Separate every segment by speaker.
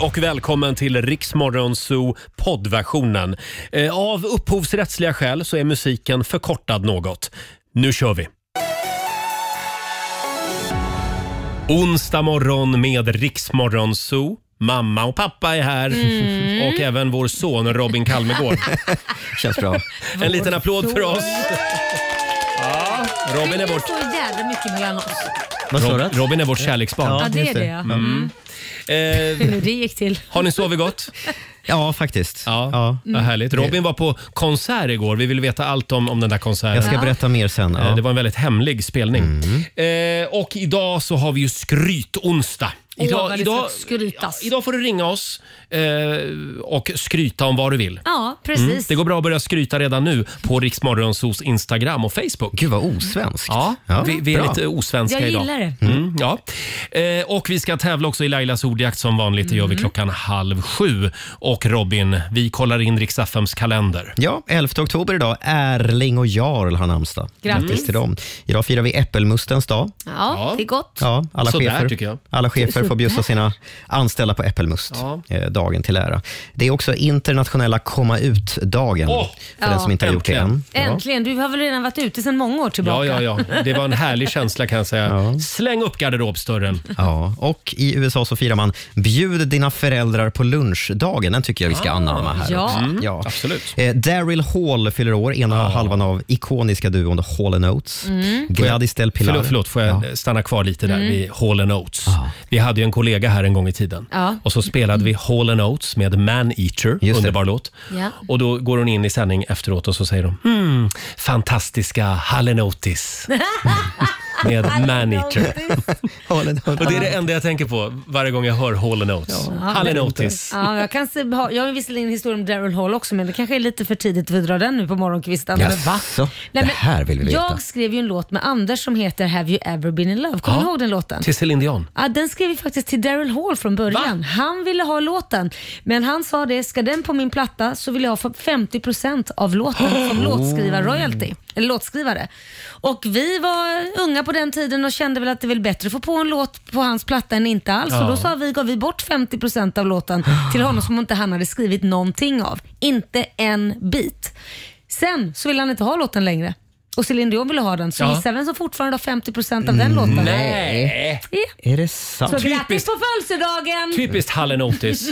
Speaker 1: och välkommen till Riksmorgon Zoo poddversionen. Eh, Av upphovsrättsliga skäl så är musiken förkortad något. Nu kör vi! Onsdag morgon med Riksmorgon Zoo. Mamma och pappa är här
Speaker 2: Mm.
Speaker 1: och även vår son Robin Kalmegård.
Speaker 3: Känns bra.
Speaker 1: En liten applåd för oss. Ja, Robin är
Speaker 2: Det är
Speaker 1: vårt,
Speaker 2: så jävla mycket mellan oss.
Speaker 3: Vad sa du?
Speaker 1: Rob- Robin är vårt kärleksbarn.
Speaker 2: Ja, det
Speaker 3: just
Speaker 2: är det.
Speaker 3: det. Mm.
Speaker 2: ja.
Speaker 1: Eh,
Speaker 2: Hur det gick till.
Speaker 1: har ni sovit gott?
Speaker 3: Ja, Mm. faktiskt.
Speaker 1: Ja, vad härligt. Robin var på konsert igår. Vi vill veta allt om, om den där konserten.
Speaker 3: Jag ska berätta mer sen.
Speaker 1: Eh,
Speaker 3: Ja. Mm.
Speaker 1: Det var en väldigt hemlig spelning. Eh, och idag så har vi ju skrytonsdag.
Speaker 2: Åh,
Speaker 1: Idag,
Speaker 2: vad det
Speaker 1: idag,
Speaker 2: ska skrytas.
Speaker 1: ja, idag får du ringa oss eh, och skryta om vad du vill.
Speaker 2: Ja, precis.
Speaker 1: Mm.
Speaker 4: Mm.
Speaker 1: Det går bra att börja skryta redan nu på Riksmorgonsos Instagram och Facebook.
Speaker 3: Gud vad osvenskt.
Speaker 1: Ja, vi, vi är
Speaker 3: bra.
Speaker 1: lite osvenska
Speaker 2: Jag
Speaker 1: idag.
Speaker 2: gillar det.
Speaker 1: Mm, ja. eh, och vi ska tävla också i Lailas ordjakt som vanligt. Det gör
Speaker 2: Mm.
Speaker 1: vi klockan halv sju. Och Robin, vi kollar in Rix FMs kalender.
Speaker 3: Ja, 11 oktober idag. Erling och Jarl har namnsdag.
Speaker 2: Grattis.
Speaker 3: till dem. Idag firar vi äppelmustens dag.
Speaker 2: Ja,
Speaker 1: Ja.
Speaker 2: det är gott.
Speaker 3: Ja, alla,
Speaker 1: Sådär,
Speaker 3: chefer,
Speaker 1: tycker jag.
Speaker 3: alla chefer får bjussa sina anställda på äppelmust
Speaker 1: Ja.
Speaker 3: eh, dagen till ära. Det är också internationella komma ut-dagen
Speaker 1: Åh!
Speaker 3: för den som inte har gjort det än.
Speaker 1: Äntligen.
Speaker 3: Ja.
Speaker 2: Äntligen. Du har väl redan varit ute sedan många år
Speaker 1: Ja,
Speaker 2: tillbaka?
Speaker 1: ja, ja. Det var en härlig känsla kan jag säga.
Speaker 3: Ja.
Speaker 1: Släng upp garderobsdörren.
Speaker 3: Ja, och i USA så firar man Bjud dina föräldrar på lunchdagen. Den tycker jag vi ska anamma här.
Speaker 2: ja.
Speaker 3: också.
Speaker 2: Mm,
Speaker 3: ja.
Speaker 1: Ah, absolut. Ah.
Speaker 3: Eh, Daryl Hall fyller år, ena halvan av ikoniska duon The Hall and Oates. Gladys Del Pilar.
Speaker 1: Mm. Förlåt, förlåt, får jag stanna kvar lite där
Speaker 2: Mm.
Speaker 1: vid Hall and Oates? Vi hade ju en kollega här en gång i tiden
Speaker 2: Ja.
Speaker 1: och så spelade vi Hall and Oates med Man Eater,
Speaker 3: det.
Speaker 1: underbar låt.
Speaker 2: Ja.
Speaker 1: Och då går hon in i sändning efteråt och så säger hon hmm, fantastiska Hall and Oates med Man Eater.
Speaker 3: Hall and Oates.
Speaker 1: Och det är det enda jag tänker på varje gång jag hör Hall and Oates. Hall and Oates.
Speaker 2: Ja, jag, kan se, ha- jag har ju visserligen en historia om Daryl Hall också men det kanske är lite för tidigt att dra den nu på morgonkvisten.
Speaker 3: Jaså? Det här vill vi veta.
Speaker 2: Alltså, Jag skrev ju en låt med Anders som heter Have you ever been in love? Kommer
Speaker 1: Ja.
Speaker 2: du ihåg den låten?
Speaker 1: Till Céline Dion.
Speaker 2: Ja, den skrev vi faktiskt till Daryl Hall från början. Han ville ha låten, men han sa det, ska den på min platta så vill jag ha 50% av låten som låtskrivar-royalty. Eller låtskrivare. Och vi var unga på den tiden och kände väl att det är väl bättre att få på en låt på hans platta än inte alls. Så
Speaker 1: Ja.
Speaker 2: då sa vi, gav vi bort 50% av låten till honom som inte han hade skrivit någonting av. Inte en bit. Sen så ville han inte ha låten längre. Och Céline Dion ville ha den, så
Speaker 1: Ja. Mm.
Speaker 2: gissa vem som fortfarande har 50% av den låten?
Speaker 1: Nej.
Speaker 2: Ja.
Speaker 3: Är det sant?
Speaker 2: Så grattis
Speaker 1: Typiskt.
Speaker 2: på födelsedagen! Mm.
Speaker 1: Typiskt Hall and Oates.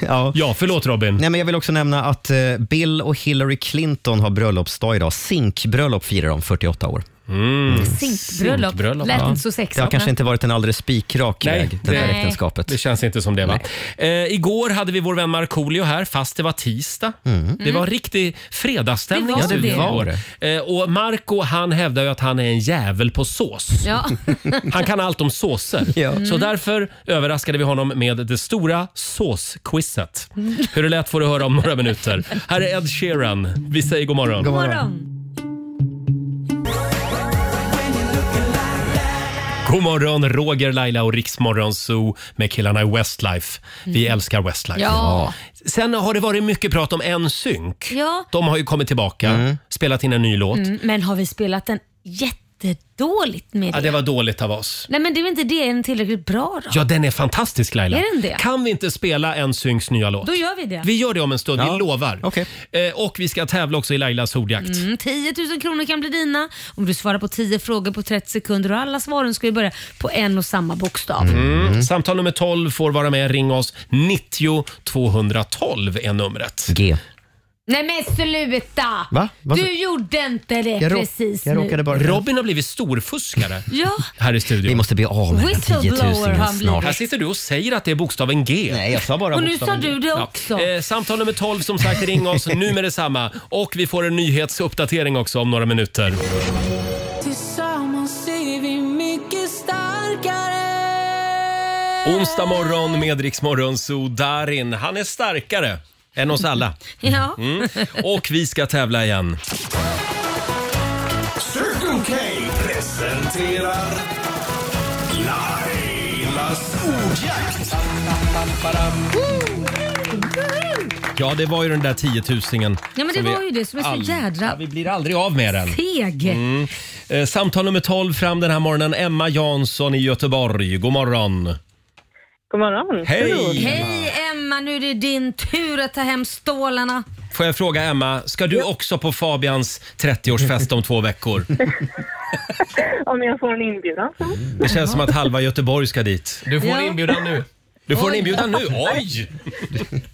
Speaker 3: Ja.
Speaker 1: Ja, förlåt Robin.
Speaker 3: Nej, men jag vill också nämna att eh, Bill och Hillary Clinton har bröllopsdag idag. Zinkbröllop firar de, 48 år.
Speaker 1: Mm.
Speaker 2: Zinkbröllop.
Speaker 1: Zinkbröllop,
Speaker 2: Lät
Speaker 1: ja.
Speaker 2: inte så
Speaker 3: Det
Speaker 2: sexigt.
Speaker 3: har kanske inte varit en alldeles spikrak
Speaker 1: Nej,
Speaker 3: väg, det där
Speaker 2: nej.
Speaker 3: äktenskapet.
Speaker 1: Det känns inte som det va? Eh, igår hade vi vår vän Markoolio här fast det var tisdag.
Speaker 3: Mm.
Speaker 1: Det var riktig fredagsstämning
Speaker 2: Det var
Speaker 1: i studion
Speaker 2: det.
Speaker 1: igår. Eh, och Marco han hävdar ju att han är en jävel på sås.
Speaker 2: Ja. Mm.
Speaker 1: Han kan allt om såser.
Speaker 3: Ja.
Speaker 1: Så därför överraskade vi honom med det stora såsquizet.
Speaker 2: Mm.
Speaker 1: Hur det lät får du höra om några minuter. Här är Ed Sheeran. Vi säger god morgon.
Speaker 3: God
Speaker 2: Morgon.
Speaker 1: God morgon, Roger, Laila och Riksmorgon Zoo med killarna i Westlife. Vi älskar Westlife.
Speaker 2: Mm. Ja.
Speaker 1: Sen har det varit mycket prat om en synk.
Speaker 2: Ja.
Speaker 1: De har ju kommit tillbaka,
Speaker 3: Mm.
Speaker 1: spelat in en ny låt.
Speaker 2: Mm, Men har vi spelat den jättedåligt med
Speaker 1: Ja,
Speaker 2: det?
Speaker 1: det var dåligt av oss.
Speaker 2: Nej men det är väl inte det, är den tillräckligt bra då?
Speaker 1: Ja, den är fantastisk Laila.
Speaker 2: Är den det?
Speaker 1: Kan vi inte spela en synks nya låt?
Speaker 2: Då gör vi det.
Speaker 1: Vi gör det om en stund,
Speaker 3: Ja.
Speaker 1: vi lovar.
Speaker 3: Okej.
Speaker 1: Eh, och vi ska tävla också i Lailas ordjakt.
Speaker 2: Mm, 10 000 kronor kan bli dina om du svarar på 10 frågor på 30 sekunder och alla svaren ska ju börja på en och samma bokstav.
Speaker 1: Mm. Samtal nummer 12 får vara med. Ring oss. 90 212 är numret.
Speaker 3: G.
Speaker 2: Nej men sluta!
Speaker 3: Va? Vad-
Speaker 2: Du gjorde inte det
Speaker 3: Jag, rå-
Speaker 2: Eh, precis
Speaker 3: jag
Speaker 2: nu.
Speaker 3: råkade bara...
Speaker 1: Robin har blivit storfuskare
Speaker 2: Ja,
Speaker 1: här i
Speaker 3: Vi
Speaker 1: studion.
Speaker 3: måste bli av med den här
Speaker 2: Whistleblower har
Speaker 3: 10 000
Speaker 2: han blivit.
Speaker 3: snart.
Speaker 1: Här sitter du och säger att det är bokstaven G.
Speaker 3: Nej, jag sa bara
Speaker 2: och nu sa
Speaker 3: bokstaven G.
Speaker 2: du det
Speaker 1: Ja.
Speaker 2: också.
Speaker 1: Eh, samtal nummer 12 som sagt, ring oss nu med detsamma. Och vi får en nyhetsuppdatering också om några minuter.
Speaker 5: Tillsammans är vi mycket starkare.
Speaker 1: Onsdag morgon med Rix Morgon, så Darin, han är starkare än oss alla. Mm.
Speaker 2: Ja.
Speaker 1: Och vi ska tävla igen.
Speaker 6: Circle K presenterar Lailas ordjakt.
Speaker 1: Ja, det var ju den där tiotusingen.
Speaker 2: Ja, men det
Speaker 1: som vi
Speaker 2: var ju det som är så
Speaker 1: ald-
Speaker 2: jädra-
Speaker 1: Ja, vi blir aldrig av med den.
Speaker 2: Teg.
Speaker 1: Eh, samtal nummer 12 fram den här morgonen. Emma Jansson i Göteborg. God morgon.
Speaker 5: God morgon.
Speaker 1: Hej!
Speaker 2: Hej Emma, nu är det din tur att ta hem stålarna.
Speaker 1: Får jag fråga Emma, ska du också på Fabians 30-årsfest om två veckor?
Speaker 5: Om jag får en inbjudan. så.
Speaker 1: Det känns som att halva Göteborg ska dit.
Speaker 7: Du får
Speaker 2: Ja.
Speaker 7: en inbjudan nu.
Speaker 1: Du får en inbjudan nu. Oj!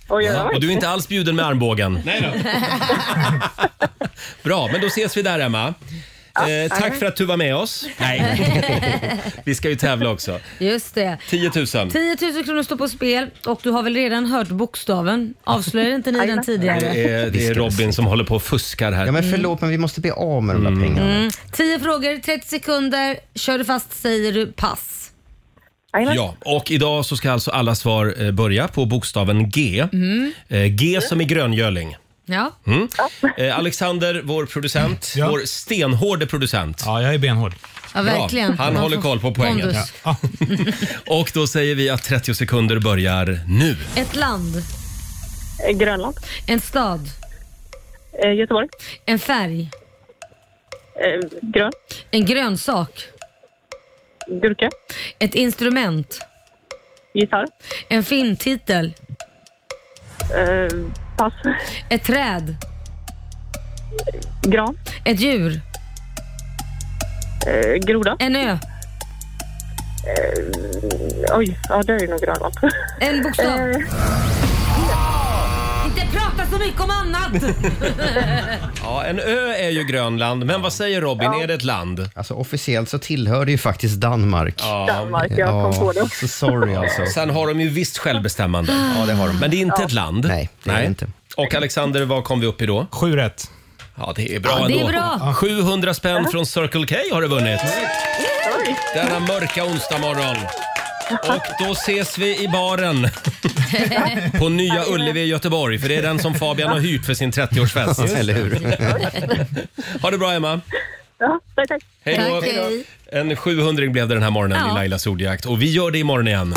Speaker 5: Och jag,
Speaker 1: Och du är inte alls bjuden med armbågen. Nej då. Bra, men då ses vi där Emma. Eh, tack för att du var med oss. Nej. Vi ska ju tävla också.
Speaker 2: Just det.
Speaker 1: 10 000.
Speaker 2: 10 000 kronor står på spel och du har väl redan hört bokstaven? Avslöjade inte ni den tidigare?
Speaker 1: Det är, det är Robin som håller på och fuskar
Speaker 3: Ja,
Speaker 1: här. Mm.
Speaker 3: men förlåt, men vi måste bli av med de där pengarna.
Speaker 2: 10 Mm. frågor, 30 sekunder. Kör du fast säger du pass.
Speaker 1: Ja, och idag så ska alltså alla svar eh, börja på bokstaven G. Eh, G som i Gröngöling.
Speaker 2: Mm. Ja.
Speaker 1: Eh, Alexander, vår producent,
Speaker 7: Ja.
Speaker 1: vår stenhårde producent.
Speaker 7: Ja, jag är benhård.
Speaker 2: Ja,
Speaker 1: Bra.
Speaker 2: verkligen.
Speaker 1: Han
Speaker 2: Man
Speaker 1: håller
Speaker 2: får
Speaker 1: koll på poängen.
Speaker 2: pondus.
Speaker 1: Ja. Och då säger vi att 30 sekunder börjar nu.
Speaker 2: Ett land,
Speaker 5: eh, Grönland.
Speaker 2: en stad,
Speaker 5: Eh, Göteborg.
Speaker 2: en färg,
Speaker 5: Eh, grön.
Speaker 2: en grönsak,
Speaker 5: Gurka.
Speaker 2: ett instrument,
Speaker 5: Gitarr.
Speaker 2: en filmtitel,
Speaker 5: Eh, pass.
Speaker 2: ett träd,
Speaker 5: Gran.
Speaker 2: ett djur,
Speaker 5: Eh, groda.
Speaker 2: en ö,
Speaker 5: eh, Oj, ja, det är nog Grönland.
Speaker 2: en bokstav.
Speaker 5: Eh,
Speaker 2: Inte prata så mycket om annat!
Speaker 1: Ja, en ö är ju Grönland, men vad säger Robin, är det ett land?
Speaker 3: Alltså officiellt så tillhör det ju faktiskt Danmark. Ja,
Speaker 5: Danmark, jag kom på det också.
Speaker 3: så sorry alltså.
Speaker 1: Sen har de ju visst självbestämmande. Ja, det har de. Men det är inte ett land.
Speaker 3: Nej, det är det inte.
Speaker 1: Och Alexander, vad kom vi upp i då?
Speaker 7: Sju rätt.
Speaker 1: Ja, det är bra
Speaker 2: Ja, det är
Speaker 1: ändå.
Speaker 2: bra.
Speaker 1: 700 spänn från Circle K har du vunnit.
Speaker 5: Oj.
Speaker 1: Denna mörka onsdag morgon. Och då ses vi i baren på Nya Ullevi i Göteborg. För det är den som Fabian har hyrt för sin 30-årsfest.
Speaker 3: Eller hur?
Speaker 1: Ha det bra Emma.
Speaker 5: Ja, tack, tack.
Speaker 1: Hej då.
Speaker 2: Tack, hej.
Speaker 1: En 700 blev det den här morgonen
Speaker 2: Ja.
Speaker 1: i Lailas ordjakt. Och vi gör det imorgon igen.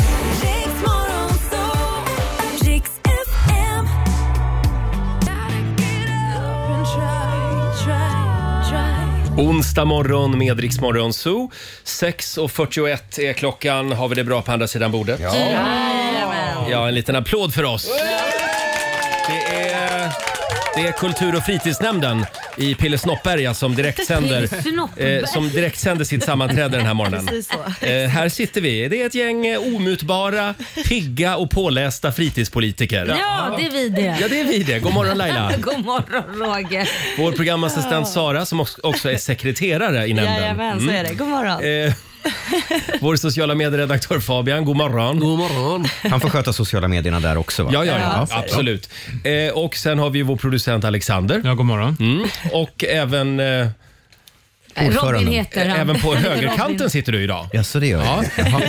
Speaker 1: Onsdag morgon med Rix Morgon Zoo. 6.41 är klockan. Har vi det bra på andra sidan bordet? Ja. ja en liten applåd för oss. Det är, det är Kultur och fritidsnämnden i Pillesnoppberga som direktsänder,
Speaker 2: Pillesnoppberga.
Speaker 1: eh, som direktsänder sitt sammanträde den här morgonen. Eh, här sitter vi. Det är ett gäng eh, omutbara, pigga och pålästa fritidspolitiker.
Speaker 2: Ja, det är vi
Speaker 1: Ja,
Speaker 2: det.
Speaker 1: det är vi det. God morgon Laila.
Speaker 2: God morgon Roger.
Speaker 1: Vår programassistent Sara som ox- också är sekreterare i nämnden.
Speaker 4: Jajamän, så är det. God morgon.
Speaker 1: Eh, vår sociala medieredaktör Fabian, god morgon.
Speaker 7: God morgon.
Speaker 3: Han får sköta sociala medierna där också va?
Speaker 1: Ja, ja, ja,
Speaker 3: Ja.
Speaker 1: absolut. Eh, och sen har vi vår producent Alexander.
Speaker 7: Ja, god morgon.
Speaker 1: Mm. Och även, eh,
Speaker 2: Robin
Speaker 3: Ordföranden.
Speaker 2: heter han.
Speaker 1: även på
Speaker 2: Robin.
Speaker 1: högerkanten sitter du idag.
Speaker 3: Ja, så det gör jag. Ja.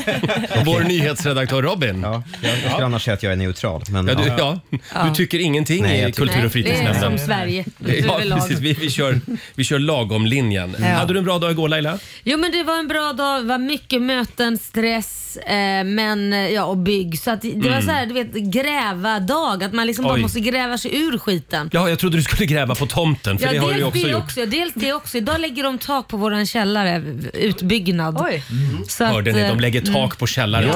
Speaker 1: Vår nyhetsredaktör Robin. Ja.
Speaker 3: Ja, jag skulle annars säga att jag är neutral. Men,
Speaker 1: du,
Speaker 3: ja.
Speaker 1: ja. du tycker ingenting
Speaker 3: Nej, jag
Speaker 1: i
Speaker 3: tycker-
Speaker 1: kultur och
Speaker 2: Nej, Det är
Speaker 1: fritidsnämnden.
Speaker 2: som Sverige
Speaker 1: Ja,
Speaker 2: överlag.
Speaker 1: precis. Vi, vi, kör, vi kör lagom-linjen. Hade du en bra dag igår Laila?
Speaker 2: Jo men det var en bra dag, det var mycket möten, stress eh, men, eh, ja, och bygg. Så att det var så här, du vet gräva-dag, att man liksom bara
Speaker 1: Mm. Oj.
Speaker 2: måste gräva sig ur skiten.
Speaker 1: Ja, jag trodde du skulle gräva på tomten för det har du ju
Speaker 2: dels
Speaker 1: också
Speaker 2: det
Speaker 1: gjort.
Speaker 2: också, dels det också. Idag lägger de tak på våran källare, utbyggnad.
Speaker 4: Oj.
Speaker 2: Så att,
Speaker 1: Mm. Hörde ni?
Speaker 2: eh,
Speaker 1: De lägger tak på källaren.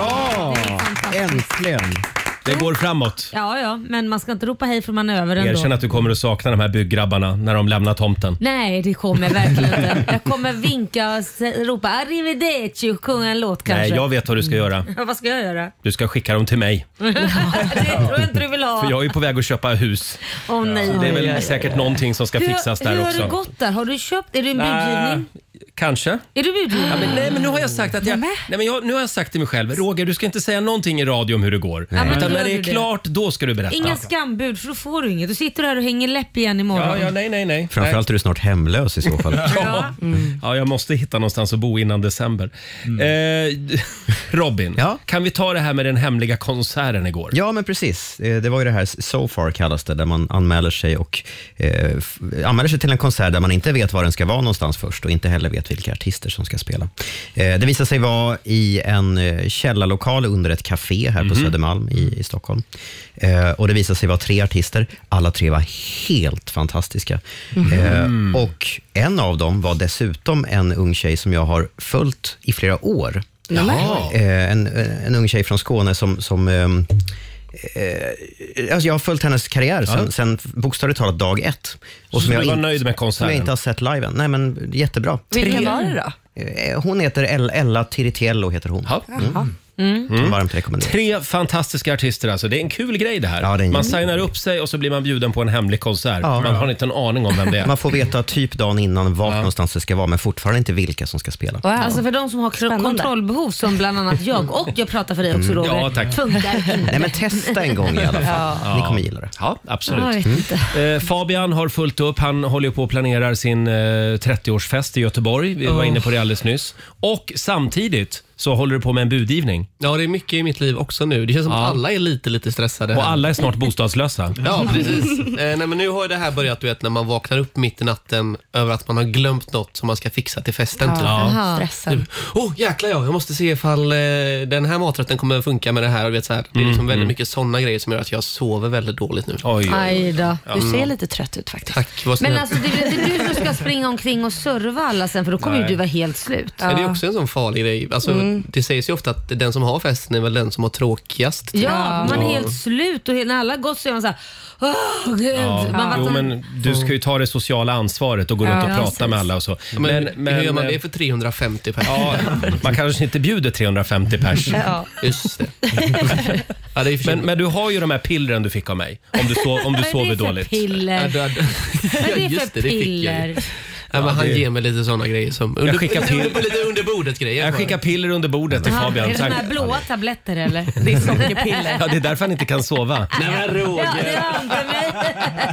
Speaker 3: Äntligen!
Speaker 1: Det går framåt.
Speaker 2: Ja, ja, men man ska inte ropa hej för man är över ändå.
Speaker 1: Erkänn att du kommer att sakna de här bygggrabbarna när de lämnar tomten.
Speaker 2: Nej, det kommer jag verkligen inte. Jag kommer vinka och sä- ropa arrivederci och sjunga en låt kanske. Mm.
Speaker 1: Nej, jag vet vad du ska göra.
Speaker 2: Vad ska jag göra?
Speaker 1: Du ska skicka dem till mig.
Speaker 2: Det tror jag inte du vill ha.
Speaker 1: För jag är ju på väg att köpa hus.
Speaker 2: Åh nej.
Speaker 1: Det är väl säkert någonting som ska
Speaker 2: Hur-
Speaker 1: fixas där
Speaker 2: hur
Speaker 1: också.
Speaker 2: har det gått där? Har du köpt? Är du en
Speaker 1: Äh,
Speaker 2: budgivning?
Speaker 1: kanske.
Speaker 2: Är du budgivning?
Speaker 1: Ja, men nej, men nu har jag sagt att jag, nej, men jag, nu har jag sagt till mig själv, Roger du ska inte säga någonting i radio om hur det går.
Speaker 2: men då
Speaker 1: Utan när
Speaker 2: gör
Speaker 1: det är
Speaker 2: du det.
Speaker 1: klart, då ska du berätta.
Speaker 2: Inga skambud för då får du inget. Du sitter här och hänger läpp igen imorgon.
Speaker 1: ja, ja, nej, nej, nej. nej.
Speaker 3: Framförallt är du snart hemlös i så fall.
Speaker 1: Ja. ja, jag måste hitta någonstans att bo innan december. Eh, Robin,
Speaker 3: Ja?
Speaker 1: kan vi ta det här med den hemliga konserten igår?
Speaker 3: Ja, men precis. Eh, Det var ju det här So far kallas det, där man anmäler sig, och, eh, f- anmäler sig till en konsert där man inte vet var den ska vara någonstans först och inte heller vet vilka artister som ska spela. Eh, det visade sig vara i en eh, källarlokal under ett café här på Södermalm i, i Stockholm. Eh, och Det visade sig vara tre artister. Alla tre var helt fantastiska. Eh, och En av dem var dessutom en ung tjej som jag har följt i flera år
Speaker 1: Jaha.
Speaker 3: Eh, en, en ung tjej från Skåne som, som ehm, eh, alltså jag har följt hennes karriär sen,
Speaker 1: Ja.
Speaker 3: sen bokstavligt talat dag ett. Och
Speaker 1: Så du var
Speaker 3: in-
Speaker 1: nöjd med
Speaker 3: Som jag
Speaker 1: konserten?
Speaker 3: inte har sett live än. Nej, men jättebra.
Speaker 7: Vilken var det då?
Speaker 3: Eh, Hon heter El- Ella Tiritiello, heter hon.
Speaker 1: Ja.
Speaker 3: Mm. Varmt rekommenderad.
Speaker 1: Tre fantastiska artister alltså. Det är en kul grej det här.
Speaker 3: Ja, det är en
Speaker 1: man
Speaker 3: jävligt
Speaker 1: signar upp sig och så blir man bjuden på en hemlig konsert.
Speaker 3: Ja.
Speaker 1: man har inte en aning om vem det är.
Speaker 3: Man får veta typ dagen innan vart någonstans det ska vara, men fortfarande inte vilka som ska spela.
Speaker 7: Wow.
Speaker 2: Alltså för de som har kro-
Speaker 7: Spännande.
Speaker 2: kontrollbehov som bland annat jag och jag pratar för dig också Roger.
Speaker 1: Mm. Ja, tack.
Speaker 2: Funkar inte.
Speaker 3: Nej, men testa en gång i alla fall. Ni kommer gilla det.
Speaker 1: Ja,
Speaker 2: Ja, jag
Speaker 1: absolut.
Speaker 2: vet inte.
Speaker 1: Eh, Fabian har fullt upp. Han håller ju på och planerar sin eh, 30-årsfest i Göteborg. Vi
Speaker 2: Oh.
Speaker 1: var inne på det alldeles nyss. Och samtidigt så håller du på med en budgivning.
Speaker 4: Ja, det är mycket i mitt liv också nu. Det känns som att alla är lite, lite stressade.
Speaker 1: Och
Speaker 4: här.
Speaker 1: alla är snart bostadslösa.
Speaker 4: Ja, precis. eh, nej, men nu har ju det här börjat, du vet, när man vaknar upp mitt i natten över att man har glömt något som man ska fixa till festen. Typ.
Speaker 2: Aha.
Speaker 7: Stressen.
Speaker 4: Åh, jäklar ja, jag måste se ifall eh, den här maträtten kommer att funka med det här. Och, du vet, så här. Det är liksom väldigt mycket sådana grejer som gör att jag sover väldigt dåligt nu.
Speaker 1: Mm,
Speaker 4: Mm.
Speaker 1: Oj.
Speaker 2: Aj då.
Speaker 7: Du ser lite trött ut faktiskt.
Speaker 4: Tack, vad snällt.
Speaker 2: Men alltså det är väl inte du som ska springa omkring och serva alla sen för då kommer ju
Speaker 1: Nej.
Speaker 2: du vara helt slut.
Speaker 4: Ja. Det är också en sån farlig grej. Alltså,
Speaker 2: Mm.
Speaker 4: Det sägs ju ofta att den som har festen är väl den som har tråkigast. typ.
Speaker 2: Ja, man är helt slut och helt, när alla har gått så är man såhär, åh gud. Man
Speaker 1: Jo,
Speaker 2: vattnar-
Speaker 1: men du ska ju ta det sociala ansvaret och gå runt och prata med alla och så.
Speaker 4: Men, hur gör man
Speaker 1: eh,
Speaker 4: det för 350 personer?
Speaker 1: Ja, man kanske inte bjuder 350 pers.
Speaker 4: Just det. ja, det är i och för sig-
Speaker 1: Men, men du har ju de här pillren du fick av mig om du, so om du
Speaker 2: Vad är
Speaker 1: sover
Speaker 2: det för
Speaker 1: dåligt.
Speaker 4: Ja,
Speaker 2: piller?
Speaker 4: du hade-
Speaker 2: Vad är
Speaker 4: Ja,
Speaker 2: det
Speaker 4: just
Speaker 2: för
Speaker 4: det, det fick jag ju.
Speaker 2: piller?
Speaker 4: Ja, men han ger mig lite såna grejer som... Under,
Speaker 1: skickar till-
Speaker 4: under, lite under bordet grejer.
Speaker 1: Jag
Speaker 4: bara.
Speaker 1: skickar piller under bordet till
Speaker 2: Jaha,
Speaker 1: Fabian.
Speaker 2: Är det de här
Speaker 1: Tack.
Speaker 2: blåa tabletter eller?
Speaker 7: Det är sockerpiller.
Speaker 1: Ja, det är därför han inte kan sova.
Speaker 4: Nej men
Speaker 2: Ja,
Speaker 4: Roger!
Speaker 2: det hände mig.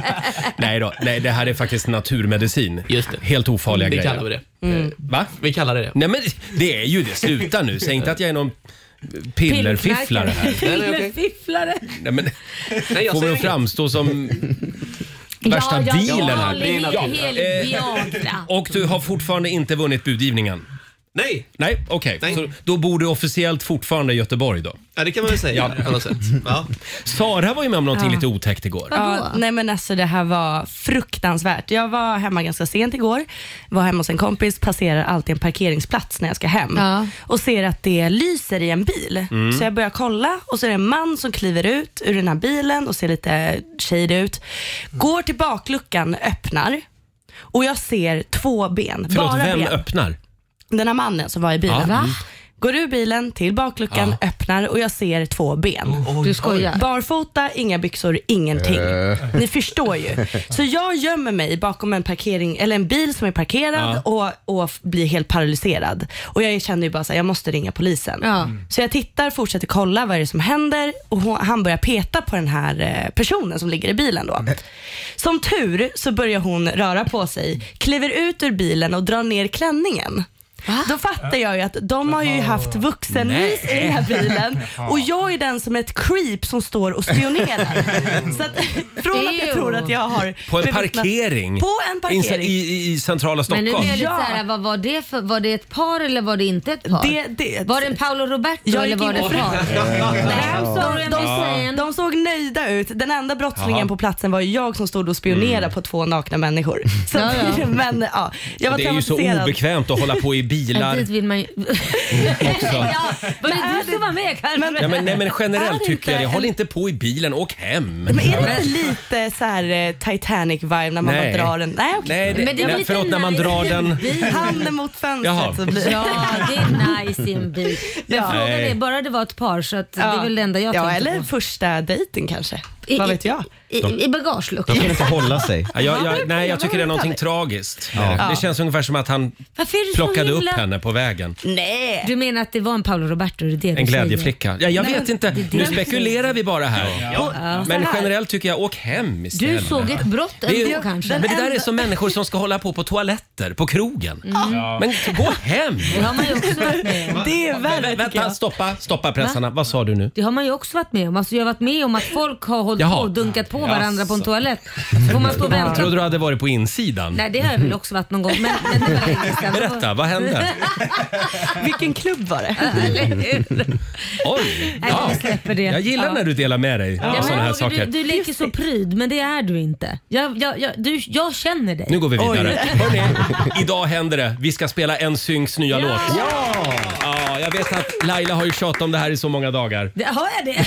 Speaker 1: Nej då, nej, det här är faktiskt naturmedicin.
Speaker 4: Just det.
Speaker 1: Helt ofarliga
Speaker 4: Vi
Speaker 1: grejer.
Speaker 4: kallar det
Speaker 2: Mm.
Speaker 1: Va?
Speaker 4: Vi kallar det det.
Speaker 1: Nej men det är ju det, sluta nu. Säg inte att jag är någon pillerfifflare här.
Speaker 4: Nej, nej, okej.
Speaker 2: Fifflare.
Speaker 1: Nej, men,
Speaker 4: Nej, jag
Speaker 1: får mig
Speaker 4: säger
Speaker 1: att
Speaker 4: inget.
Speaker 1: framstå som värsta
Speaker 2: ja,
Speaker 1: dealen
Speaker 2: ja,
Speaker 1: här.
Speaker 2: Det är
Speaker 1: Ja, eh,
Speaker 2: helt Viagra.
Speaker 1: Och du har fortfarande inte vunnit budgivningen?
Speaker 4: Nej!
Speaker 1: Nej, okej.
Speaker 4: Nej.
Speaker 1: Så Då bor du officiellt fortfarande i Göteborg då.
Speaker 4: Ja, det kan man väl säga. på något sätt. Ja.
Speaker 1: Sara var ju med om någonting lite otäckt igår.
Speaker 7: Ja, nej men alltså det här var fruktansvärt. Jag var hemma ganska sent igår, var hemma hos en kompis, passerar alltid en parkeringsplats när jag ska hem
Speaker 2: Ja.
Speaker 7: och ser att det lyser i en bil. Så jag börjar kolla och så är det en man som kliver ut ur den här bilen och ser lite shady ut. Går till bakluckan, öppnar och jag ser två ben.
Speaker 1: Förlåt,
Speaker 7: bara
Speaker 1: vem
Speaker 7: ben.
Speaker 1: öppnar?
Speaker 7: Den här mannen som var i bilen.
Speaker 2: Va?
Speaker 7: Går ur bilen till bakluckan, öppnar och jag ser två ben.
Speaker 2: Du skojar?
Speaker 7: Barfota, inga byxor, ingenting. Ni förstår ju. Så jag gömmer mig bakom en, parkering, eller en bil som är parkerad och, och f- blir helt paralyserad. Och jag känner ju bara att jag måste ringa polisen.
Speaker 2: Ja. Mm.
Speaker 7: Så jag tittar, fortsätter kolla vad det är som händer och hon, han börjar peta på den här eh, personen som ligger i bilen då. Som tur så börjar hon röra på sig, kliver ut ur bilen och drar ner klänningen. Då fattar jag ju att de har ju haft vuxenmys i den här bilen och jag är den som är ett creep som står och spionerar. Så att, från att jag
Speaker 2: Ew.
Speaker 7: tror att jag har
Speaker 1: På en
Speaker 7: bevittnat-
Speaker 1: parkering?
Speaker 7: På en
Speaker 1: Inse-
Speaker 7: parkering.
Speaker 1: I, i, I centrala
Speaker 2: Men nu
Speaker 1: Stockholm?
Speaker 2: är jag lite
Speaker 7: Ja.
Speaker 2: såhär, vad var det för, var det ett par eller var det inte ett par?
Speaker 7: Det- det-
Speaker 2: var det en Paolo Roberto
Speaker 7: Jag
Speaker 2: eller
Speaker 7: gick
Speaker 2: var
Speaker 7: in-
Speaker 2: det ett
Speaker 1: Eh.
Speaker 2: par? Nej, I'm sorry, I'm just saying.
Speaker 7: De såg nöjda ut. Den enda brottslingen
Speaker 1: Jaha. Mm.
Speaker 7: på platsen var ju jag som stod och spionerade på två nakna människor. Så,
Speaker 2: Ja, ja.
Speaker 7: Men ja, jag var
Speaker 1: det är ju så
Speaker 7: traumatiserad.
Speaker 1: obekvämt att hålla på i
Speaker 2: Ja,
Speaker 1: bilar.
Speaker 2: dit vill man ju... ja, var det du som var med kanske?
Speaker 1: Ja, men, nej, men
Speaker 7: Är
Speaker 1: generellt
Speaker 7: det
Speaker 1: tycker jag det.
Speaker 7: inte
Speaker 1: Håll
Speaker 7: en-
Speaker 1: inte på i bilen, åk hem.
Speaker 7: Men är det inte lite så här eh, Titanic-vibe när man
Speaker 1: Nej.
Speaker 7: bara drar den? Nej, okej.
Speaker 1: Nej, det,
Speaker 2: Men det var
Speaker 1: nej,
Speaker 2: lite
Speaker 1: förlåt, när man
Speaker 2: nice.
Speaker 1: drar den...
Speaker 7: Handen mot fönstret
Speaker 1: Jaha.
Speaker 7: så blir
Speaker 2: Ja, det är nice i en bil. Men
Speaker 7: Ja.
Speaker 2: frågan
Speaker 1: Nej.
Speaker 2: är, bara det var ett par så att det
Speaker 7: Ja.
Speaker 2: är väl det enda jag
Speaker 7: Ja,
Speaker 2: tänkte
Speaker 7: eller
Speaker 2: på.
Speaker 7: första dejten kanske.
Speaker 2: I-
Speaker 7: Vad
Speaker 2: i-
Speaker 7: vet jag?
Speaker 2: I, i
Speaker 3: De
Speaker 2: bagageluckan.
Speaker 3: kan inte hålla sig.
Speaker 1: Ja, jag, jag, nej, jag tycker det är någonting tragiskt. Det känns ungefär som att han
Speaker 2: Varför är du så
Speaker 1: plockade upp
Speaker 2: himla-
Speaker 1: henne på vägen.
Speaker 7: Nej.
Speaker 2: Du menar att det var en Paolo Roberto? Det är det du
Speaker 1: En
Speaker 2: säger?
Speaker 1: glädjeflicka. Ja, jag vet inte.
Speaker 2: det
Speaker 1: Nu
Speaker 2: jag säger.
Speaker 1: spekulerar vi bara här. Men generellt tycker jag, åk hem
Speaker 2: Du
Speaker 1: istället.
Speaker 2: såg ett brott
Speaker 1: Det är-
Speaker 2: ändå kanske?
Speaker 1: Men det där är som människor som ska hålla på på toaletter, på krogen. Men gå hem!
Speaker 2: Mm. Det har man ju också varit med om.
Speaker 7: Det är värre tycker
Speaker 1: Vänta,
Speaker 7: jag.
Speaker 1: stoppa, stoppa pressarna. Vad sa du nu?
Speaker 2: Det har man ju också varit med om. Alltså jag har varit med om att folk har hållit
Speaker 1: Jaha.
Speaker 2: på och dunkat på varandra på en
Speaker 1: Jaså.
Speaker 2: toalett. Så får man stå och
Speaker 1: Jag
Speaker 2: vänta.
Speaker 1: trodde du hade varit på insidan.
Speaker 2: Nej det har jag väl också varit någon gång. Men, men det var länge sedan.
Speaker 1: Berätta, vad hände?
Speaker 7: Vilken klubb var det?
Speaker 2: Eller hur?
Speaker 1: Oj!
Speaker 2: Nej,
Speaker 1: Ja.
Speaker 2: vi släpper det.
Speaker 1: Jag gillar
Speaker 2: Ja.
Speaker 1: när du delar med dig av
Speaker 2: Ja,
Speaker 1: sådana här
Speaker 2: men, Roger,
Speaker 1: saker.
Speaker 2: du, du leker så pryd men det är du inte. Jag, jag, jag, du, jag känner dig.
Speaker 1: Nu går vi vidare. Hörrni, idag händer det. Vi ska spela en synks nya låt. Ja! ja! jag vet att Laila har ju tjatat om det här i så många dagar.
Speaker 2: Det, har jag det?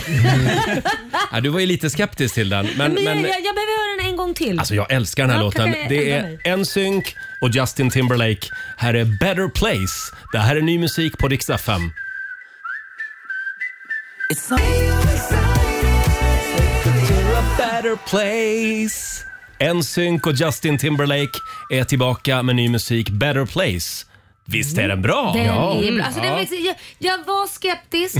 Speaker 1: Ja, du var ju lite skeptisk till den. Mm. Men,
Speaker 2: men,
Speaker 1: men
Speaker 2: jag, jag, jag behöver höra den en gång till.
Speaker 1: alltså jag älskar den här
Speaker 2: Mm. Ja,
Speaker 1: låten.
Speaker 2: kanske
Speaker 1: Det
Speaker 2: ändra mig.
Speaker 1: är NSYNC och Justin Timberlake. Här är Better Place. Det här är ny musik på Rix FM. Better Place. NSYNC och Justin Timberlake är tillbaka med ny musik Better Place. Visst är den bra?
Speaker 2: Den
Speaker 1: Ja.
Speaker 2: är bra. Alltså, den växer, jag, jag var skeptisk.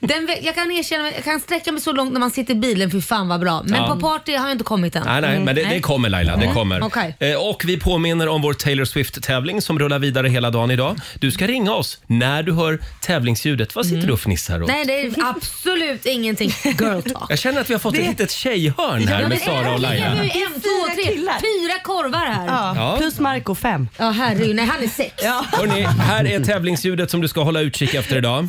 Speaker 2: Den, vä- jag kan erkänna, jag kan sträcka mig så långt när man sitter i bilen, för fan vad bra. Men på party har jag inte kommit än.
Speaker 1: Nej, nej, men det,
Speaker 2: Mm. nej.
Speaker 1: det kommer Laila. Det
Speaker 2: Mm.
Speaker 1: kommer.
Speaker 2: Okej.
Speaker 1: Eh, Och vi påminner om vår Taylor Swift-tävling som rullar vidare hela dagen idag. Du ska ringa oss när du hör tävlingsljudet. Vad sitter du och fnissar åt?
Speaker 2: Mm. Nej, det är absolut ingenting girl talk.
Speaker 1: Jag känner att vi har fått ett litet tjejhörn här
Speaker 2: Ja, men
Speaker 1: med Sara och Laila.
Speaker 2: det är ju en, två, tre,
Speaker 7: killar.
Speaker 2: fyra korvar här. Ja,
Speaker 7: Ja.
Speaker 1: Ja.
Speaker 7: Plus Marco fem.
Speaker 2: herregud. Nej, han är sex.
Speaker 1: Hörrni, här är tävlingsljudet som du ska hålla utkik efter idag.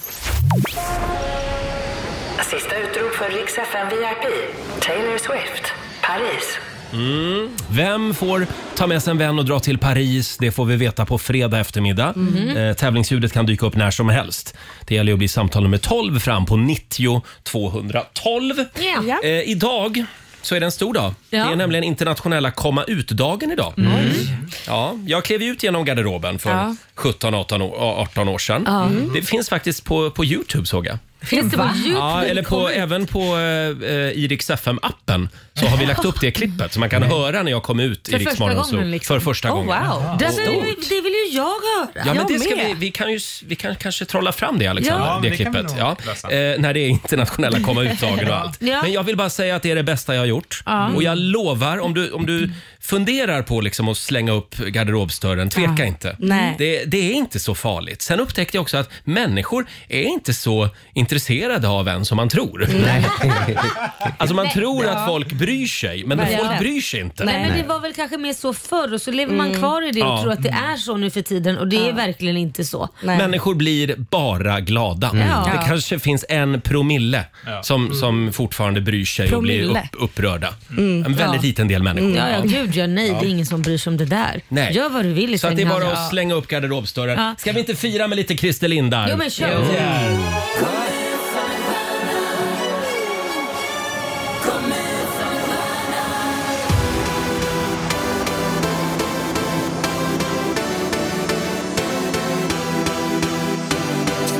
Speaker 8: Sista utrop för Rix FM VIP. Taylor Swift, Paris.
Speaker 2: Mm.
Speaker 1: Vem får ta med sig en vän och dra till Paris? Det får vi veta på fredag eftermiddag.
Speaker 2: Mhm.
Speaker 1: Eh, tävlingsljudet kan dyka upp när som helst. Det gäller ju att bli samtal nummer 12 fram på 90 212.
Speaker 2: Ja.
Speaker 7: Ja.
Speaker 1: Eh, idag så är det en stor dag.
Speaker 2: Ja. Mm.
Speaker 1: Det är nämligen internationella komma ut-dagen idag. Mm. Ja, jag klev ut genom garderoben för
Speaker 7: Ja.
Speaker 1: 17, 18 år, 18 år sedan. Mm. Det finns faktiskt på, på Youtube såg jag.
Speaker 2: Finns det på Youtube?
Speaker 1: Ja, eller på, även på eh, eh, i Rix FM-appen så har vi lagt upp det klippet så man kan höra när jag kom ut i
Speaker 2: För
Speaker 1: Rix
Speaker 2: första
Speaker 1: Morgonzoo
Speaker 2: gången, liksom.
Speaker 1: för första
Speaker 7: Oh,
Speaker 1: gången.
Speaker 7: wow.
Speaker 2: det, vill, det vill ju jag höra.
Speaker 1: Ja, men
Speaker 7: Jag
Speaker 1: det ska
Speaker 7: med.
Speaker 1: vi, vi kan ju s- vi kan kanske trolla fram det Alexander,
Speaker 6: Ja, men
Speaker 1: det,
Speaker 6: det kan vi
Speaker 1: klippet.
Speaker 6: nog
Speaker 1: Ja.
Speaker 6: lösa.
Speaker 1: Eh, när det är internationella komma ut-dagen och allt.
Speaker 2: Ja.
Speaker 1: Men jag vill bara säga att det är det bästa jag har gjort. Och jag lovar, om du, om du funderar på liksom att slänga upp garderobsdörren, tveka inte.
Speaker 7: Nej.
Speaker 1: Det, det är inte så farligt. Sen upptäckte jag också att människor är inte så intresserade av en som man tror. Alltså man tror att folk bryr sig, men
Speaker 7: Verkligen.
Speaker 1: folk bryr sig inte.
Speaker 2: Nej, men det var väl kanske mer så förr och så lever
Speaker 7: Mm.
Speaker 2: man kvar i det och
Speaker 1: Ja.
Speaker 2: tror att det är så nu för tiden och det är verkligen inte så.
Speaker 7: Nej.
Speaker 1: Människor blir bara glada.
Speaker 2: Ja.
Speaker 1: Det kanske finns en promille som, som fortfarande bryr sig och blir
Speaker 7: Promille.
Speaker 1: upp, upprörda.
Speaker 7: Mm.
Speaker 1: En väldigt liten del människor.
Speaker 2: Mm. Ja, ja, gud ja, nej, det är ingen som bryr sig om det där.
Speaker 1: Nej.
Speaker 2: Gör vad du vill i
Speaker 1: Så att det är
Speaker 2: sängen,
Speaker 1: bara
Speaker 2: Hanna.
Speaker 1: att slänga upp garderobsdörren.
Speaker 2: Ja.
Speaker 1: Ska vi inte fira med lite Christer Lindar?
Speaker 2: Jo men kör.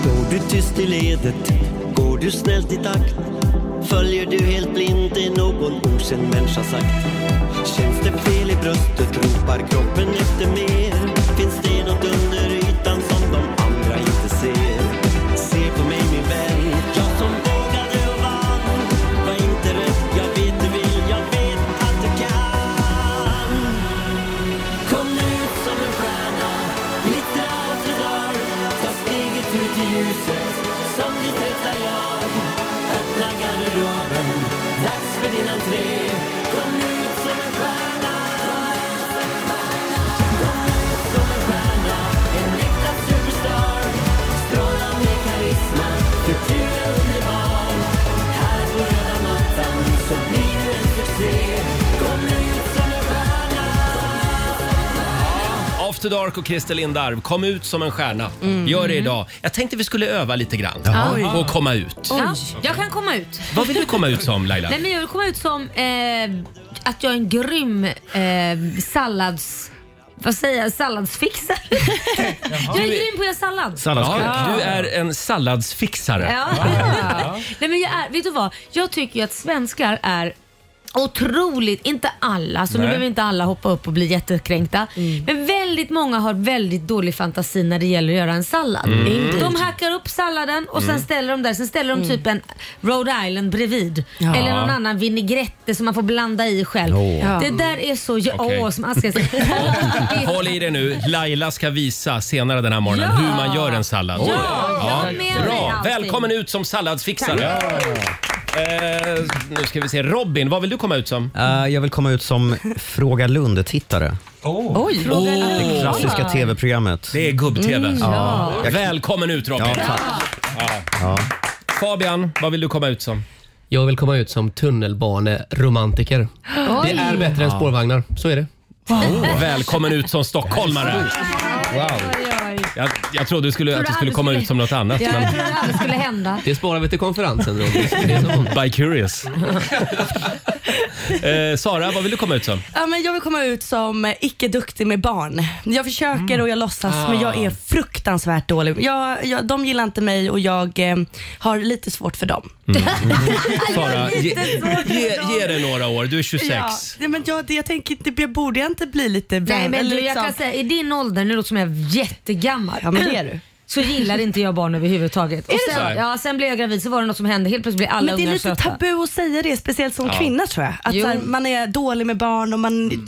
Speaker 9: Går du tyst i ledet, går du snällt i takt Följer du helt blind det någon okänd människa sagt Känns det fel i bröstet ropar kroppen efter mer Finns det något under ytan som de andra inte ser Se på mig min vän, jag som vågade och vann Var inte rädd, jag vet du vill, jag vet att du kan Kom ut som en stjärna, mitt allt du drar Ta steget ut i ljuset, som ditt rätta jag Öppna garderoben, dags för din entré Kom ut som en stjärna Kom ut som en stjärna, en äkta superstar Strålande karisma, kultur är underbar Här på röda mattan så blir du en succé Kom ut som en stjärna
Speaker 1: After Dark och Christer Lindarw, kom ut som en stjärna. Gör det idag. Jag tänkte vi skulle öva lite grann på att komma ut.
Speaker 2: Ja, jag kan komma ut.
Speaker 1: Vad vill du komma ut som Laila?
Speaker 2: Nej, men jag vill komma ut som eh, att jag är en grym eh, sallads... Vad säger jag? Salladsfixare. jag är grym på att göra sallad.
Speaker 1: Ja,
Speaker 3: Salladskuk.
Speaker 1: du är en salladsfixare.
Speaker 2: Ja. Nej, men jag är, vet du vad? Jag tycker ju att svenskar är Otroligt, inte alla, så nu
Speaker 1: Nej.
Speaker 2: behöver inte alla hoppa upp och bli jättekränkta.
Speaker 7: Mm.
Speaker 2: Men väldigt många har väldigt dålig fantasi när det gäller att göra en sallad.
Speaker 1: Mm.
Speaker 2: De hackar upp salladen och sen ställer de där, sen ställer de typ en Rhode Island bredvid.
Speaker 7: Mm. Ja.
Speaker 2: Eller någon annan vinägrette som man får blanda i själv.
Speaker 3: Åh.
Speaker 2: Det där är så... Ja,
Speaker 1: Okej.
Speaker 2: åh, som man ska säga. Det-
Speaker 1: Håll i det nu. Laila ska visa senare den här morgonen
Speaker 2: Ja.
Speaker 1: hur man gör en sallad.
Speaker 2: Ja, jag är med dig
Speaker 1: Bra!
Speaker 2: allting.
Speaker 1: Välkommen ut som salladsfixare. Eh, nu ska vi se. Robin, vad vill du komma ut som?
Speaker 3: Eh, jag vill komma ut som Fråga Lund-tittare.
Speaker 7: Oj.
Speaker 3: Det klassiska tv-programmet.
Speaker 1: Det är gubb-tv.
Speaker 3: Ja. Jag-
Speaker 1: Välkommen ut Robin.
Speaker 3: Ja, tack.
Speaker 1: Fabian, vad vill du komma ut som?
Speaker 4: Jag vill komma ut som tunnelbaneromantiker. Det är bättre än spårvagnar, så är det.
Speaker 1: Välkommen ut som stockholmare.
Speaker 2: Oj, oj, oj.
Speaker 1: Jag, jag trodde du skulle,
Speaker 2: Tror
Speaker 1: att
Speaker 2: du
Speaker 1: det skulle
Speaker 2: aldrig
Speaker 1: komma ut som något annat.
Speaker 2: Ja, jag
Speaker 1: Men
Speaker 2: trodde det aldrig skulle hända.
Speaker 4: Det sparar vi till konferensen, Roger. Det är så vanligt.
Speaker 1: by curious. eh, Sara, vad vill du komma ut som?
Speaker 7: Ja, men jag vill komma ut som eh, icke duktig med barn. Jag
Speaker 2: Mm.
Speaker 7: försöker och jag låtsas
Speaker 1: Ah.
Speaker 7: men jag är fruktansvärt dålig. Jag, jag, de gillar inte mig och jag eh, har lite svårt för dem.
Speaker 1: Mm. Sara, ge,
Speaker 7: Lite svårt för
Speaker 1: ge,
Speaker 7: dem.
Speaker 1: ge det några år. Du är 26.
Speaker 7: Ja, nej, men jag, det, jag tänker inte, jag borde jag inte bli lite
Speaker 2: Nej
Speaker 7: vän-
Speaker 2: men
Speaker 7: eller
Speaker 2: du, jag
Speaker 7: liksom-
Speaker 2: kan säga i din ålder, nu låter som jag är jättegammal. mm,
Speaker 7: Ja, men det är du.
Speaker 2: Så gillar inte jag barn överhuvudtaget. Och
Speaker 7: Är det
Speaker 2: sen,
Speaker 1: så?
Speaker 2: ja, sen blev jag gravid så var det något som hände. Helt plötsligt blev alla
Speaker 7: Men det är
Speaker 2: ungar
Speaker 7: lite
Speaker 2: söta.
Speaker 7: tabu att säga det, speciellt som kvinna tror jag. Att
Speaker 2: Jo.
Speaker 7: så här, man är dålig med barn och man...
Speaker 1: Mm.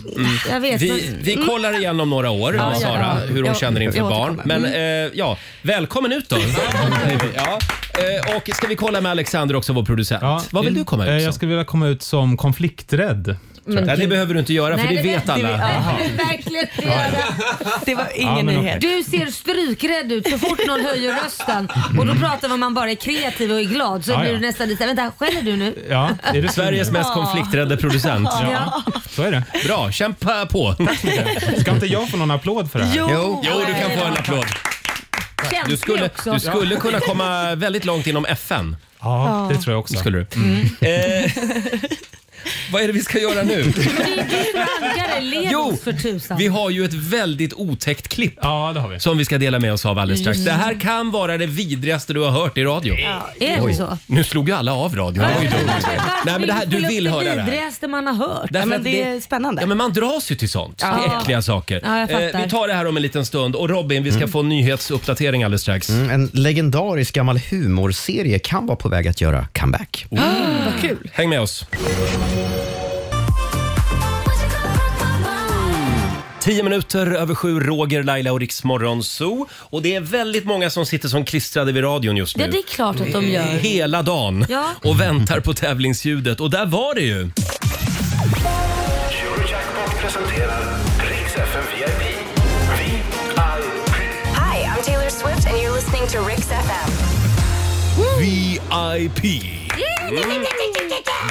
Speaker 2: Jag vet. Mm.
Speaker 1: Vi, vi kollar igen om några år med
Speaker 2: ja,
Speaker 1: Sara,
Speaker 7: ja.
Speaker 1: hur hon
Speaker 7: Jag-
Speaker 1: känner inför
Speaker 7: jag
Speaker 1: barn.
Speaker 7: återkommer.
Speaker 1: Men
Speaker 2: Mm.
Speaker 1: eh, ja, välkommen ut då. säger vi. ja. eh, och ska vi kolla med Alexander också, vår producent. Vad vill du komma ut som?
Speaker 10: eh, Jag skulle vilja komma ut som konflikträdd.
Speaker 2: Men
Speaker 1: Nej, det
Speaker 2: gud.
Speaker 1: behöver du inte göra för
Speaker 2: Nej,
Speaker 1: det vet alla.
Speaker 2: Nej, det vill verkligen inte göra.
Speaker 7: Det var ingen
Speaker 10: Ja, men
Speaker 7: nyhet.
Speaker 2: Du ser strykrädd ut så fort någon höjer rösten och då pratar man om man bara är kreativ och är glad så
Speaker 10: Ja,
Speaker 2: blir
Speaker 10: ja.
Speaker 2: du nästan lite såhär, vänta skäller du nu?
Speaker 10: Ja, är det så?
Speaker 1: Sveriges mest konflikträdda producent.
Speaker 10: Ja, så är det.
Speaker 1: Bra, kämpa på.
Speaker 10: Ska inte jag få någon applåd för det här?
Speaker 1: Jo, du kan få en applåd.
Speaker 2: Känslig
Speaker 1: Du skulle,
Speaker 2: också.
Speaker 1: du skulle kunna komma väldigt långt inom FN.
Speaker 10: Ja, det tror jag också. Mm.
Speaker 1: Skulle du. Eh, vad är det vi ska göra nu?
Speaker 2: Men det är ju du raggare, led
Speaker 1: Jo,
Speaker 2: oss för tusan.
Speaker 1: Vi har ju ett väldigt otäckt klipp
Speaker 10: Ja, det har vi.
Speaker 1: som vi ska dela med oss av alldeles
Speaker 2: Mm.
Speaker 1: strax. Det här kan vara det vidrigaste du har hört i radio.
Speaker 2: Är det så?
Speaker 1: Nu slog ju alla av radion. Det var ju dumt. Nej, men det här, du vill höra det
Speaker 2: Det
Speaker 1: här.
Speaker 2: vidrigaste man har hört.
Speaker 1: Därför
Speaker 7: Ja, men
Speaker 1: att
Speaker 7: det är spännande.
Speaker 1: Ja, men man dras ju till sånt. Det är äckliga saker. Eh,
Speaker 2: Ja, jag fattar.
Speaker 1: vi tar det här om en liten stund. Och Robin, vi ska få en nyhetsuppdatering alldeles strax.
Speaker 3: Mm, En legendarisk gammal humorserie kan vara på väg att göra comeback.
Speaker 2: Ah,
Speaker 1: Häng med oss. Tio minuter över sju, Roger, Laila och Riksmorgon Zoo. Och det är väldigt många som sitter som klistrade vid radion just nu.
Speaker 2: Ja, det är klart att
Speaker 1: Mm.
Speaker 2: de gör.
Speaker 1: Hela dagen
Speaker 2: Ja.
Speaker 1: och väntar på tävlingsljudet. Och där var det ju!
Speaker 6: Eurojackpot presenterar Rix FM VIP. Vi är...
Speaker 11: Hi, I'm Taylor Swift, and you're listening to Rix FM.
Speaker 1: VIP.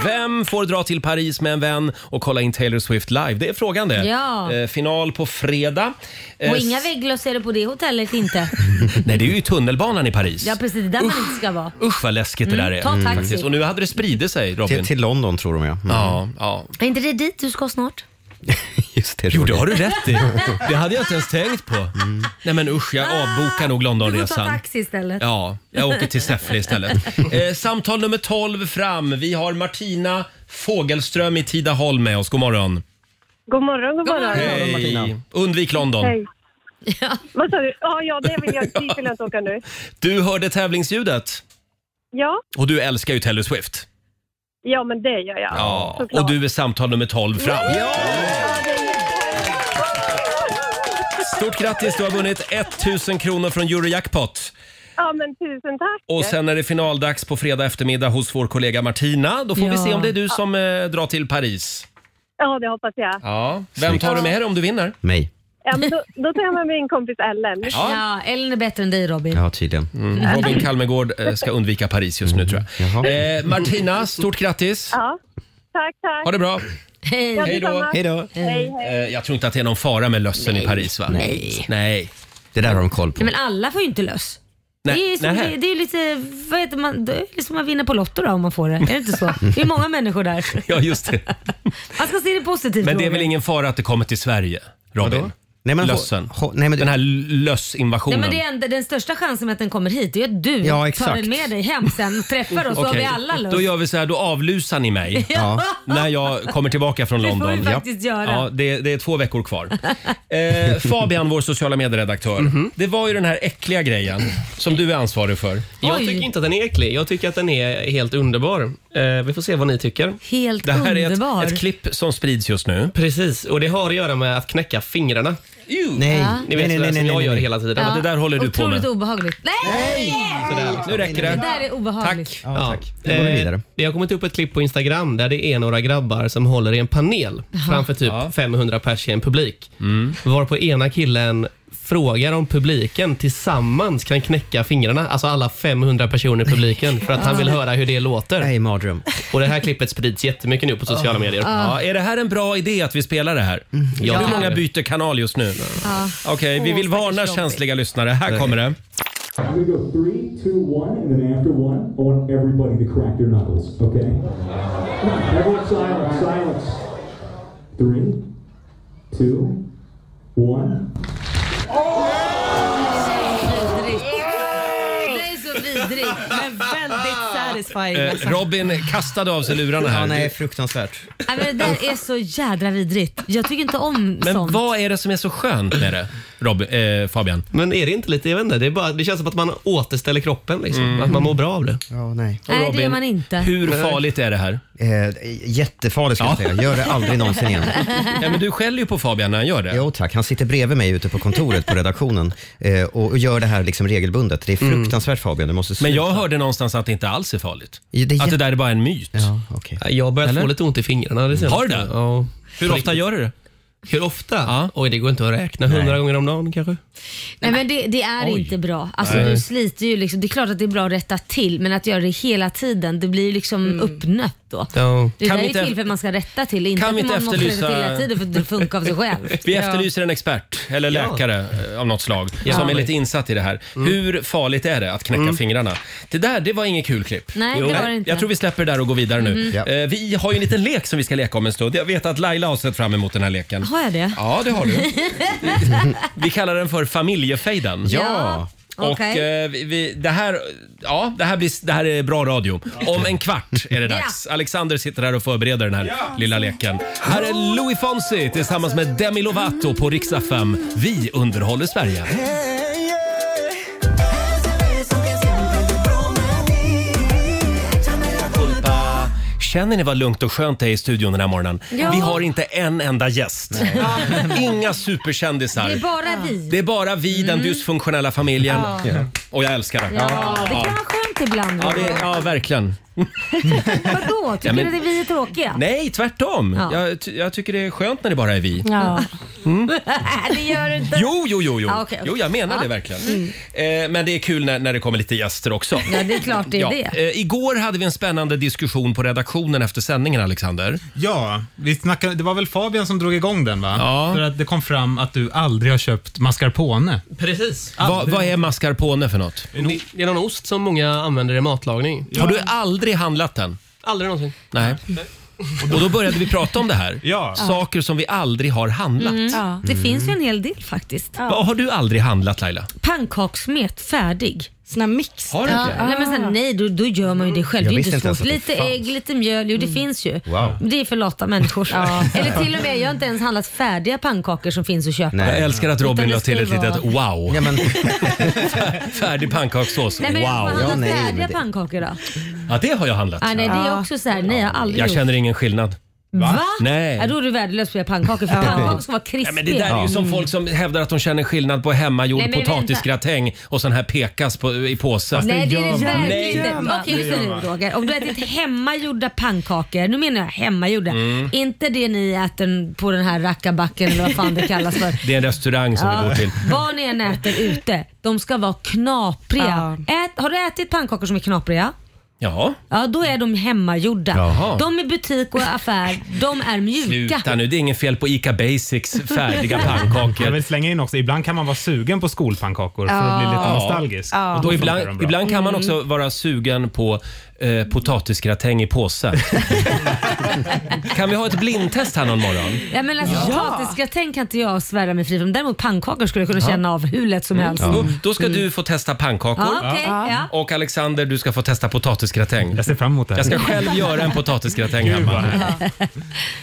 Speaker 1: Vem får dra till Paris med en vän och kolla in Taylor Swift live? Det är frågan det.
Speaker 2: Ja.
Speaker 1: Eh, final på fredag. Eh,
Speaker 2: Och inga vägglöss är det på det hotellet inte.
Speaker 1: Nej, det är ju tunnelbanan i Paris.
Speaker 2: Ja precis, det är där man inte ska vara.
Speaker 1: Usch vad läskigt det där är. Mm,
Speaker 2: ta en taxi.
Speaker 1: faktiskt. Och nu hade det spridit sig Robin.
Speaker 3: Till, till London tror de ja. Mm.
Speaker 1: Ja, ja.
Speaker 2: Är inte det dit du ska snart?
Speaker 3: Just det, Mm.
Speaker 1: Jo, det
Speaker 3: Roger.
Speaker 1: har du rätt i. Det hade jag inte ens tänkt på. Nej men usch, jag avbokar nog
Speaker 2: Du får ta
Speaker 1: Londonresan.
Speaker 2: taxi istället.
Speaker 1: Ja, jag åker till Säffle istället. Eh, samtal nummer 12 fram. Vi har Martina Fågelström i Tidaholm med oss. God morgon.
Speaker 5: God morgon, god morgon.
Speaker 1: Hej. Undvik London.
Speaker 5: Hej. Vad sa du? Ja, ja, det vill jag, dit vill jag inte åka nu.
Speaker 1: Du hörde tävlingsljudet
Speaker 5: Ja,
Speaker 1: och du älskar ju Taylor Swift.
Speaker 5: ja men det gör jag.
Speaker 1: Ja.
Speaker 5: Såklart.
Speaker 1: Och du är samtal nummer 12 fram.
Speaker 5: Ja, det gör jag.
Speaker 1: Stort grattis, du har vunnit 1000 kronor från Eurojackpot.
Speaker 5: Ja, men tusen tack.
Speaker 1: Och sen är det finaldags på fredag eftermiddag hos vår kollega Martina. Då får vi
Speaker 2: Ja.
Speaker 1: se om det är du som eh, drar till Paris.
Speaker 5: Ja, det hoppas jag.
Speaker 1: Ja. Vem tar du med dig om du vinner?
Speaker 3: Mig.
Speaker 5: Ja, men då, då tar jag med min kompis Ellen.
Speaker 1: Ja.
Speaker 2: Ja, Ellen är bättre än dig Robin.
Speaker 3: Ja, tydligen.
Speaker 1: Mm. Robin Kalmegård eh, ska undvika Paris just nu tror
Speaker 3: Mm. Jaha.
Speaker 1: jag. Eh, Martina, stort grattis.
Speaker 5: Ja. Tack, tack.
Speaker 1: Ha det bra.
Speaker 2: Hej.
Speaker 5: Ja,
Speaker 1: Hej då.
Speaker 5: detsamma.
Speaker 3: Hej då.
Speaker 5: Hej, hej.
Speaker 1: Eh, jag tror inte att det är någon fara med lössen i Paris va?
Speaker 3: nej.
Speaker 1: Nej.
Speaker 3: Det där har de koll
Speaker 2: Nej,
Speaker 3: på.
Speaker 2: men alla får ju inte löss.
Speaker 1: Nej,
Speaker 2: det är ju som,
Speaker 1: nähä.
Speaker 2: det, det är ju lite, vad heter man, det är ju som man vinner på Lotto då om man får det. Är det inte så? Det är många människor där.
Speaker 1: Mm. Ja, just det.
Speaker 2: Man ska se det positivt
Speaker 1: Men det är väl
Speaker 2: Roger.
Speaker 1: ingen fara att det kommer till Sverige, Robin?
Speaker 3: Vadå? Nej, men-
Speaker 1: lössen.
Speaker 3: ho- nej, men-
Speaker 1: Den här
Speaker 2: Nej,
Speaker 1: lössinvasionen.
Speaker 2: men det är en, den största chansen med att den kommer hit det är att du
Speaker 3: Ja,
Speaker 2: tar
Speaker 3: exakt.
Speaker 2: den med dig hem sen och träffar oss så har
Speaker 1: Okej,
Speaker 2: vi alla löss.
Speaker 1: Då gör vi så här, då avlusar ni mig.
Speaker 2: Ja.
Speaker 1: När jag kommer tillbaka från
Speaker 2: Det får
Speaker 1: London.
Speaker 2: vi faktiskt
Speaker 1: ja.
Speaker 2: göra.
Speaker 1: Ja, det, det är två veckor kvar. Eh, Fabian, vår sociala medieredaktör.
Speaker 4: Mhm.
Speaker 1: Det var ju den här äckliga grejen som du är ansvarig för.
Speaker 4: Jag
Speaker 2: Oj.
Speaker 4: tycker inte att den är äcklig. Jag tycker att den är helt underbar. Eh, vi får se vad ni tycker.
Speaker 2: Helt
Speaker 1: Det här
Speaker 2: underbar.
Speaker 1: är ett, ett klipp som sprids just nu.
Speaker 4: Precis, och det har att göra med att knäcka fingrarna.
Speaker 3: Nej,
Speaker 4: Ni vet
Speaker 3: nej, nej,
Speaker 4: det
Speaker 3: nej,
Speaker 4: där som
Speaker 3: nej,
Speaker 4: jag
Speaker 3: nej,
Speaker 4: gör
Speaker 3: nej.
Speaker 4: hela tiden.
Speaker 1: det där håller du på
Speaker 2: Otroligt
Speaker 1: med.
Speaker 2: obehagligt. Nej!
Speaker 1: Nu räcker
Speaker 2: Det
Speaker 1: det.
Speaker 2: där är
Speaker 1: Tack.
Speaker 2: obehagligt.
Speaker 3: Ja, tack.
Speaker 4: Ja.
Speaker 3: Nu går vi
Speaker 4: Eh,
Speaker 3: vidare.
Speaker 4: Det har kommit upp ett klipp på Instagram där det är några grabbar som håller
Speaker 1: Mm.
Speaker 4: i en panel framför typ 500 pers i en publik. Varpå ena killen frågar om publiken tillsammans kan knäcka fingrarna, alltså alla 500 personer i publiken, för att han vill höra hur det låter. Nej,
Speaker 3: mardröm.
Speaker 4: Och det här klippet sprids jättemycket nu på sociala medier.
Speaker 1: Ja, är det här en bra idé att vi spelar det här?
Speaker 4: Ja.
Speaker 1: Hur många byter kanal just nu?
Speaker 12: Ja.
Speaker 1: Okej, vi
Speaker 12: Åh,
Speaker 1: vill
Speaker 12: stackars
Speaker 1: varna
Speaker 12: Robin.
Speaker 1: känsliga lyssnare. Här kommer det.
Speaker 12: I'm gonna go three, two, one, and then after one, I want everybody to crack their knuckles. Okay. Everyone, silence, silence. Three, two, one.
Speaker 2: Det är så vidrigt, men väldigt satisfying.
Speaker 1: Eh,
Speaker 2: alltså.
Speaker 1: Robin kastade av sig lurarna här.
Speaker 3: Ja, nej, fruktansvärt.
Speaker 2: Nej, men det där är så jädra vidrigt. Jag tycker inte om
Speaker 1: Men
Speaker 2: sånt.
Speaker 1: vad är det som är så skönt med det, Robin, eh, Fabian?
Speaker 4: Men är det inte lite, jag vet inte, det, är bara, det känns som att man återställer kroppen, liksom,
Speaker 1: Mm.
Speaker 4: att man mår bra av det.
Speaker 3: Ja, nej.
Speaker 2: Nej, det gör man inte.
Speaker 1: är det här?
Speaker 3: Eh, jättefarligt ska jag säga. Gör det aldrig någonsin igen.
Speaker 1: Ja, men du skäller ju på Fabian när han gör det.
Speaker 3: Jo tack, han sitter bredvid mig ute på kontoret på redaktionen eh, och och gör det här liksom regelbundet. Det är fruktansvärt Fabian, du måste
Speaker 1: Mm. Men jag hörde någonstans att det inte alls är farligt.
Speaker 3: Ja, det är
Speaker 1: att det
Speaker 3: jätte-
Speaker 1: där är bara en myt.
Speaker 3: Ja, okay.
Speaker 4: Jag har börjat
Speaker 1: Eller?
Speaker 4: få lite ont i fingrarna. Det senaste.
Speaker 1: Har du det?
Speaker 4: Ja.
Speaker 1: Hur ofta gör du det?
Speaker 4: Hur ofta? Oj, det går inte att räkna. Hundra gånger om dagen kanske?
Speaker 2: Nej, men det, det är
Speaker 4: Oj.
Speaker 2: inte bra. Alltså,
Speaker 4: Nej.
Speaker 2: du sliter ju liksom. Det är klart att det är bra att rätta till, men att göra det hela tiden, det blir ju liksom
Speaker 1: Mm.
Speaker 2: uppnött då.
Speaker 1: Ja.
Speaker 2: Det
Speaker 1: Kan
Speaker 2: där
Speaker 1: vi
Speaker 2: är
Speaker 1: inte-
Speaker 2: ju till för att man ska rätta till, inte
Speaker 1: kan
Speaker 2: att
Speaker 1: vi
Speaker 2: man
Speaker 1: inte
Speaker 2: måste rätta till
Speaker 1: efterlysa-
Speaker 2: hela tiden för att det funkar av sig själv.
Speaker 1: Vi
Speaker 2: Ja.
Speaker 1: efterlyser en expert eller
Speaker 4: Ja.
Speaker 1: läkare eh, av något slag
Speaker 4: Ja.
Speaker 1: som är lite insatt i det här. Hur farligt är det att knäcka fingrarna? Det där, det var inget kul klipp.
Speaker 2: Nej, det var det inte.
Speaker 1: Jag tror vi släpper det där och går vidare nu.
Speaker 2: Mhm. Ja.
Speaker 1: Eh, Vi har ju en liten lek som vi ska leka om en stund. Jag vet att Laila har sett fram emot den här leken.
Speaker 2: Har jag det?
Speaker 1: Ja, det har du. Vi kallar den för familjefejden.
Speaker 2: Ja,
Speaker 1: Och
Speaker 2: okej.
Speaker 1: eh, vi, vi, det, här, ja, det, här blir, det här är bra radio. Om en kvart är det dags. Alexander sitter här och förbereder den här lilla leken. Här är Louis Fonsi tillsammans med Demi Lovato på Riksdag 5. Vi underhåller Sverige. Känner ni vad lugnt och skönt det är i studion den här morgonen?
Speaker 2: Ja.
Speaker 1: Vi har inte en enda gäst. Inga superkändisar.
Speaker 2: Det är bara vi.
Speaker 1: Det är bara vi, den dysfunktionella familjen.
Speaker 2: Mm. Ja.
Speaker 1: Och jag älskar det.
Speaker 2: Ja, det kan
Speaker 1: Ja.
Speaker 2: vara skönt ibland.
Speaker 1: Ja, det,
Speaker 2: Roger.
Speaker 1: ja verkligen.
Speaker 2: Vadå? Tycker
Speaker 1: Ja, men-
Speaker 2: du att vi är tråkiga?
Speaker 1: Nej, tvärtom.
Speaker 2: Ja.
Speaker 1: Jag, ty- jag tycker det är skönt när det bara är vi.
Speaker 2: Ja. det gör du inte.
Speaker 1: Mm. Jo, jo, jo, jo.
Speaker 2: Ja, okej, okej.
Speaker 1: jo jag menar
Speaker 2: Ja.
Speaker 1: det verkligen.
Speaker 2: Mm.
Speaker 1: Eh, men det är kul när, när det kommer lite gäster också.
Speaker 2: Ja, det är klart det är det.
Speaker 1: Eh, igår hade vi en spännande diskussion på redaktionen efter sändningen, Alexander.
Speaker 10: Ja, vi snackade, det var väl Fabian som drog igång den va?
Speaker 1: Ja.
Speaker 10: För att det kom fram att du aldrig har köpt mascarpone.
Speaker 4: Precis.
Speaker 1: Va, vad är mascarpone för något?
Speaker 4: Det är någon ost som många använder i matlagning.
Speaker 1: Har du aldrig handlat den?
Speaker 4: Aldrig någonsin.
Speaker 1: Nej. Och då började vi prata om det här.
Speaker 10: Ja.
Speaker 1: Saker som vi aldrig har handlat.
Speaker 2: Mm. Ja, det
Speaker 1: Mm.
Speaker 2: finns ju en hel del faktiskt.
Speaker 1: Vad har du aldrig handlat Laila?
Speaker 2: Pannkakssmet färdig. Sån här mix.
Speaker 1: Har du
Speaker 2: ja.
Speaker 1: det?
Speaker 2: Nej, men sen, nej då, då gör man ju det själv.
Speaker 1: Jag
Speaker 2: det är
Speaker 1: visste
Speaker 2: inte
Speaker 1: inte ens
Speaker 2: svårt.
Speaker 1: att det
Speaker 2: Lite
Speaker 1: fanns. Mm.
Speaker 2: ägg, lite mjöl. Jo, det finns ju.
Speaker 1: Wow.
Speaker 2: Det är för lata människor. Eller till och med, jag har inte ens handlat färdiga pannkakor som finns att köpa.
Speaker 1: Jag älskar att
Speaker 2: Utan
Speaker 1: Robin
Speaker 2: det
Speaker 1: la till
Speaker 2: ska
Speaker 1: ett
Speaker 2: ju
Speaker 1: litet
Speaker 2: vara-
Speaker 1: wow. Färdig pannkakssås.
Speaker 2: Nej, men
Speaker 1: wow.
Speaker 2: Har man handlat färdiga pannkakor då?
Speaker 1: Ja, det har jag handlat.
Speaker 2: Ah, nej, det är också så här, nej jag har aldrig
Speaker 1: Jag
Speaker 2: gjort.
Speaker 1: känner ingen skillnad.
Speaker 2: Va?
Speaker 1: Nej.
Speaker 2: Ja, då är du värdelös på att göra pannkakor för pannkakor ska vara krispiga. Mm.
Speaker 1: Nej, men det där är ju som folk som hävdar att de känner skillnad på hemmagjord
Speaker 2: Nej, men vänta.
Speaker 1: potatisgratäng och sån här pekas på, i påse.
Speaker 2: Nej det är det
Speaker 1: Nej.
Speaker 2: verkligen inte. Okej lyssna nu Roger. Om du ätit hemmagjorda pannkakor, nu menar jag hemmagjorda,
Speaker 1: Mm.
Speaker 2: inte det ni äter på den här rackarbacken eller vad fan det kallas för.
Speaker 1: Det är en restaurang som vi går till.
Speaker 2: Vad ni än äter ute, de ska vara knapriga. Ät, har du ätit pannkakor som är knapriga?
Speaker 1: Ja.
Speaker 2: Ja, då är de hemmagjorda.
Speaker 1: Jaha.
Speaker 2: De i butik och affär, de är mjuka.
Speaker 1: Sluta nu, det är ingen fel på ICA Basics färdiga pannkakor.
Speaker 10: Jag vill slänga in också, ibland kan man vara sugen på skolpannkakor för att bli lite
Speaker 1: Ja.
Speaker 10: nostalgisk.
Speaker 1: Och då
Speaker 10: funkar
Speaker 1: ibland,
Speaker 10: de bra.
Speaker 1: ibland
Speaker 2: Mm.
Speaker 1: kan man också vara sugen på eh, potatisgratäng i påse. kan vi ha ett blindtest här någon morgon?
Speaker 2: Ja men alltså
Speaker 1: Ja.
Speaker 2: potatisgratäng kan inte jag svära mig fri från. Däremot pannkakor skulle jag kunna känna av hur lätt som Mm. helst.
Speaker 1: Då, då ska du få testa pannkakor.
Speaker 2: Ja, okej, ja.
Speaker 1: Och Alexander, du ska få testa potatisgratäng. Jag
Speaker 10: ser fram emot det.
Speaker 1: Jag ska själv göra en potatisgratäng
Speaker 10: Gud, vad
Speaker 1: hemma.
Speaker 2: Ja,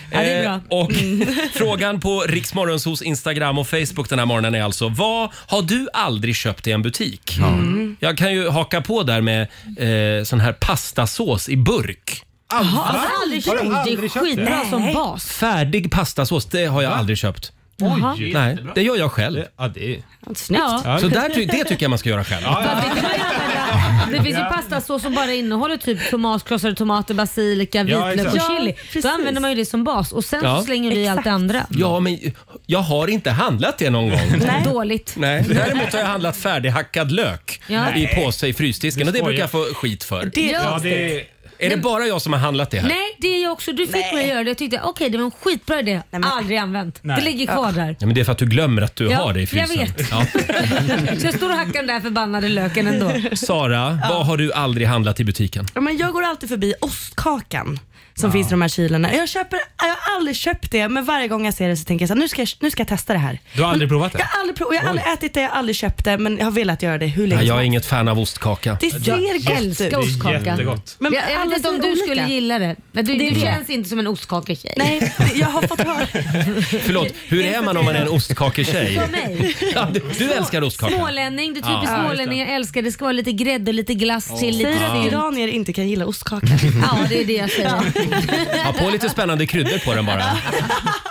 Speaker 2: det är bra. Mm.
Speaker 1: Eh, och frågan på Riksmorgonsos Instagram och Facebook den här morgonen är alltså vad har du aldrig köpt i en butik? Mm. Jag kan ju haka på där med eh, sån här pastasås i burk.
Speaker 2: Jaha, har du Alltså, aldrig
Speaker 12: Har
Speaker 2: köpt?
Speaker 12: du
Speaker 2: Det är
Speaker 12: aldrig köpt det?
Speaker 2: skitbra som
Speaker 12: Nej.
Speaker 2: bas.
Speaker 1: Färdig pastasås, det har jag aldrig köpt.
Speaker 2: Jaha.
Speaker 1: Nej, det gör jag själv.
Speaker 10: Ja, det är...
Speaker 2: Snyggt.
Speaker 1: Så där, ty- det tycker jag man ska göra själv.
Speaker 2: Fast det kan man ju använda- Det finns ju
Speaker 10: Ja.
Speaker 2: pastasås som bara innehåller typ tomatklossade tomater, basilika,
Speaker 1: Ja,
Speaker 2: vitlök och
Speaker 1: exakt.
Speaker 2: chili.
Speaker 1: Ja,
Speaker 2: Då
Speaker 1: precis.
Speaker 2: använder man ju det som bas och sen
Speaker 1: Ja.
Speaker 2: så slänger du i allt det andra.
Speaker 1: Ja, men jag har inte handlat det någon gång.
Speaker 2: Dåligt.
Speaker 1: Nej, däremot har jag handlat färdighackad lök
Speaker 2: Ja.
Speaker 1: i påse i frysdisken
Speaker 10: Du
Speaker 1: och det brukar
Speaker 10: skojar.
Speaker 1: jag få skit för.
Speaker 2: Det är Ja, konstigt. det
Speaker 1: är... det bara jag som har handlat det här?
Speaker 2: Nej, det är jag också. Du fick mig att göra det. Jag tyckte okej, det var en skitbra idé. Aldrig använt.
Speaker 1: Nej.
Speaker 2: Det ligger kvar där.
Speaker 1: Ja, men det är för att du glömmer att du
Speaker 2: Ja,
Speaker 1: har det i
Speaker 2: jag
Speaker 1: frysen.
Speaker 2: vet.
Speaker 1: Ja.
Speaker 2: Så jag står och hackar den där förbannade löken ändå.
Speaker 1: Sara, vad har du aldrig handlat i butiken?
Speaker 7: Ja, men jag går alltid förbi ostkakan som finns i de här kylarna. Jag, köper, jag har aldrig köpt det, men varje gång jag ser det så tänker jag så här, nu ska jag, nu ska jag testa det här.
Speaker 10: Du har aldrig provat det?
Speaker 7: Jag har aldrig, prov- jag har aldrig ätit det, jag har aldrig köpt det, men jag har velat göra det hur länge
Speaker 1: Nej, jag är
Speaker 7: helst.
Speaker 1: inget fan av ostkaka.
Speaker 7: Liksom. Det ser gott
Speaker 2: Jag älskar
Speaker 7: ut.
Speaker 2: ostkaka. Men jag, jag
Speaker 7: alla
Speaker 2: vet inte om
Speaker 7: ser
Speaker 2: du
Speaker 7: olika.
Speaker 2: skulle gilla det. Men du,
Speaker 7: Det är
Speaker 2: du
Speaker 7: bra.
Speaker 2: känns inte som en ostkaketjej.
Speaker 7: Nej, jag har fått höra.
Speaker 1: Förlåt, hur är man om man är en ostkaketjej?
Speaker 2: Som mig.
Speaker 1: Ja, du, du älskar ostkaka.
Speaker 2: Smålänning, det är
Speaker 1: Ja.
Speaker 2: typiskt
Speaker 1: Ja,
Speaker 2: smålänningar älskar. Det ska vara lite grädde och lite glass till. Lite
Speaker 7: Säger att
Speaker 2: sylt.
Speaker 7: iranier inte kan gilla ostkaka?
Speaker 2: Ja, det är det jag säger.
Speaker 1: Ha på lite spännande kryddor på den bara.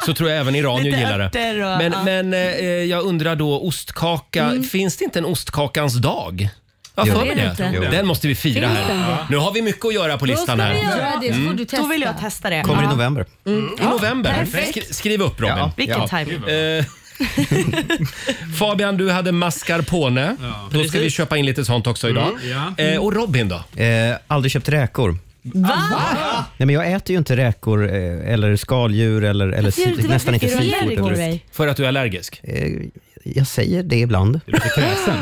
Speaker 1: Så tror jag även iranier
Speaker 7: Lite
Speaker 1: gillar det.
Speaker 7: örter och-
Speaker 1: men
Speaker 7: ja. Mm.
Speaker 1: men eh, jag undrar då, ostkaka. Finns det inte en ostkakans dag? Jag har
Speaker 7: Jo.
Speaker 1: för mig
Speaker 7: Det är
Speaker 1: det.
Speaker 7: det inte. Jo.
Speaker 1: Den måste vi fira
Speaker 7: Finns den?
Speaker 1: här. Nu har vi mycket att göra på listan här. Mm.
Speaker 7: Då vill jag testa det.
Speaker 3: Kommer i november.
Speaker 1: I november.
Speaker 7: Perfekt.
Speaker 1: Sk- skriv upp Robin.
Speaker 7: Ja, vilken timing.
Speaker 1: Eh, Fabian, du hade mascarpone. Då ska vi
Speaker 3: Precis.
Speaker 1: köpa in lite sånt också idag.
Speaker 3: Mm.
Speaker 1: Eh, och Robin då?
Speaker 3: Eh, aldrig köpt räkor.
Speaker 2: Va?
Speaker 3: Nej, men jag äter ju inte räkor eh, eller skaldjur eller, eller
Speaker 2: Varför gör du inte
Speaker 3: si-
Speaker 2: det?
Speaker 3: nästan inte
Speaker 2: Varför
Speaker 3: seafood.
Speaker 2: reagerar du på
Speaker 3: över-
Speaker 2: dig?
Speaker 1: För att du är allergisk?
Speaker 3: Jag säger det ibland. Du är kräsen.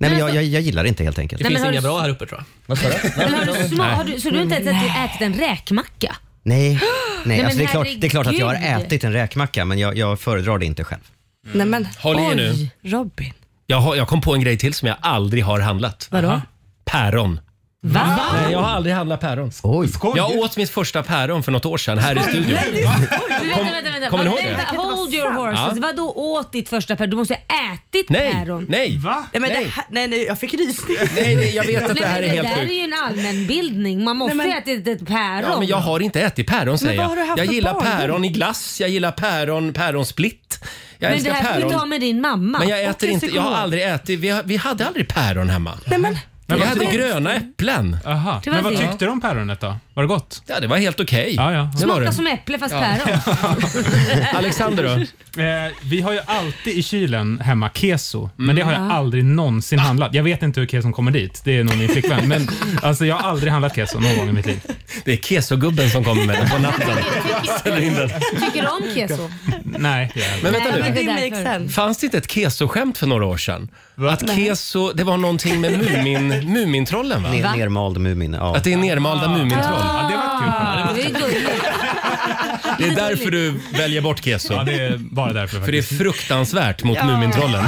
Speaker 3: Nej, men jag, jag, jag gillar det inte helt enkelt.
Speaker 2: Det alltså- Nej, finns men har inga du- bra
Speaker 1: här uppe tror jag.
Speaker 3: Vad sa du?
Speaker 2: Men har du små, har du, så du har inte ätit, ätit en räkmacka?
Speaker 3: Nej, nej
Speaker 2: men
Speaker 3: alltså det, är klart, det är klart att jag har
Speaker 2: herregud.
Speaker 3: ätit en räkmacka men jag, jag föredrar det inte själv.
Speaker 7: Nej, men,
Speaker 1: Håll i
Speaker 7: oj,
Speaker 1: nu.
Speaker 7: Robin.
Speaker 1: Jag, har, jag kom på en grej till som jag aldrig har handlat.
Speaker 7: Vadå?
Speaker 1: Päron.
Speaker 2: Va?
Speaker 1: Nej, jag har aldrig handlat päron.
Speaker 3: Oj.
Speaker 1: Jag åt mitt första päron för något år sedan här i studion.
Speaker 2: Du,
Speaker 1: Kom-
Speaker 2: vänta, vänta, vänta.
Speaker 1: kommer ni ihåg
Speaker 2: vänta,
Speaker 1: det?
Speaker 2: Hold your
Speaker 1: Ja.
Speaker 2: horses. Vadå åt ditt första päron? Du måste ha ätit
Speaker 1: Nej,
Speaker 2: päron.
Speaker 1: nej. Va?
Speaker 7: Nej, men Det här, nej, nej, jag fick rysning.
Speaker 1: Nej, nej, jag vet att det
Speaker 2: men
Speaker 1: här är helt
Speaker 2: Det där är
Speaker 1: sjukt.
Speaker 2: ju en allmänbildning. Man måste
Speaker 7: Nej,
Speaker 2: ha ätit ett päron.
Speaker 1: Ja, men jag har inte ätit päron säger
Speaker 2: vad har du
Speaker 1: jag.
Speaker 2: haft
Speaker 1: Jag
Speaker 2: för
Speaker 1: gillar
Speaker 2: barndom?
Speaker 1: päron i glass, jag gillar päron, päronsplitt. Jag
Speaker 2: men det
Speaker 1: älskar
Speaker 2: här får du ta
Speaker 1: päron.
Speaker 2: med din mamma.
Speaker 1: Men jag
Speaker 2: Och
Speaker 1: äter
Speaker 2: till
Speaker 1: inte, jag har
Speaker 2: psykolog.
Speaker 1: aldrig ätit, vi, har, vi hade aldrig päron hemma.
Speaker 7: Nej, men,
Speaker 1: Vi
Speaker 10: vad
Speaker 1: hade
Speaker 10: tyckte-
Speaker 1: gröna äpplen.
Speaker 10: Aha.
Speaker 2: Det var
Speaker 10: Men vad
Speaker 2: det.
Speaker 10: tyckte du om päronet då? Var det gott?
Speaker 1: Ja, det var helt okej.
Speaker 10: Ja, ja.
Speaker 1: Det var
Speaker 2: Smakar
Speaker 1: det.
Speaker 2: som äpple fast
Speaker 1: Ja.
Speaker 2: päron.
Speaker 1: Alexander då?
Speaker 10: Eh, vi har ju alltid i kylen hemma keso, men det har jag aldrig någonsin handlat. Jag vet inte hur keson kommer dit, det är nog min flickvän. Men alltså, jag har aldrig handlat keso någon gång i mitt liv.
Speaker 1: Det är kesogubben som kommer med den på natten. Ställer in den.
Speaker 2: Tycker du om keso?
Speaker 10: Nej, det är
Speaker 1: Men vänta
Speaker 2: Nej,
Speaker 1: nu.
Speaker 2: men det är
Speaker 7: Makes
Speaker 2: därför.
Speaker 7: sense.
Speaker 1: Fanns det inte ett kesoskämt för några år sedan? Att keso, det var någonting med mumin, Mumintrollen va?
Speaker 3: Ner, nermald Mumin. Ja.
Speaker 1: Att det är nermalda Mumintroll.
Speaker 10: Ja, det var kul.
Speaker 2: Ja, Ah. det är gulligt.
Speaker 1: Det är därför du väljer bort keso.
Speaker 10: Ja, det är bara därför
Speaker 1: För det är
Speaker 10: faktiskt.
Speaker 1: fruktansvärt mot Mumintrollen.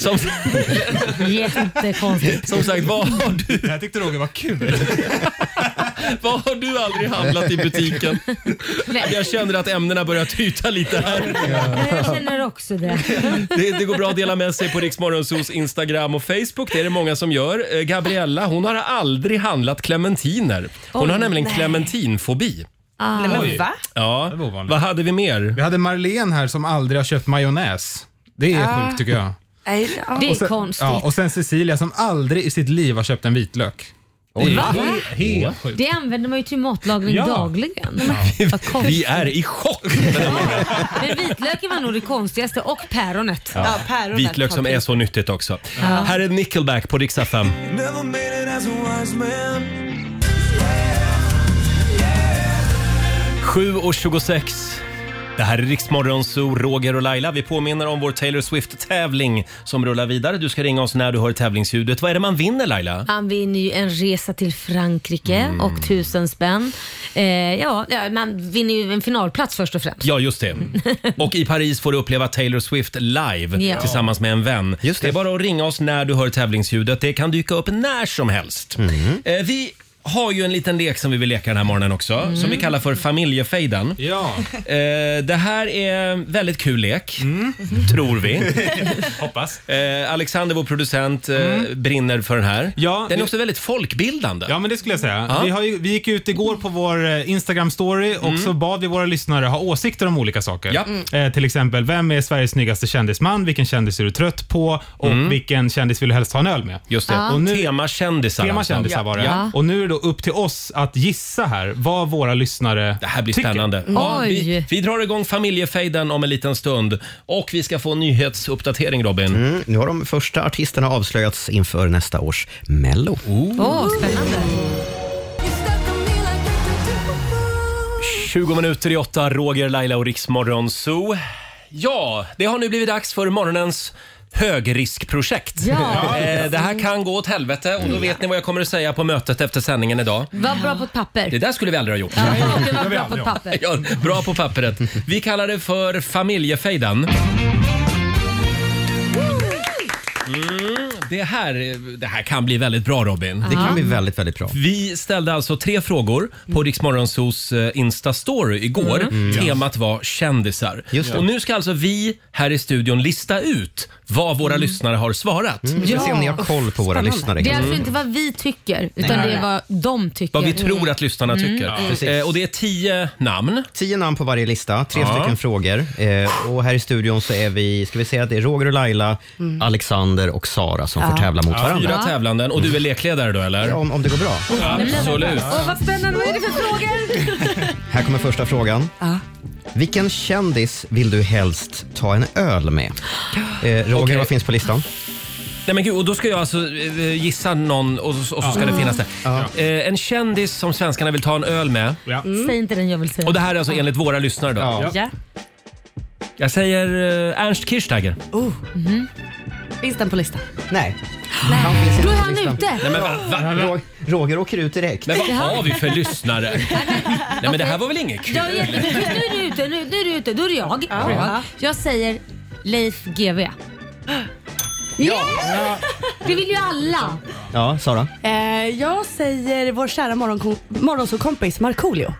Speaker 1: Som,
Speaker 2: Jättekonstigt.
Speaker 1: som sagt, vad har, du,
Speaker 10: Jag tyckte Roger var kul.
Speaker 1: vad har du aldrig handlat i butiken? Jag känner att ämnena börjar tyta lite här.
Speaker 2: Men Jag känner också det.
Speaker 1: Det, det går bra att dela med sig på Riksmorgonsos Instagram och Facebook. Det är det många som gör. Eh, Gabriella hon har aldrig handlat clementiner. Hon
Speaker 2: Oj,
Speaker 1: har nämligen
Speaker 2: nej.
Speaker 1: clementinfobi.
Speaker 7: Nej, men
Speaker 10: Oj.
Speaker 7: va?
Speaker 1: Ja.
Speaker 10: Det var ovanligt.
Speaker 1: Vad hade vi mer?
Speaker 10: Vi hade Marlene här som aldrig har köpt majonnäs. Det är
Speaker 7: Ah.
Speaker 10: sjukt tycker jag.
Speaker 7: Nej, ja.
Speaker 2: Det är
Speaker 10: Sen-
Speaker 2: konstigt.
Speaker 10: Ja, och sen Cecilia som aldrig i sitt liv har köpt en vitlök.
Speaker 1: Oj.
Speaker 2: Va?
Speaker 10: Helt sjukt.
Speaker 2: Det använder man ju till matlagning
Speaker 10: Ja.
Speaker 2: dagligen. Vad
Speaker 1: Vi
Speaker 2: konstigt.
Speaker 1: är i chock!
Speaker 2: Men vitlöken var nog det konstigaste och päronet.
Speaker 7: Ja, päronet
Speaker 1: Vitlök som
Speaker 7: har-
Speaker 1: är så nyttigt också. Här är Nickelback på Dixta 5.
Speaker 6: Never made it as a wise man.
Speaker 1: 7.26. Det här är Riksmorgon Zoo, Roger och Laila. Vi påminner om vår Taylor Swift-tävling som rullar vidare. Du ska ringa oss när du hör tävlingsljudet. Vad är det man vinner Laila?
Speaker 2: Han vinner ju en resa till Frankrike
Speaker 1: Mm.
Speaker 2: och tusen spänn. Eh, ja, ja, man vinner ju en finalplats först och främst.
Speaker 1: Ja, just det. Och i Paris får du uppleva Taylor Swift live
Speaker 2: Ja.
Speaker 1: tillsammans med en vän.
Speaker 3: Just
Speaker 1: det.
Speaker 3: det.
Speaker 1: är bara att ringa oss när du hör tävlingsljudet. Det kan dyka upp när som helst. Eh, vi har ju en liten lek som vi vill leka den här morgonen också,
Speaker 10: Mm.
Speaker 1: som vi kallar för familjefejden.
Speaker 10: Ja.
Speaker 1: Eh, det här är en väldigt kul lek, tror vi.
Speaker 10: Mm. Hoppas. Mm.
Speaker 1: Eh, Alexander, vår producent, eh, brinner för den här.
Speaker 10: Ja,
Speaker 1: den är
Speaker 10: vi-
Speaker 1: också väldigt folkbildande.
Speaker 10: Ja, men det skulle jag säga.
Speaker 1: Ja. Mm.
Speaker 10: Vi, har ju, vi gick ut igår på vår eh, Instagram-story och så bad vi våra lyssnare ha åsikter om olika saker.
Speaker 1: Ja.
Speaker 10: Eh, till exempel, vem är Sveriges snyggaste kändisman? Vilken kändis är du trött på? Och
Speaker 1: Mm.
Speaker 10: vilken kändis vill du helst ha en öl med?
Speaker 1: Just det. Ja.
Speaker 10: Och nu,
Speaker 1: tema kändisar.
Speaker 10: tema
Speaker 1: alltså.
Speaker 10: kändisar var det.
Speaker 1: Ja.
Speaker 10: Och nu är det då upp till oss att gissa här vad våra lyssnare
Speaker 1: Det här blir
Speaker 10: tycker.
Speaker 1: spännande. Ja, vi, vi drar igång familjefejden om en liten stund. Och vi ska få en nyhetsuppdatering Robin.
Speaker 3: Mm, nu har de första artisterna avslöjats inför nästa års Mello.
Speaker 2: Åh, spännande.
Speaker 1: 20 minuter i åtta, Roger, Laila och Riksmorgon Zoo. Ja, det har nu blivit dags för morgonens högriskprojekt.
Speaker 2: Ja.
Speaker 1: Eh, Det här kan gå åt helvete
Speaker 3: Mm.
Speaker 1: och då vet ni vad jag kommer att säga på mötet efter sändningen idag.
Speaker 2: Var bra på ett
Speaker 1: Det
Speaker 2: papper.
Speaker 1: där skulle vi aldrig ha gjort.
Speaker 2: Det var bra på ett papper.
Speaker 1: Ja, bra på pappret. Vi kallar det för familjefejden. Mm, det, här, det här kan bli väldigt bra Robin.
Speaker 3: Det kan bli väldigt, väldigt bra.
Speaker 1: Vi ställde alltså tre frågor på Riksmorgonsos eh, Insta-story igår.
Speaker 3: Mm. Mm.
Speaker 1: Temat var kändisar.
Speaker 3: Just det.
Speaker 1: Och nu ska alltså vi här i studion lista ut vad våra lyssnare har svarat.
Speaker 3: Mm, vi ska Ja. se om ni har koll på våra
Speaker 2: Spännande.
Speaker 1: lyssnare.
Speaker 2: Det är alltså inte vad vi tycker, utan
Speaker 1: Nej.
Speaker 2: det är vad de
Speaker 3: Mm.
Speaker 2: tycker.
Speaker 1: Vad vi tror att lyssnarna
Speaker 2: Mm.
Speaker 1: tycker. Eh, och det är tio namn.
Speaker 3: Tio namn på varje lista, tre
Speaker 1: Ja.
Speaker 3: stycken frågor. Eh, och här i studion så är vi, ska vi säga att det är Roger och Laila, Alexander och Sara som
Speaker 2: Mm. Ja.
Speaker 3: får tävla mot
Speaker 1: Ja,
Speaker 3: varandra.
Speaker 1: fyra tävlanden. Och du är lekledare då eller?
Speaker 3: Ja, om, om det går bra.
Speaker 1: Absolut.
Speaker 2: Åh, vad spännande. Vad är det för frågor?
Speaker 3: Här kommer första frågan.
Speaker 2: Ja.
Speaker 3: Vilken kändis vill du helst ta en öl med? Eh, Roger, vad finns på listan?
Speaker 1: Nej men gud, och då ska jag alltså eh, gissa någon och, och så ska
Speaker 3: Ja.
Speaker 1: det finnas det.
Speaker 3: Ja.
Speaker 1: Eh, en kändis som svenskarna vill ta en öl med.
Speaker 2: Säg inte den jag vill säga.
Speaker 1: Mm. Och det här är alltså enligt våra lyssnare då.
Speaker 2: Ja.
Speaker 1: Jag säger eh, Ernst Kirchsteiger.
Speaker 2: Oh. Mhm.
Speaker 7: Mm-hmm.
Speaker 2: Finns den på listan?
Speaker 3: Nej.
Speaker 2: Då är han ute.
Speaker 1: Nej, men va, va,
Speaker 3: Roger, Roger åker ut direkt.
Speaker 1: Men vad
Speaker 2: Ja.
Speaker 1: har vi för lyssnare? Nej men det här var väl inget kul?
Speaker 2: Ja, jättekul. nu är du ute, nu, nu är du ute. Då är det jag. Jag, jag säger Leif GW.
Speaker 3: Ja.
Speaker 2: Det vill ju alla.
Speaker 3: Ja, Sara?
Speaker 7: Eh, jag säger vår kära morgon- morgonsåkompis Markoolio.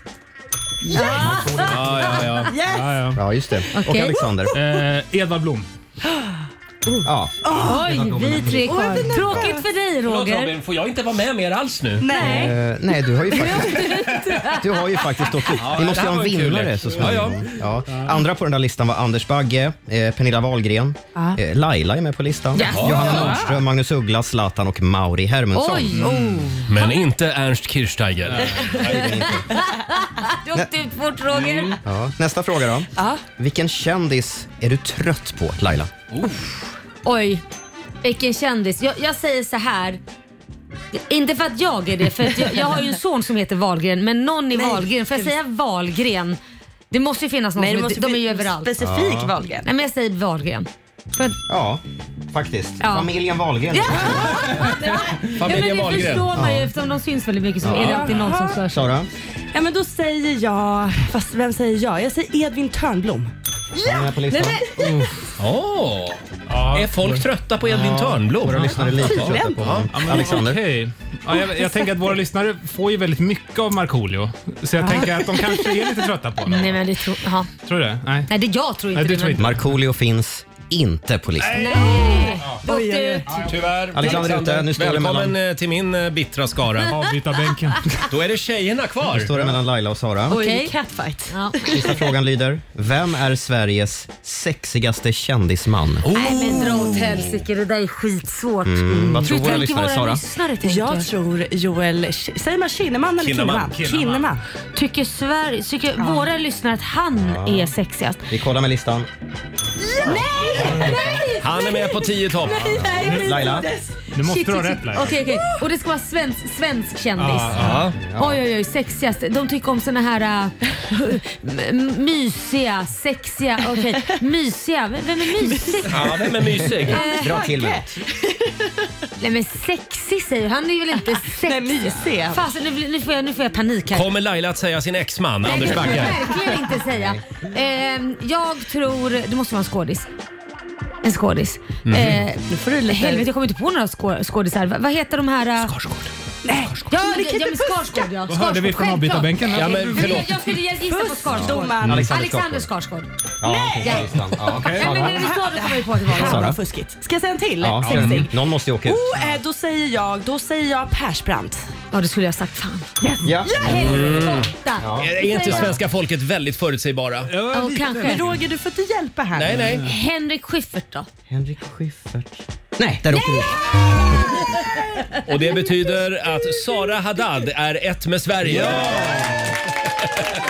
Speaker 7: Yes!
Speaker 1: Ja, ja, ja.
Speaker 7: Yes!
Speaker 10: Ja, ja.
Speaker 3: ja just det. Och
Speaker 7: Okej.
Speaker 3: Alexander?
Speaker 10: Eh, Edvard Blom.
Speaker 3: Ja.
Speaker 2: Oj, vi tre
Speaker 7: Åh, jag blir
Speaker 2: kvar.
Speaker 7: nervös.
Speaker 2: Tråkigt för dig
Speaker 1: Förlåt
Speaker 2: Roger.
Speaker 1: Robin, får jag inte vara med mer alls nu?
Speaker 2: Nej.
Speaker 3: Eh, nej, du har ju faktiskt, du har ju faktiskt åkt ut.
Speaker 1: Ja,
Speaker 3: Vi måste
Speaker 1: det
Speaker 3: ju ha
Speaker 1: här
Speaker 3: en
Speaker 1: var ju kul
Speaker 3: vinnare
Speaker 1: lek.
Speaker 3: så småningom. Ja. Andra på den där listan var Anders Bagge, eh, Pernilla Wahlgren,
Speaker 2: Ja.
Speaker 3: eh, Laila är med på listan,
Speaker 2: Jaha.
Speaker 3: Johanna Nordström, Magnus Uggla, Zlatan och Mauri Hermansson.
Speaker 2: Oj, oh.
Speaker 1: Men inte Ernst Kirchsteiger.
Speaker 2: Du åkte ut fort Roger.
Speaker 3: Ja. Nästa fråga då.
Speaker 2: Ja.
Speaker 3: Vilken kändis är du trött på, Laila?
Speaker 2: Oj, vilken kändis. Jag, jag säger så här. Inte för att jag är det, för att jag, jag har ju en son som heter Valgren men någon i Valgren Får jag säga Valgren Det måste ju finnas någon
Speaker 7: Nej, det
Speaker 2: som
Speaker 7: måste
Speaker 2: heter, de är
Speaker 7: bli
Speaker 2: ju överallt.
Speaker 7: specifik
Speaker 3: Ja.
Speaker 7: Wahlgren.
Speaker 2: Nej men jag säger Valgren
Speaker 3: Ja, faktiskt.
Speaker 2: Ja.
Speaker 3: Familjen Wahlgren.
Speaker 2: ja,
Speaker 3: Familjen
Speaker 2: men det
Speaker 3: Wahlgren.
Speaker 2: förstår man ju
Speaker 3: Ja.
Speaker 2: eftersom de syns väldigt mycket så
Speaker 3: Ja.
Speaker 2: är det alltid någon som stör sig.
Speaker 3: Sara?
Speaker 7: Ja, men då säger jag... Fast vem säger jag? Jag säger Edvin Törnblom.
Speaker 3: Ja! Med på listan.
Speaker 7: Nej,
Speaker 1: Åh! Är folk trötta på Edvin Törnblom?
Speaker 3: Våra lyssnare är lite trötta på honom.
Speaker 10: Ja, men
Speaker 3: Alexander?
Speaker 10: okej. Ja, jag, jag tänker att våra lyssnare får ju väldigt mycket av Markoolio. Så jag tänker att de kanske är lite trötta på honom.
Speaker 2: Nej men det tror ja.
Speaker 10: Tror du det? Nej.
Speaker 2: Nej det jag tror inte
Speaker 10: Nej, du
Speaker 2: det,
Speaker 10: tror
Speaker 2: men-
Speaker 10: inte.
Speaker 3: Markoolio finns inte på listan.
Speaker 2: Nej! Då åkte jag ut.
Speaker 1: Tyvärr.
Speaker 3: Alexander är ute, nu står det
Speaker 1: Välkommen
Speaker 3: mellan-
Speaker 1: eh, till min eh, bittra skara.
Speaker 10: Avbyta bänken.
Speaker 1: Då är det tjejerna
Speaker 3: Nu
Speaker 1: kvar.
Speaker 3: står det mellan Laila och Sara.
Speaker 2: Ah, Okej.
Speaker 7: Catfight.
Speaker 2: Ja.
Speaker 3: Sista frågan lyder. Vem är Sveriges sexigaste kändisman?
Speaker 1: Oh.
Speaker 2: Nej men dra åt helsike, det där är skitsvårt.
Speaker 3: Mm, vad tror
Speaker 2: Hur
Speaker 3: våra
Speaker 2: tänker
Speaker 3: lyssnare,
Speaker 2: våra
Speaker 3: Sara?
Speaker 2: lyssnare tänker?
Speaker 7: Jag tror Joel... Ki- Säger man Kinnaman eller
Speaker 3: Kinnaman.
Speaker 7: Kinnaman?
Speaker 3: Kinnaman.
Speaker 7: Kinnaman.
Speaker 2: Tycker, Sverige, tycker våra lyssnare att han är sexigast?
Speaker 3: Vi kollar med listan.
Speaker 1: Han är med på tio topp.
Speaker 3: Laila?
Speaker 10: Du måste
Speaker 2: Shit,
Speaker 10: ha
Speaker 2: shit,
Speaker 10: rätt
Speaker 2: shit.
Speaker 10: Laila. Ah,
Speaker 2: Okej, okej. Och det ska vara svensk, svensk kändis.
Speaker 1: Ja.
Speaker 2: Oj, oj, oj. Sexigast. De tycker om såna här äh, m- mysiga, sexiga, okej. Mysiga. V- Vem är mysig?
Speaker 1: Ja, vem är mysig?
Speaker 2: Eh,
Speaker 3: Dra till med något.
Speaker 2: Nej men sexig säger han. Han är väl inte sexig? Nej,
Speaker 7: mysig.
Speaker 2: Fasen, Alltså, nu, blir- nu, får jag, nu får jag panik här.
Speaker 1: Kommer Laila att säga sin exman,
Speaker 2: Nej,
Speaker 1: Anders
Speaker 2: det får jag
Speaker 1: Bagge?
Speaker 2: verkligen inte säga. Ehm, jag tror... Det måste vara en skådis. En skådis. Eh,
Speaker 7: Nu får du lite...
Speaker 2: helvete, jag kommer inte på några skå, skådisar. Va, vad heter de här... Skarsgård. Nej, ja, det kan
Speaker 7: ja,
Speaker 2: inte
Speaker 7: men
Speaker 2: fuska.
Speaker 7: Skarsgård, ja.
Speaker 10: Vad hörde vi från
Speaker 2: Skarsgård, självklart.
Speaker 10: avbytarbänken?
Speaker 2: Ja, men
Speaker 10: Fusk.
Speaker 2: förlåt. Jag skulle gissa på Skarsgård.
Speaker 7: Domaren.
Speaker 3: Alexander Skarsgård.
Speaker 2: Alexander Skarsgård.
Speaker 3: okej,
Speaker 2: Ja.
Speaker 3: Alexander. Ja, okej.
Speaker 2: Ja, men när du sa det kom jag ju på att det var det.
Speaker 3: Sara?
Speaker 7: Fuskigt. Ska jag säga en till?
Speaker 3: Ja,
Speaker 7: Sexig.
Speaker 3: mm. Någon måste ju åka ut.
Speaker 7: Oh, eh, då säger jag, då säger jag Persbrandt.
Speaker 2: Ja, det skulle jag ha sagt. Fan.
Speaker 3: Ja.
Speaker 1: Mm.
Speaker 7: Ja.
Speaker 1: Är inte svenska folket väldigt förutsägbara?
Speaker 2: Ja, kanske.
Speaker 7: Men Roger, du får inte hjälpa här
Speaker 1: Nej,
Speaker 7: nu.
Speaker 1: nej.
Speaker 2: Henrik Schyffert då?
Speaker 3: Henrik Schyffert. Nej, där åker du ut.
Speaker 1: Och det betyder att Sara Haddad är ett med Sverige.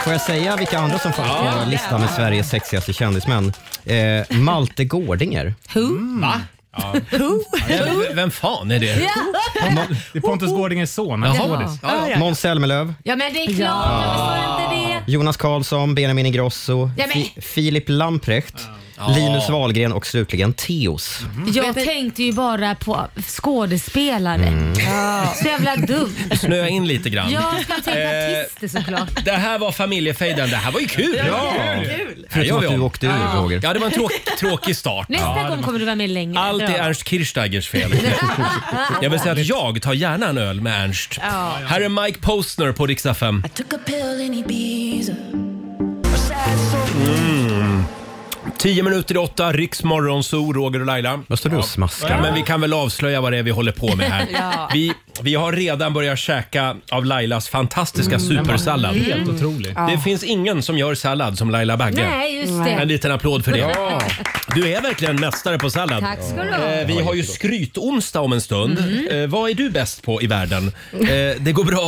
Speaker 3: Får jag säga vilka andra som fanns på
Speaker 1: Ja.
Speaker 3: vår lista med Sveriges sexigaste kändismän? Eh, Malte Gårdinger.
Speaker 2: Who?
Speaker 3: Va?
Speaker 1: Vem, vem fan är det?
Speaker 10: Det är Pontus Gårdingers son, han är skådis.
Speaker 3: Måns Zelmerlöw,
Speaker 2: Ja, men det är klart. Varför sa jag inte det?
Speaker 3: Jonas Karlsson, Benjamin Ingrosso,
Speaker 2: Ja, men-
Speaker 3: Fi- Filip Lamprecht, Linus Wahlgren och slutligen Theoz.
Speaker 2: Jag tänkte ju bara på skådespelare.
Speaker 3: Mm.
Speaker 2: Så jävla dumt.
Speaker 1: Snöa in lite grann. Eh,
Speaker 2: Jag ska tänka artister såklart.
Speaker 1: Det här var familjefejden. Det här var ju kul!
Speaker 2: Det var
Speaker 1: kul.
Speaker 3: Förutom att du åkte ur, Roger.
Speaker 1: Ja, det var en tråk, tråkig start.
Speaker 2: Nästa gång kommer du vara med längre.
Speaker 1: Allt är
Speaker 2: Ja.
Speaker 1: Ernst Kirchsteigers fel. Jag vill säga att jag tar gärna en öl med Ernst.
Speaker 2: Ja.
Speaker 1: Här är Mike Postner på Rix FM.
Speaker 11: Took a pill in Ibiza.
Speaker 1: Mm. Tio minuter i åtta, Riks Morgonzoo, Roger och Laila.
Speaker 3: Vad står du och smaskar?
Speaker 1: Ja, men vi kan väl avslöja vad det är vi håller på med här.
Speaker 3: Ja.
Speaker 1: vi, vi har redan börjat käka av Lailas fantastiska
Speaker 3: Mm.
Speaker 1: supersallad.
Speaker 10: Den var helt otrolig.
Speaker 1: Det
Speaker 10: Ja.
Speaker 1: finns ingen som gör sallad som Laila Bagge.
Speaker 10: Nej, just det.
Speaker 1: En liten applåd för det.
Speaker 10: Ja.
Speaker 1: Du är verkligen mästare på sallad.
Speaker 10: Tack ska du ha.
Speaker 1: Eh, Vi har ju skrytonsdag om en stund. Eh, Vad är du bäst på i världen? Eh, Det går bra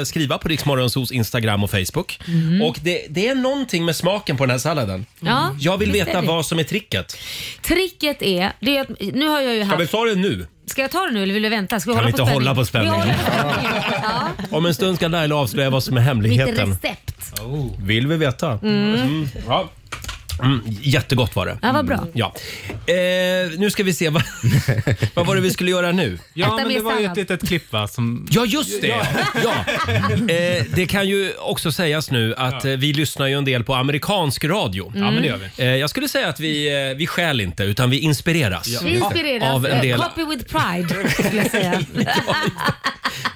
Speaker 1: att skriva på Riksmorgonsos Instagram och Facebook. Och det, det är någonting med smaken på den här salladen.
Speaker 2: Ja,
Speaker 1: Jag vill
Speaker 2: visst är
Speaker 1: veta
Speaker 2: det.
Speaker 1: vad som är tricket.
Speaker 2: Tricket är, det är att, nu har jag ju
Speaker 1: Kan vi
Speaker 2: haft...
Speaker 1: ta det nu?
Speaker 2: Ska jag ta det nu eller vill du vänta? Ska vi
Speaker 1: Kan
Speaker 2: hålla
Speaker 1: vi
Speaker 2: på
Speaker 1: inte
Speaker 2: spänning?
Speaker 1: hålla på
Speaker 2: Vi
Speaker 1: spänningen? Om en stund ska Laila avslöja vad som är
Speaker 2: håller
Speaker 1: hemligheten.
Speaker 2: mitt recept.
Speaker 1: Vill vi veta.
Speaker 2: Mm.
Speaker 1: Ja. Mm, jättegott var det.
Speaker 2: Ja, vad bra.
Speaker 1: Mm. Ja. Eh, nu ska vi se vad, vad var det vi skulle göra nu?
Speaker 10: Ja, men det var ju ett
Speaker 1: litet...
Speaker 10: litet klipp va? Som...
Speaker 1: Ja, just det! Ja. Eh, det kan ju också sägas nu att eh, vi lyssnar ju en del på amerikansk radio.
Speaker 10: Ja, men det gör
Speaker 1: vi. Eh, jag skulle säga att vi, eh, vi skäl inte, utan vi inspireras.
Speaker 2: Vi inspireras.
Speaker 1: Av en del...
Speaker 2: Copy with pride skulle jag säga.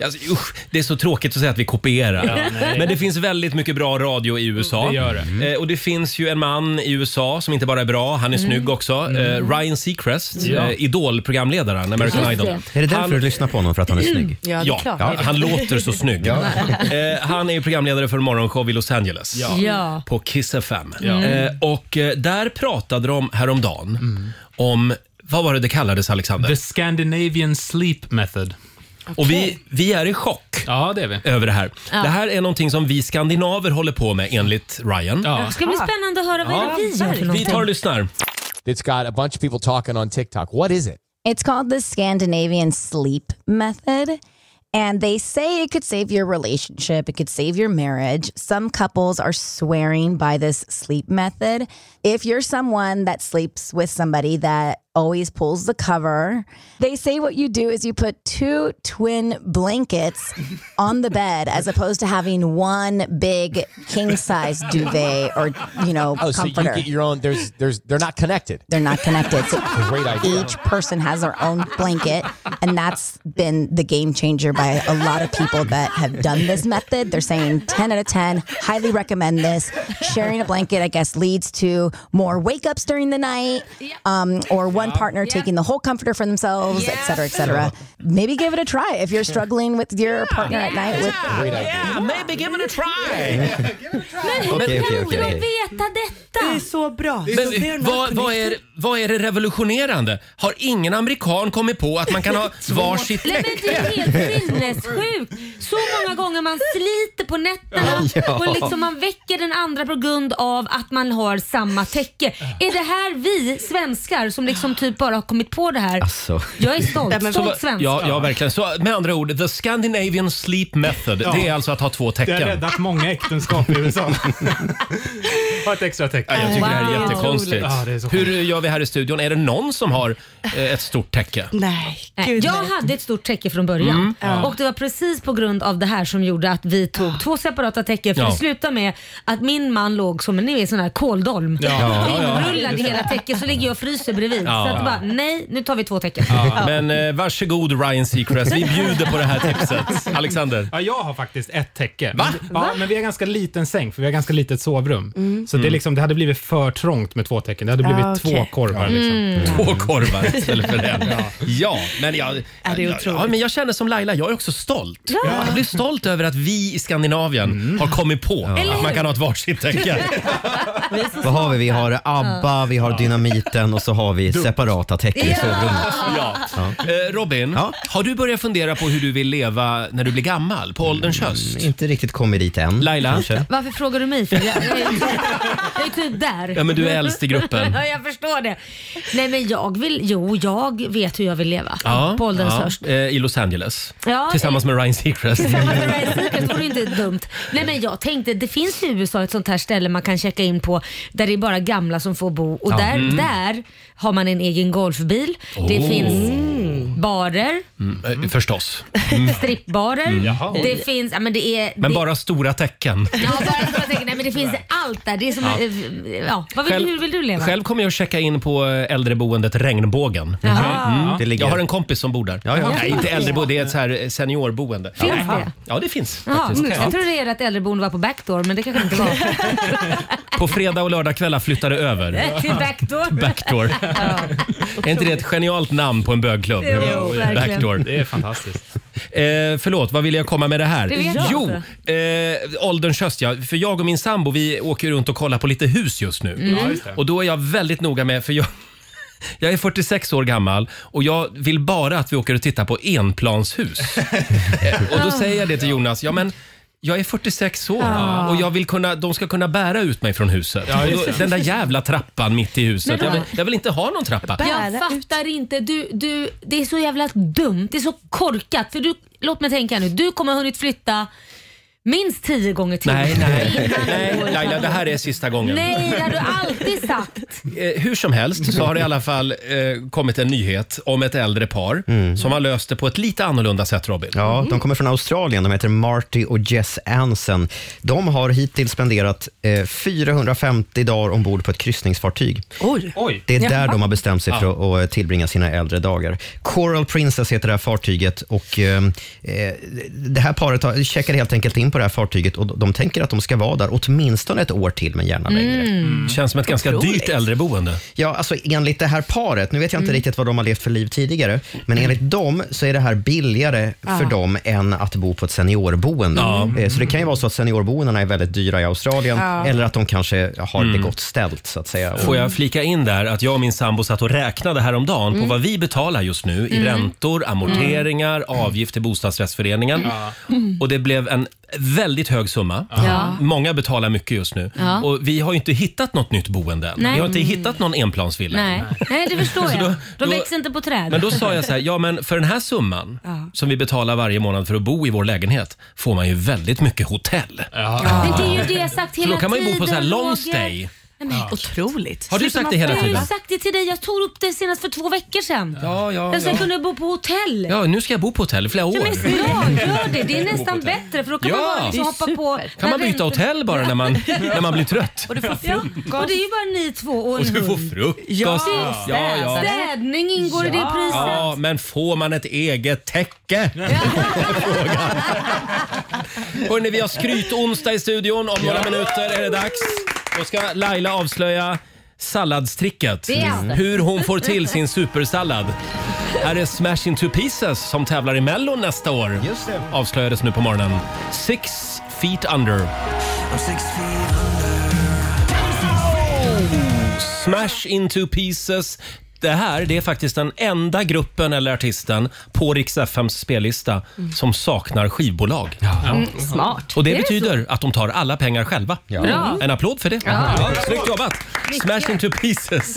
Speaker 1: Alltså, usch, det är så tråkigt att säga att vi kopierar.
Speaker 2: Ja, nej.
Speaker 1: Men det finns väldigt mycket bra radio i USA.
Speaker 10: Det Mm. gör det.
Speaker 1: Eh, och det finns ju en man i USA som inte bara är bra, han är
Speaker 10: Mm.
Speaker 1: snygg också.
Speaker 10: Mm.
Speaker 1: Eh, Ryan Seacrest,
Speaker 3: Ja.
Speaker 1: eh, Idol-programledaren, American
Speaker 3: Just
Speaker 1: Idol.
Speaker 3: det. Är det därför du lyssnar på honom? För att han är snygg?
Speaker 1: Ja,
Speaker 3: Ja, det är klart.
Speaker 1: han låter så snygg.
Speaker 3: Ja.
Speaker 1: Eh, han är ju programledare för en morgonshow i Los Angeles.
Speaker 2: Ja. Ja.
Speaker 1: På Kiss FM.
Speaker 2: Ja.
Speaker 10: Mm.
Speaker 1: Eh, och eh, där pratade de häromdagen om, vad var det det kallades Alexander?
Speaker 10: The Scandinavian Sleep Method.
Speaker 1: Och vi, vi är i chock över det här.
Speaker 2: Ja.
Speaker 1: Det här är någonting som vi skandinaver håller på med enligt Ryan.
Speaker 2: Det ska bli spännande att höra vad är det vi gör för
Speaker 1: Vi tar och
Speaker 2: någonting.
Speaker 1: lyssnar.
Speaker 13: It's got a bunch of people talking on TikTok. What is it?
Speaker 14: It's called the Scandinavian sleep method. And they say it could save your relationship, it could save your marriage. Some couples are swearing by this sleep method. If you're someone that sleeps with somebody that always pulls the cover, they say what you do is you put two twin blankets on the bed as opposed to having one big king size duvet or, you know,
Speaker 13: Oh, so you
Speaker 14: comforter.
Speaker 13: get your own. There's, there's, they're not connected.
Speaker 14: They're not connected. So
Speaker 13: Great idea.
Speaker 14: Each person has their own blanket, and that's been the game changer by a lot of people that have done this method. They're saying 10 out of 10, highly recommend this. Sharing a blanket, I guess, leads to more wake ups during the night, um, or one partner taking the whole comforter for themselves, et cetera, et cetera. Maybe give it a try if you're struggling with your partner at night with
Speaker 13: Great idea.
Speaker 1: maybe give it a try!
Speaker 2: Men hur
Speaker 1: Okej,
Speaker 2: kan
Speaker 1: okej, okej,
Speaker 2: de
Speaker 1: okej.
Speaker 2: veta detta? Det är
Speaker 7: så bra.
Speaker 1: Men vad, vad, är, vad är det revolutionerande? Har ingen amerikan kommit på att man kan ha varsitt
Speaker 2: Nej, men det
Speaker 1: läkte?
Speaker 2: är helt sinnessjukt. Så många gånger man sliter på nätterna
Speaker 1: Ja.
Speaker 2: och liksom man väcker den andra på grund av att man har samma täcke. Är det här vi svenskar som liksom typ bara har kommit på det här?
Speaker 1: Alltså.
Speaker 2: Jag är stolt.
Speaker 1: Så vad-
Speaker 2: Stolt svensk.
Speaker 1: Ja, ja, verkligen. Så med andra ord, the Scandinavian sleep method,
Speaker 10: Ja.
Speaker 1: det är alltså att ha två
Speaker 10: Det har
Speaker 1: täcken.
Speaker 10: räddat många äktenskap i USA. ha ett extra
Speaker 1: Ja, jag tycker det här är
Speaker 7: Wow.
Speaker 1: jättekonstigt.
Speaker 7: Ja, det är så
Speaker 1: Hur gör vi här i studion? Är det någon som har eh, ett stort täcke?
Speaker 7: Nej,
Speaker 2: jag hade ett stort täcke från början
Speaker 1: Mm. Ja.
Speaker 2: och det var precis på grund av det här som gjorde att vi tog två separata täcken. För
Speaker 1: Ja.
Speaker 2: det slutade med att min man låg som en ni vet, sån här kåldolm.
Speaker 1: Ja. Ja, ja.
Speaker 2: Inrullad i hela täcket så ligger jag och fryser bredvid.
Speaker 1: Ja.
Speaker 2: Så att bara, nej nu tar vi två täcken.
Speaker 1: Ja. Men eh, varsågod Ryan Seacrest, vi bjuder på det här tipset. Alexander?
Speaker 10: Ja, jag har faktiskt ett täcke. Va? Men, ja, men vi har ganska liten säng, för vi har ganska litet sovrum.
Speaker 1: Mm.
Speaker 10: Så det, är liksom, det hade blivit för trångt med två täcken. Det hade blivit
Speaker 1: Ah,
Speaker 10: två
Speaker 1: okej.
Speaker 10: korvar. Liksom.
Speaker 1: Mm. Två korvar istället för en.
Speaker 10: Ja.
Speaker 1: Ja, men, jag,
Speaker 10: det är
Speaker 1: jag,
Speaker 10: otroligt.
Speaker 1: ja, men jag känner som Laila, jag är också stolt.
Speaker 2: Ja.
Speaker 1: Jag blir stolt över att vi i Skandinavien
Speaker 3: Mm.
Speaker 1: har kommit på
Speaker 3: Eller
Speaker 1: att man
Speaker 3: hur?
Speaker 1: kan ha ett varsitt täcke.
Speaker 3: Vad har vi? Vi har ABBA, vi har Dynamiten och så har vi separata täcken i sovrummet.
Speaker 1: Ja. Eh, Robin, har du börjat fundera på hur du vill leva när du blir gammal? På ålderns höst?
Speaker 3: Mm, Inte riktigt kommit dit än.
Speaker 1: Laila?
Speaker 2: Varför frågar du mig? För jag, jag, är ju typ- jag är typ där.
Speaker 1: Ja, men du är äldst i gruppen.
Speaker 2: ja, jag förstår det. Nej, men jag vill, jo, jag vet hur jag vill leva på ålderns höst.
Speaker 1: eh, I Los Angeles.
Speaker 2: Ja,
Speaker 1: Tillsammans med Ryan Seacrest.
Speaker 2: Secret vore ju inte dumt. Nej men jag tänkte, det finns i USA ett sånt här ställe man kan checka in på där det är bara gamla som får bo och
Speaker 1: Ja.
Speaker 2: där,
Speaker 1: Mm.
Speaker 2: där har man en egen golfbil. Det
Speaker 1: Oh.
Speaker 2: finns barer,
Speaker 1: Mm, eh, förstås. Mm.
Speaker 2: strippbarer.
Speaker 1: Mm. Jaha.
Speaker 2: Det finns, ja men det är...
Speaker 1: Men
Speaker 2: det,
Speaker 1: bara stora tecken.
Speaker 2: Ja, bara så jag tänker, nej men det finns allt där. Det är som,
Speaker 1: Ja.
Speaker 2: eh, ja. Vad vill,
Speaker 1: Själv-
Speaker 2: hur vill du leva?
Speaker 1: Själv kommer jag att checka in på äldreboendet Regnbågen. Mm.
Speaker 2: Jaha.
Speaker 3: Det ligger-
Speaker 1: Jag har en kompis som bor där.
Speaker 3: ja.
Speaker 1: Nej, inte äldreboende, det är ett så här eh, seniorboende.
Speaker 2: Finns
Speaker 1: ja.
Speaker 2: det?
Speaker 1: Ja, det finns
Speaker 2: Jaha, mm,
Speaker 1: faktiskt.
Speaker 2: jag trodde det är att äldreboende var på backdoor men det kanske inte var.
Speaker 1: På fredag och lördagkvällar flyttar det över.
Speaker 2: Till backdoor.
Speaker 1: Backdoor. Är inte det ett genialt namn på en bögklubb?
Speaker 2: Jo, verkligen.
Speaker 1: Backdoor.
Speaker 10: Det är fantastiskt.
Speaker 1: Eh, förlåt, vad ville jag komma med det här?
Speaker 10: Det vet jag
Speaker 1: jo,
Speaker 10: inte.
Speaker 1: eh, ålderns höst ja. För jag och min sambo vi åker runt och kollar på lite hus just nu.
Speaker 10: Mm. Ja, just det.
Speaker 1: Och då är jag väldigt noga med, för jag, jag är 46 år gammal och jag vill bara att vi åker och tittar på enplanshus. Eh, och då säger jag det till Jonas, ja men jag är 46 år
Speaker 6: Ja.
Speaker 1: och jag vill kunna, de ska kunna bära ut mig från huset.
Speaker 6: Ja,
Speaker 1: och
Speaker 6: just
Speaker 1: då,
Speaker 6: det.
Speaker 1: den där jävla trappan mitt i huset.
Speaker 2: Men
Speaker 1: Jag
Speaker 2: då-
Speaker 1: vill, jag vill inte ha någon trappa.
Speaker 2: Jag fattar inte. Du, du, det är så jävla dumt. Det är så korkat. För du, låt mig tänka nu. Du kommer ha hunnit flytta minst tio gånger till.
Speaker 1: Nej, nej, nej Laila, det här är sista gången.
Speaker 2: Nej, det har du alltid sagt.
Speaker 1: Eh, hur som helst så har det i alla fall eh, kommit en nyhet om ett äldre par som har löst det på ett lite annorlunda sätt, Robin.
Speaker 3: Ja, de kommer från Australien. De heter Marty och Jess Ansen. De har hittills spenderat eh, 450 dagar ombord på ett kryssningsfartyg.
Speaker 7: Oj.
Speaker 3: Det är där
Speaker 7: Jaha.
Speaker 3: de har bestämt sig för att- att tillbringa sina äldre dagar. Coral Princess heter det här fartyget och eh, eh, det här paret har, checkar helt enkelt in på det här fartyget och de tänker att de ska vara där åtminstone ett år till, men gärna längre.
Speaker 1: Mm. Känns som ett ganska
Speaker 3: Otroligt.
Speaker 1: dyrt äldreboende.
Speaker 3: Ja, alltså enligt det här paret, nu vet jag inte
Speaker 1: Mm.
Speaker 3: riktigt vad de har levt för liv tidigare, men enligt dem så är det här billigare för
Speaker 1: Ja.
Speaker 3: dem än att bo på ett seniorboende. Eh, Så det kan ju vara så att seniorboendena är väldigt dyra i Australien
Speaker 1: Ja.
Speaker 3: eller att de kanske har det gott ställt så att säga.
Speaker 1: Mm. Får jag flika in där att jag och min sambo satt och räknade häromdagen
Speaker 3: Mm.
Speaker 1: på vad vi betalar just nu i
Speaker 3: Mm.
Speaker 1: räntor, amorteringar, avgift till bostadsrättsföreningen.
Speaker 6: Ja.
Speaker 1: Och det blev en väldigt hög summa.
Speaker 6: Ja.
Speaker 1: Många betalar mycket just nu.
Speaker 2: Ja.
Speaker 1: Och vi har ju inte hittat något nytt boende än.
Speaker 2: Nej.
Speaker 1: Vi har inte hittat någon enplansvilla.
Speaker 2: Nej, nej det förstår
Speaker 1: Så
Speaker 2: jag.
Speaker 1: då-
Speaker 2: De
Speaker 1: då-
Speaker 2: växer inte på träd.
Speaker 1: Men då sa jag så här, ja men för den här summan
Speaker 2: Ja.
Speaker 1: som vi betalar varje månad för att bo i vår lägenhet får man ju väldigt mycket hotell.
Speaker 2: Men det är ju det jag sagt
Speaker 1: Så
Speaker 2: hela
Speaker 1: då kan man ju bo på så här
Speaker 2: tiden,
Speaker 1: long
Speaker 2: Roger.
Speaker 1: stay.
Speaker 2: Nej, men,
Speaker 7: Otroligt.
Speaker 1: Har du
Speaker 2: Sluta
Speaker 1: sagt det
Speaker 2: man-
Speaker 1: hela
Speaker 2: Jag har
Speaker 1: tiden?
Speaker 2: ju sagt det till dig. Jag tog upp det senast för två veckor sedan.
Speaker 1: Ja, ja,
Speaker 2: jag sa jag
Speaker 1: ja.
Speaker 2: kunde bo på hotell.
Speaker 1: Ja, nu ska jag bo på hotell i flera år.
Speaker 2: Ja, men bra, gör det. Det är nästan
Speaker 1: Bo på hotell.
Speaker 2: bättre för då kan
Speaker 1: Ja.
Speaker 2: man bara
Speaker 1: Det är
Speaker 2: liksom hoppa på...
Speaker 1: Kan man byta hotell bara när man, när man blir trött?
Speaker 7: Och du får
Speaker 2: Ja, och det är ju bara ni två och
Speaker 1: Och
Speaker 2: en
Speaker 1: du får
Speaker 2: hund.
Speaker 1: frukost.
Speaker 2: Ja, Städning ingår i det priset.
Speaker 1: Ja, men får man ett eget täcke? Hörni, vi har skryt onsdag i studion. Om några minuter är det dags. Då ska Laila avslöja salladstricket. Mm.
Speaker 6: Det är det.
Speaker 1: Hur hon får till sin supersallad. Här är Smash Into Pieces som tävlar i Mello nästa år. Just det. Avslöjades nu på morgonen. Six feet under. Smash into pieces. Det här det är faktiskt den enda gruppen eller artisten på Rix FMs spellista som saknar skivbolag.
Speaker 7: Mm, smart.
Speaker 1: Och det
Speaker 7: Är det
Speaker 1: betyder att de tar alla pengar själva.
Speaker 7: Bra.
Speaker 1: En applåd för det.
Speaker 7: Ja.
Speaker 1: Ja, snyggt jobbat!
Speaker 7: Mycket.
Speaker 1: Smash into pieces.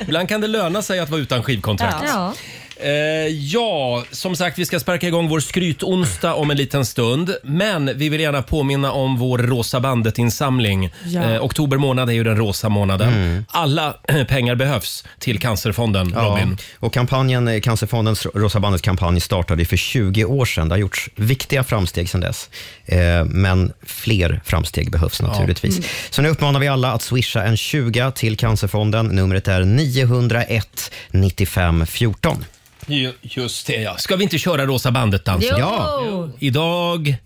Speaker 1: Ibland kan det löna sig att vara utan skivkontrakt.
Speaker 7: Ja.
Speaker 1: Eh, ja, som sagt, vi ska sparka igång vår skrytonsdag om en liten stund. Men vi vill gärna påminna om vår Rosa bandet-insamling.
Speaker 15: Ja.
Speaker 1: Eh, oktober månad är ju den rosa månaden. Alla pengar behövs till Cancerfonden, Robin.
Speaker 3: Och kampanjen, eh, Cancerfondens Rosa bandets kampanj startade ju för 20 år sedan. Det har gjorts viktiga framsteg sedan dess. Eh, Men fler framsteg behövs naturligtvis.
Speaker 15: Mm.
Speaker 3: Så nu uppmanar vi alla att swisha en 20 till Cancerfonden. Numret är 901 95 14.
Speaker 1: Ju- Just det, ja. Ska vi inte köra Rosa bandet-dansen?
Speaker 3: Jo! Ja.
Speaker 1: Idag...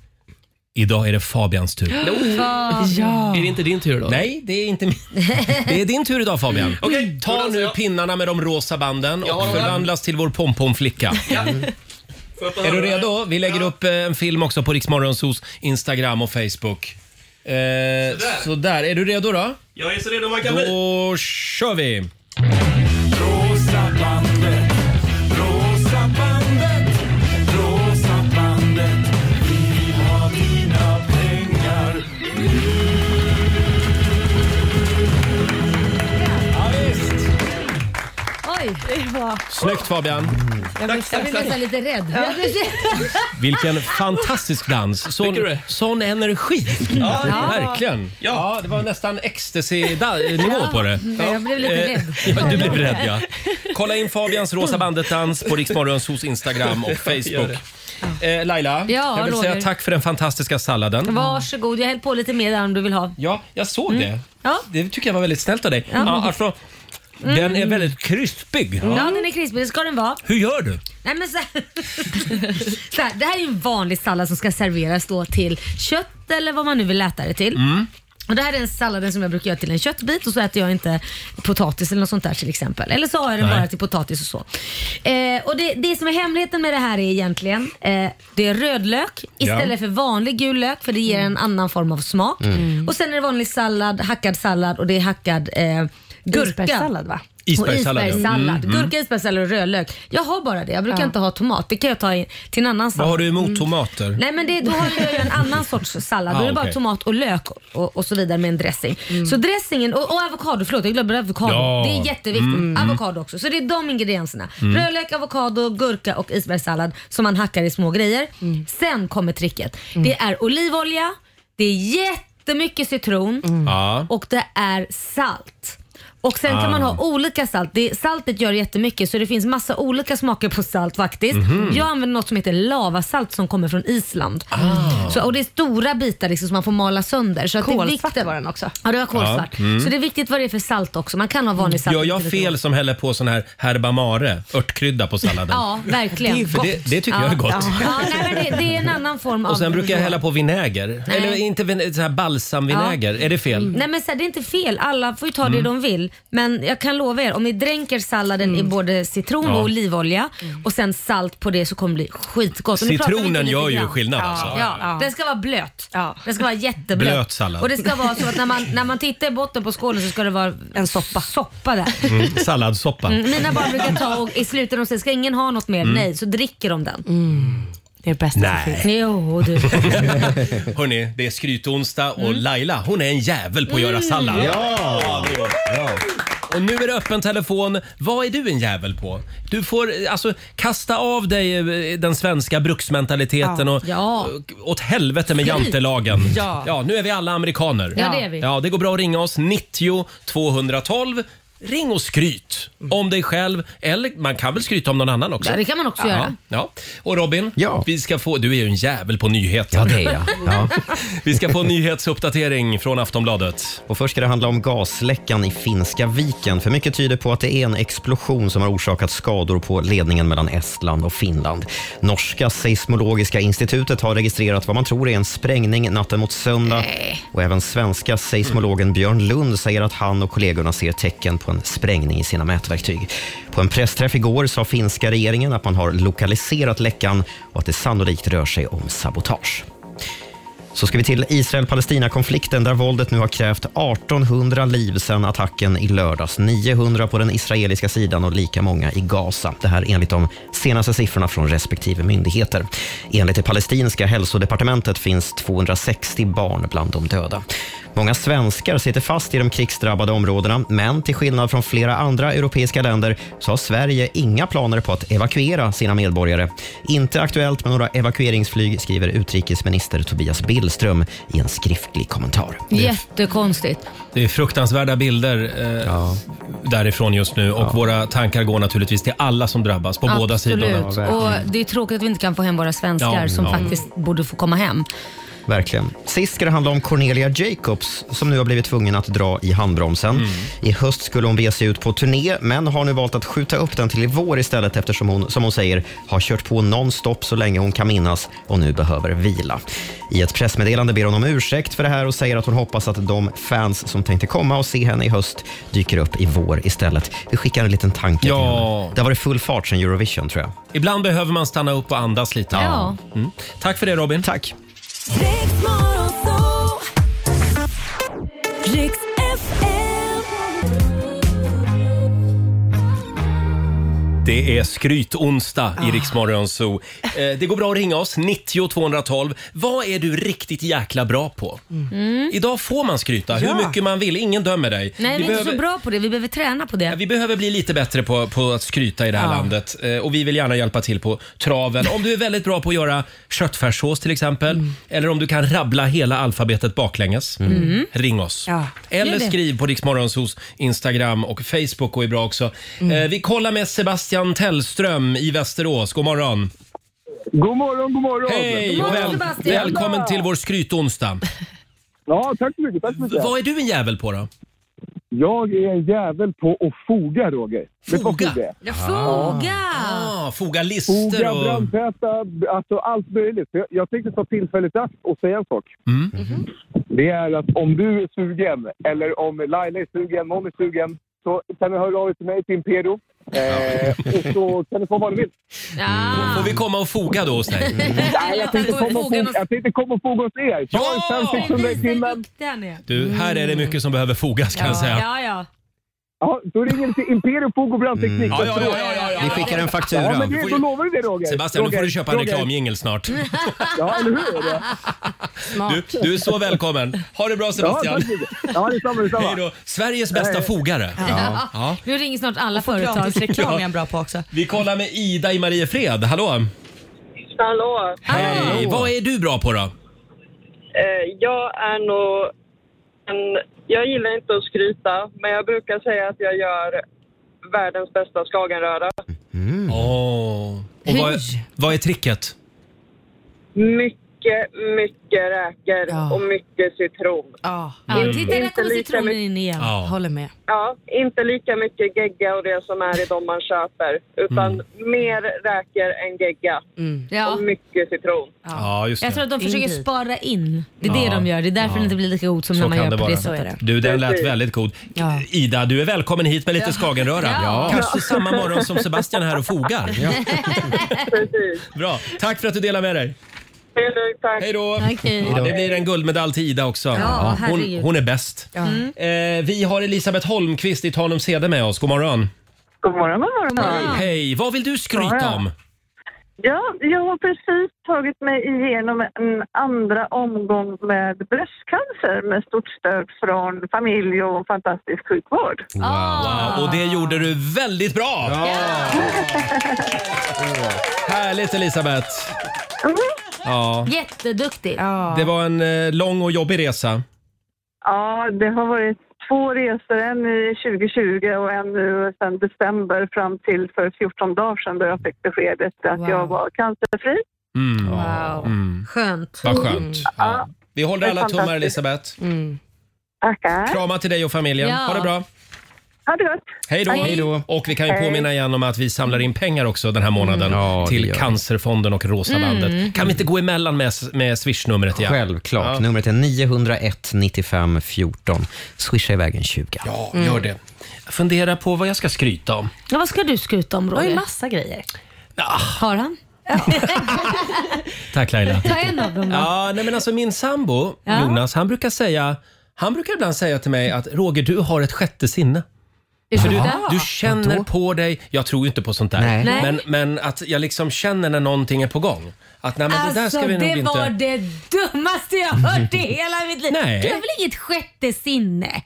Speaker 1: Idag är det Fabians tur.
Speaker 4: Ja. Är det inte din tur då?
Speaker 1: Nej, det är inte min. Det är din tur idag Fabian.
Speaker 4: Okej,
Speaker 1: Ta nu pinnarna med de rosa banden
Speaker 4: Jag har
Speaker 1: och
Speaker 4: dem här.
Speaker 1: förvandlas till vår pomponflicka. Är du redo? Vi lägger upp eh, en film också på Riksmorgonsos Instagram och Facebook. Eh, sådär. Är du redo då?
Speaker 15: Jag är så redo man kan bli.
Speaker 1: Då kör vi!
Speaker 15: Rosa bandet, rosa bandet, rosa bandet. Vi vill ha dina pengar nu.
Speaker 2: Oj, det var...
Speaker 1: Snyggt Fabian!
Speaker 2: Jag blev, jag blev nästan lite rädd.
Speaker 1: Vilken fantastisk dans! Sån, sån energi!
Speaker 2: Ja.
Speaker 1: Verkligen! Ja. det var nästan ecstasy-nivå på det.
Speaker 2: Ja, jag blev lite
Speaker 1: Eh,
Speaker 2: rädd.
Speaker 1: Ja, du blev rädd ja. Kolla in Fabians Rosa bandet-dans på Riksmorgonsos Instagram och
Speaker 15: Gör
Speaker 1: Facebook. Eh, Laila,
Speaker 2: Ja,
Speaker 1: jag vill
Speaker 2: Roger.
Speaker 1: säga tack för den fantastiska salladen.
Speaker 2: Varsågod, jag häll på lite mer där om du vill ha. Mm.
Speaker 1: Ja, jag såg det.
Speaker 2: Ja.
Speaker 1: Det tycker jag var väldigt snällt av dig.
Speaker 2: Ja. Mm.
Speaker 1: Ja, alltså, Den är väldigt krispig.
Speaker 2: Ja, den är krispig. Det ska den vara.
Speaker 1: Hur gör du?
Speaker 2: Nej, men så här. så här, det här är ju en vanlig sallad som ska serveras då till kött eller vad man nu vill äta det till.
Speaker 1: Mm.
Speaker 2: Och Det här är en salladen som jag brukar göra till en köttbit och så äter jag inte potatis eller något sånt där till exempel. Eller så har jag det
Speaker 16: Nej.
Speaker 2: bara till potatis och så. Eh, och det, det som är hemligheten med det här är egentligen, eh, det är rödlök istället för vanlig gul lök för det ger en annan form av smak.
Speaker 16: Mm.
Speaker 2: Och sen är det vanlig sallad, hackad sallad och det är hackad eh, gurka.
Speaker 7: Isbergssallad, va?
Speaker 2: Och
Speaker 1: Isbergssallad, ja.
Speaker 2: isbergssallad.
Speaker 1: Mm, mm.
Speaker 2: Gurka, isbergssallad och rödlök. Jag har bara det. Jag brukar
Speaker 7: Ja.
Speaker 2: inte ha tomat. Det kan jag ta i, till en annan sallad.
Speaker 1: Vad har du emot
Speaker 2: Mm.
Speaker 1: tomater?
Speaker 2: Nej men det, då har jag ju en annan sorts sallad. då
Speaker 1: Ah,
Speaker 2: är det bara
Speaker 1: okej.
Speaker 2: tomat och lök och, och så vidare med en dressing. Så dressingen och, och avokado, förlåt jag glömde avokado.
Speaker 16: Ja.
Speaker 2: Det är jätteviktigt.
Speaker 16: Mm.
Speaker 2: Avokado också. Så det är de ingredienserna.
Speaker 16: Mm.
Speaker 2: Rödlök, avokado, gurka och isbergssallad som man hackar i små grejer. Sen kommer tricket. Det är olivolja, det är jättemycket citron
Speaker 5: Mm.
Speaker 1: Ja.
Speaker 2: och det är salt. Och Sen
Speaker 16: Ah.
Speaker 2: kan man ha olika salt. Det, saltet gör jättemycket så det finns massa olika smaker på salt faktiskt.
Speaker 16: Mhm.
Speaker 2: Jag använder något som heter lavasalt som kommer från Island.
Speaker 16: Ah.
Speaker 2: Så, och Det är stora bitar liksom, som man får mala sönder. Så att det är
Speaker 7: Kolsvart
Speaker 2: viktigt, var
Speaker 7: den också.
Speaker 2: Ja, det var kolsvart.
Speaker 1: Ja, mm.
Speaker 2: Så det är viktigt vad det är för salt också. Man kan ha vanlig salt.
Speaker 1: Gör jag
Speaker 2: Lite
Speaker 1: fel som häller på sån här herba mare, örtkrydda på salladen?
Speaker 2: Ja, verkligen.
Speaker 1: Det är gott. Det- det tycker jag är gott.
Speaker 2: Ja. Ja, nej, men det, det är en annan form av...
Speaker 1: Och sen brukar jag hälla på vinäger.
Speaker 2: Nej.
Speaker 1: Eller inte vin- så här balsamvinäger.
Speaker 2: Ja. Mm.
Speaker 1: Är det fel?
Speaker 2: Nej men så här, det är inte fel. Alla får ju ta
Speaker 1: Mm.
Speaker 2: det de vill. Men jag kan lova er, om ni dränker salladen i både citron
Speaker 1: Mm. Ja. Mm.
Speaker 2: och olivolja och sen salt på det så kommer det bli skitgott. Och nu pratar vi
Speaker 1: Citronen
Speaker 2: lite
Speaker 1: gör ju
Speaker 2: grann.
Speaker 1: skillnad,
Speaker 2: ja.
Speaker 1: alltså.
Speaker 2: Ja. Den ska vara blöt. Den ska vara jätteblöt.
Speaker 1: Blöt sallad.
Speaker 2: Och det ska vara så att när man, när man tittar i botten på skålen så ska det vara en soppa, soppa där.
Speaker 1: Mm, salladssoppa.
Speaker 2: Mm, mina barn brukar ta och i slutet de säger ska ingen ha något mer?
Speaker 1: Mm.
Speaker 2: Nej, så dricker de den.
Speaker 7: Det är bäst.
Speaker 1: Nej.
Speaker 2: Jo, du.
Speaker 1: Hörni, det är skrytonsdag och Laila, hon är en jävel på att göra
Speaker 2: Mm.
Speaker 1: sallad.
Speaker 15: Ja.
Speaker 1: det är- Och nu är det öppen telefon. Vad är du en jävel på? Du får eh, alltså kasta av dig eh, den svenska bruksmentaliteten
Speaker 2: Ja.
Speaker 1: och
Speaker 2: Ja.
Speaker 1: och åt helvete med jantelagen.
Speaker 2: Ja.
Speaker 1: nu är vi alla amerikaner.
Speaker 2: Ja, det är vi.
Speaker 1: Ja, det går bra att ringa oss 90 212. Ring och skryt om dig själv eller man kan väl skryta om någon annan också.
Speaker 2: Ja, det kan man också
Speaker 1: ja.
Speaker 2: göra.
Speaker 1: Ja. Och Robin, vi ska få, du är ju en jävel på nyheter. Ja,
Speaker 3: det är jag. Ja.
Speaker 1: Vi ska få en nyhetsuppdatering från Aftonbladet.
Speaker 3: Och först ska det handla om gasläckan i Finska viken. För mycket tyder på att det är en explosion som har orsakat skador på ledningen mellan Estland och Finland. Norska seismologiska institutet har registrerat vad man tror är en sprängning natten mot söndag. Och även svenska seismologen Björn Lund säger att han och kollegorna ser tecken på en sprängning i sina mätverktyg. På en pressträff igår sa finska regeringen att man har lokaliserat läckan och att det sannolikt rör sig om sabotage. Så ska vi till Israel-Palestina-konflikten där våldet nu har krävt 1800 liv sedan attacken i lördags. 900 på den israeliska sidan och lika många i Gaza. Det här enligt de senaste siffrorna från respektive myndigheter. Enligt det palestinska hälsodepartementet finns 260 barn bland de döda. Många svenskar sitter fast i de krigsdrabbade områdena, men till skillnad från flera andra europeiska länder så har Sverige inga planer på att evakuera sina medborgare. Inte aktuellt med några evakueringsflyg, skriver utrikesminister Tobias Billström i en skriftlig kommentar.
Speaker 2: Jättekonstigt.
Speaker 1: Det är fruktansvärda bilder eh, därifrån just nu och våra tankar går naturligtvis till alla som drabbas på båda sidorna.
Speaker 2: Absolut. Och det är tråkigt att vi inte kan få hem våra svenskar
Speaker 3: Ja,
Speaker 2: som
Speaker 3: ja.
Speaker 2: faktiskt borde få komma hem.
Speaker 3: Verkligen. Sist ska det handla om Cornelia Jacobs som nu har blivit tvungen att dra i handbromsen. I höst skulle hon bege sig ut på turné men har nu valt att skjuta upp den till i vår istället eftersom hon, som hon säger, har kört på nonstop så länge hon kan minnas och nu behöver vila. I ett pressmeddelande ber hon om ursäkt för det här och säger att hon hoppas att de fans som tänkte komma och se henne i höst dyker upp i vår istället. Vi skickar en liten tanke till henne. Det har varit full fart sedan Eurovision tror jag.
Speaker 1: Ibland behöver man stanna upp och andas lite.
Speaker 3: Ja.
Speaker 1: Mm. Tack för det Robin.
Speaker 3: Tack.
Speaker 15: Riks
Speaker 1: Det är skrytonsdag
Speaker 2: Ah.
Speaker 1: i Rix Morgon Zoo. Eh, Det går bra att ringa oss, 90 212. Vad är du riktigt jäkla bra på? Idag får man skryta
Speaker 2: Mm. Ja.
Speaker 1: hur mycket man vill. Ingen dömer dig.
Speaker 2: Nej, vi är inte så bra på det. Vi behöver träna på det.
Speaker 1: Vi behöver bli lite bättre på, på att skryta i det här
Speaker 2: Ja.
Speaker 1: landet Eh, och vi vill gärna hjälpa till på traven. Om du är väldigt bra på att göra köttfärssås till exempel eller om du kan rabbla hela alfabetet baklänges,
Speaker 15: Mm.
Speaker 1: ring oss.
Speaker 15: Ja,
Speaker 1: Eller
Speaker 15: gör det.
Speaker 1: skriv på Riksmorgonsos Instagram och Facebook går ju bra också.
Speaker 15: Mm.
Speaker 1: Eh, Vi kollar med Sebastian Tellström i Västerås. God morgon!
Speaker 16: God morgon, god morgon!
Speaker 1: Hej
Speaker 16: God
Speaker 1: och
Speaker 16: morgon,
Speaker 1: väl,
Speaker 16: Sebastian.
Speaker 1: välkommen till vår skrytonsdag.
Speaker 16: Ja, tack så mycket, tack så mycket.
Speaker 1: Vad är du en jävel på då?
Speaker 16: Jag är en jävel på att foga, Roger. Vet du vad foga är?
Speaker 2: Ja, foga!
Speaker 1: Ah, foga lister
Speaker 16: Foga,
Speaker 1: och...
Speaker 16: brandtäta, alltså allt möjligt. Jag, jag tänkte ta tillfället i akt och säga en sak.
Speaker 1: Mm.
Speaker 16: Det är att om du är sugen, eller om Laila är sugen, någon är sugen, så kan du höra av dig till mig, till Impero. Eh, och så kan du få vad du vill.
Speaker 2: Mm.
Speaker 1: Får
Speaker 2: Ah.
Speaker 1: vi komma och foga då hos dig?
Speaker 16: Nej, jag tänkte komma och foga, jag tänkte komma och foga hos er. Ta en 500-600 i timmen.
Speaker 1: Du, här är det mycket som behöver fogas kan jag säga.
Speaker 2: Mm. ja.
Speaker 16: Ja, då ringer vi till Imperium Fogo Brandteknik.
Speaker 1: Mm. Ja, ja, ja, ja, ja, ja. Vi skickar en faktura.
Speaker 16: Ja, men
Speaker 1: Du får
Speaker 16: det,
Speaker 1: ju-
Speaker 16: då lovar vi det Roger.
Speaker 1: Sebastian, nu
Speaker 16: Roger,
Speaker 1: får du köpa en
Speaker 16: Roger.
Speaker 1: reklamjingel snart.
Speaker 2: Mm.
Speaker 16: Ja, eller hur?
Speaker 1: Du, du är så välkommen. Ha det bra Sebastian.
Speaker 16: Ja, ja detsamma, detsamma.
Speaker 1: Hej då. Sveriges bästa
Speaker 7: Hej.
Speaker 1: fogare.
Speaker 7: Ja.
Speaker 1: Ja.
Speaker 2: Nu ringer snart alla
Speaker 7: företag.
Speaker 2: företag.
Speaker 7: Reklam är
Speaker 1: Ja.
Speaker 7: han bra på också.
Speaker 1: Vi kollar med Ida i Mariefred. Hallå!
Speaker 17: Hallå!
Speaker 1: Hej! Vad är du bra på då?
Speaker 17: Eh, jag är nog en... Jag gillar inte att skryta, men jag brukar säga att jag gör världens bästa skagenröra.
Speaker 2: Mm.
Speaker 1: Åh. Och vad, vad är tricket?
Speaker 17: Mycket, mycket räkor och mycket citron.
Speaker 7: Ja,
Speaker 3: Mm.
Speaker 2: Mm.
Speaker 1: Ja, titta, där
Speaker 2: kommer citronen in igen.
Speaker 1: Ja. Håller
Speaker 7: med.
Speaker 17: Ja, inte lika mycket gegga och det som är i de man köper, utan
Speaker 1: Mm.
Speaker 17: mer räkor än gegga.
Speaker 2: Ja.
Speaker 17: Och mycket citron.
Speaker 1: Ja, just
Speaker 2: Jag tror att de försöker spara in. Det är
Speaker 1: Ja.
Speaker 2: det de gör. Det är därför det inte blir lika god som när man gör på det sättet.
Speaker 1: Du, den lät väldigt god. Ida, du är välkommen hit med lite
Speaker 2: Ja.
Speaker 1: skagenröra.
Speaker 2: Ja.
Speaker 1: Kanske samma morgon som Sebastian är här och fogar. Bra. Tack för att du delar med dig. Hej då! Ja, det blir en guldmedalj till Ida också.
Speaker 15: Ja,
Speaker 1: hon,
Speaker 15: herregud.
Speaker 1: hon är bäst.
Speaker 15: Ja. Mm.
Speaker 1: Eh, vi har Elisabeth Holmqvist i Tanumshede med oss. God morgon.
Speaker 17: God morgon, god
Speaker 1: Hej, hej! Vad vill du skryta
Speaker 17: Ja.
Speaker 1: om?
Speaker 17: Ja, jag har precis tagit mig igenom en andra omgång med bröstcancer med stort stöd från familj och fantastisk sjukvård.
Speaker 1: Wow.
Speaker 17: Ah.
Speaker 1: Och det gjorde du väldigt bra! Härligt Elisabeth!
Speaker 17: Mm.
Speaker 1: Ja.
Speaker 2: Jätteduktig.
Speaker 1: Det var en eh, lång och jobbig resa.
Speaker 17: Ja, det har varit två resor, en i 2020 och en nu sedan december fram till för 14 dagar sedan då jag fick beskedet att jag var cancerfri.
Speaker 1: Mm.
Speaker 2: Wow.
Speaker 1: Mm.
Speaker 2: Skönt.
Speaker 1: Vad skönt. Ja. Vi håller
Speaker 17: Det är
Speaker 1: alla tummar
Speaker 17: fantastiskt.
Speaker 1: Elisabeth.
Speaker 17: Tackar.
Speaker 1: Krama till dig och familjen.
Speaker 17: Ja.
Speaker 1: Ha det bra.
Speaker 17: Ha det gott.
Speaker 1: Hej då.
Speaker 17: Hej.
Speaker 1: Och vi kan ju
Speaker 17: Hej.
Speaker 1: påminna igen om att vi samlar in pengar också den här månaden till Cancerfonden och Rosa
Speaker 3: Mm.
Speaker 1: bandet. Kan vi inte gå emellan med, med swishnumret igen?
Speaker 3: Självklart.
Speaker 1: Ja.
Speaker 3: Numret är 901 95 14. Swisha iväg en 20.
Speaker 1: Ja, gör det. Jag funderar på vad jag ska skryta om.
Speaker 2: Ja, vad ska du skryta om
Speaker 7: Det var ju
Speaker 2: Roger?
Speaker 7: massa grejer.
Speaker 1: Ah,
Speaker 2: Har han?
Speaker 1: Tack Laila.
Speaker 2: Ta en av dem då.
Speaker 1: Ja, nej men alltså min sambo
Speaker 2: Ja.
Speaker 1: Jonas, han brukar säga han brukar ibland säga till mig att Roger, du har ett sjätte sinne. För du,
Speaker 15: Ursäkta?
Speaker 1: du känner
Speaker 15: Vadå?
Speaker 1: på dig, jag tror ju inte på sånt där,
Speaker 15: Nej. Nej.
Speaker 1: Men, men att jag liksom känner när någonting är på gång. Att nej, men det där ska vi nog
Speaker 2: Alltså, det
Speaker 1: inte...
Speaker 2: var det dummaste jag hört i hela mitt liv.
Speaker 1: Nej.
Speaker 2: Du har väl inget sjätte sinne?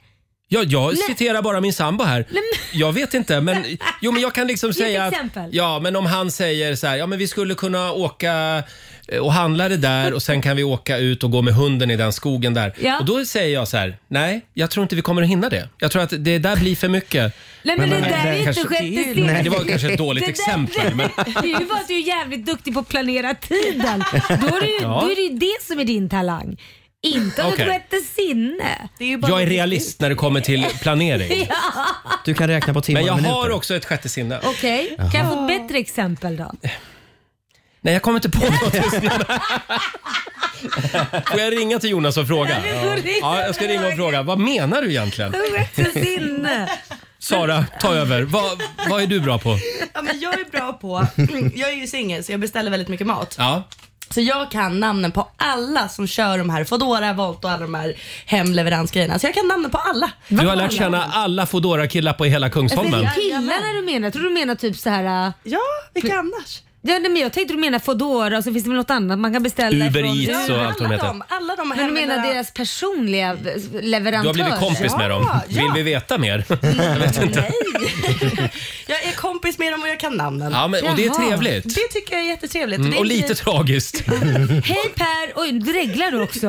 Speaker 1: Ja, jag
Speaker 2: Nej.
Speaker 1: citerar bara min sambo här. Jag vet inte, men, jo, men jag kan liksom
Speaker 2: Ge ett
Speaker 1: säga... att-
Speaker 2: exempel.
Speaker 1: Ja, men om han säger så här, ja men vi skulle kunna åka eh, och handla det där och sen kan vi åka ut och gå med hunden i den skogen där.
Speaker 2: Ja.
Speaker 1: Och då säger jag så här, nej, jag tror inte vi kommer att hinna det. Jag tror att det där blir för mycket.
Speaker 2: Nej men, det där är inte
Speaker 1: kanske-
Speaker 2: sjätte sinnet.
Speaker 1: Nej, Det var kanske ett
Speaker 2: Det
Speaker 1: dåligt
Speaker 2: där-
Speaker 1: exempel. Men,
Speaker 2: Det är ju bara att du är jävligt duktig på att planera tiden. Då är det ju,
Speaker 1: Ja.
Speaker 2: då är det, ju det som är din talang. Inte om
Speaker 1: Okej.
Speaker 2: du sjätte sinne.
Speaker 1: jag är realist när det kommer till planering.
Speaker 2: Ja.
Speaker 1: Du kan räkna på
Speaker 3: timmar
Speaker 1: Men jag
Speaker 3: och
Speaker 1: har
Speaker 3: minuter.
Speaker 1: också ett sjätte sinne.
Speaker 2: Okej, kan jag få ett bättre exempel då?
Speaker 1: Nej, jag kommer inte på något just nu. Får jag ringa till Jonas och fråga?
Speaker 2: Ja, du får ringa
Speaker 1: Ja, jag ska ringa och fråga. Vad menar du egentligen?
Speaker 2: Sjätte sinne.
Speaker 1: Sara, ta över. Vad, vad är du bra på?
Speaker 7: Ja, men jag är bra på, jag är ju singel så jag beställer väldigt mycket mat.
Speaker 1: Ja.
Speaker 7: Så jag kan namnen på alla som kör de här Foodora, Volt och alla de här hemleveransgrejerna. Så jag kan namnen på alla.
Speaker 1: Du har lärt känna alla fodora killar på hela
Speaker 2: För
Speaker 1: Kungsholmen.
Speaker 2: det är killarna du menar? Jag tror du menar typ så här...
Speaker 7: Ja, vilka annars?
Speaker 2: Ja, nej, men jag tänkte du menar Foodora och så finns det väl något annat man kan beställa
Speaker 1: Uber
Speaker 2: ifrån.
Speaker 1: Eats och allt vad de heter.
Speaker 7: Alla de
Speaker 2: men du menar
Speaker 7: hemleverans-
Speaker 2: deras personliga leverantör?
Speaker 1: Du har blivit kompis med dem. Vill vi veta mer? Jag vet inte.
Speaker 7: Jag är kompis med dem och jag kan namnen.
Speaker 1: Ja, men- och det är Jaha. trevligt.
Speaker 7: Det tycker jag är jättetrevligt.
Speaker 1: Mm,
Speaker 7: det är
Speaker 1: och
Speaker 7: inte-
Speaker 1: lite tragiskt.
Speaker 2: Hej Per! Oj, du reglar du också.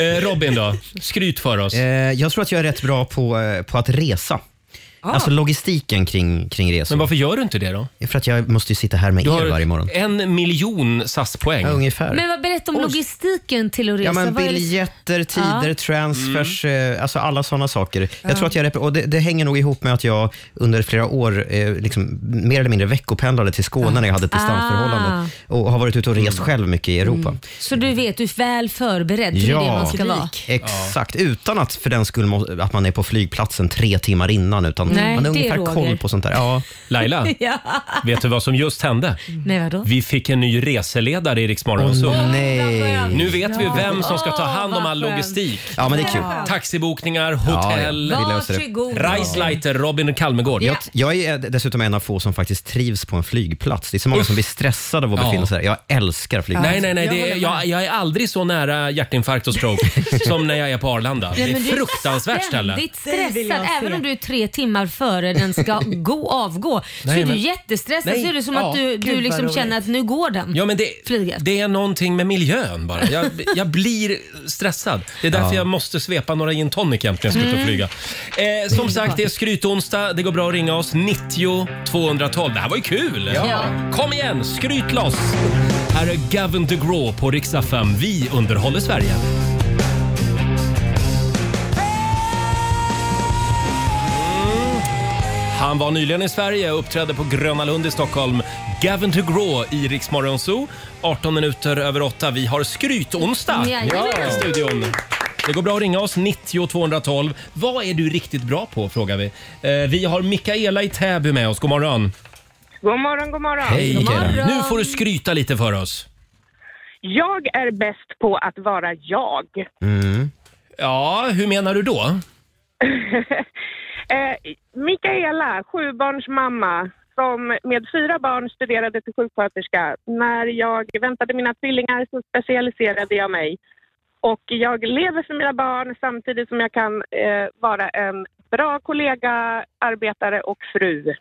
Speaker 1: Eh, Robin då? Skryt för oss.
Speaker 3: Eh, jag tror att jag är rätt bra på, eh, på att resa.
Speaker 1: Ah.
Speaker 3: Alltså logistiken kring, kring resor.
Speaker 1: Men varför gör du inte det då?
Speaker 3: För att jag måste ju sitta här med
Speaker 1: Du
Speaker 3: er varje
Speaker 1: har
Speaker 3: morgon.
Speaker 1: en miljon SAS-poäng.
Speaker 3: Ja, ungefär.
Speaker 2: Men vad, berätta om logistiken till att resa.
Speaker 3: Ja, men
Speaker 2: Vad är det-
Speaker 3: biljetter, tider,
Speaker 2: Ja.
Speaker 3: transfers,
Speaker 1: Mm.
Speaker 3: eh, alltså alla sådana saker.
Speaker 2: Ja.
Speaker 3: Jag tror att jag, rep- och det, det hänger nog ihop med att jag under flera år eh, liksom, mer eller mindre veckopendlade till Skåne när jag
Speaker 2: Ah.
Speaker 3: hade ett distansförhållande och har varit ute och rest
Speaker 1: Mm.
Speaker 3: själv mycket i Europa.
Speaker 2: Så du vet, du är väl förberedd. Mm. Det är det man ska vara.
Speaker 3: exakt. Utan att för den skull må- att man är på flygplatsen tre timmar innan, utan man
Speaker 2: Nej,
Speaker 3: har
Speaker 2: det är
Speaker 3: ungefär
Speaker 2: Roger.
Speaker 3: koll på sånt där. Ja.
Speaker 1: Laila,
Speaker 2: Ja.
Speaker 1: vet du vad som just hände?
Speaker 2: Nej, vadå?
Speaker 1: Vi fick en ny reseledare i Rix Morgon Zoo.
Speaker 3: Åh, nej.
Speaker 1: Nu vet vi
Speaker 3: Ja.
Speaker 1: vem som ska ta hand om
Speaker 3: Åh, vad
Speaker 1: all
Speaker 3: skönt.
Speaker 1: logistik.
Speaker 3: Ja, men det är kul. Ja.
Speaker 1: Taxibokningar, hotell.
Speaker 3: Ja, ja, vi löser det. Varsågod.
Speaker 1: Reisleiter, Robin Kalmegård.
Speaker 3: Jag, jag är dessutom en av få som faktiskt trivs på en flygplats. Det är så många som blir stressade av att
Speaker 1: Ja.
Speaker 3: befinna sig där. Jag älskar flygplatser.
Speaker 1: Nej, nej, nej. Det, är- jag, jag är aldrig så nära hjärtinfarkt och stroke som när jag är på Arlanda. Det
Speaker 2: Ja,
Speaker 1: är
Speaker 2: men
Speaker 1: ett
Speaker 2: du är
Speaker 1: fruktansvärt ställe.
Speaker 2: Ständigt
Speaker 7: Det vill jag
Speaker 2: stressad.
Speaker 7: se.
Speaker 2: Även om du är tre timmar före den ska gå, avgå så
Speaker 1: Nej,
Speaker 2: är du
Speaker 1: men-
Speaker 2: jättestressad.
Speaker 1: Nej,
Speaker 2: Så är det som
Speaker 1: ja.
Speaker 2: att du,
Speaker 1: Gud,
Speaker 2: du
Speaker 1: vad
Speaker 2: liksom
Speaker 1: roligt.
Speaker 2: känner att nu går den.
Speaker 1: Ja, men det,
Speaker 2: Flyget.
Speaker 1: det är någonting med miljön bara. Jag, jag blir stressad. Det är därför jag måste svepa några gin tonic egentligen när jag ska ut och
Speaker 15: Mm.
Speaker 1: flyga. Eh, som sagt, det är skrytonsdag. Det går bra att ringa oss. 90 212. Det här var ju kul!
Speaker 15: Ja. Ja.
Speaker 1: Kom igen, skryt loss! Här är Gavin DeGraw på riksdag 5. Vi underhåller Sverige. Han var nyligen i Sverige och uppträdde på Gröna Lund i Stockholm. Gavin DeGraw i Rix Morgon Zoo. 18 minuter över 8. Vi har skrytonsdag
Speaker 15: Jajamän.
Speaker 1: i studion. Det går bra att ringa oss, 90 212. Vad är du riktigt bra på, frågar vi. Eh, vi har Mikaela i Täby med oss. God morgon.
Speaker 18: God morgon, god morgon.
Speaker 1: Hej Mikaela. Nu får du skryta lite för oss.
Speaker 18: Jag är bäst på att vara jag.
Speaker 1: Ja, hur menar du då?
Speaker 18: Eh, Mikaela, sjubarns mamma som med fyra barn studerade till sjuksköterska. När jag väntade mina tvillingar så specialiserade jag mig. Och jag lever för mina barn samtidigt som jag kan eh, vara en bra kollega, arbetare och fru.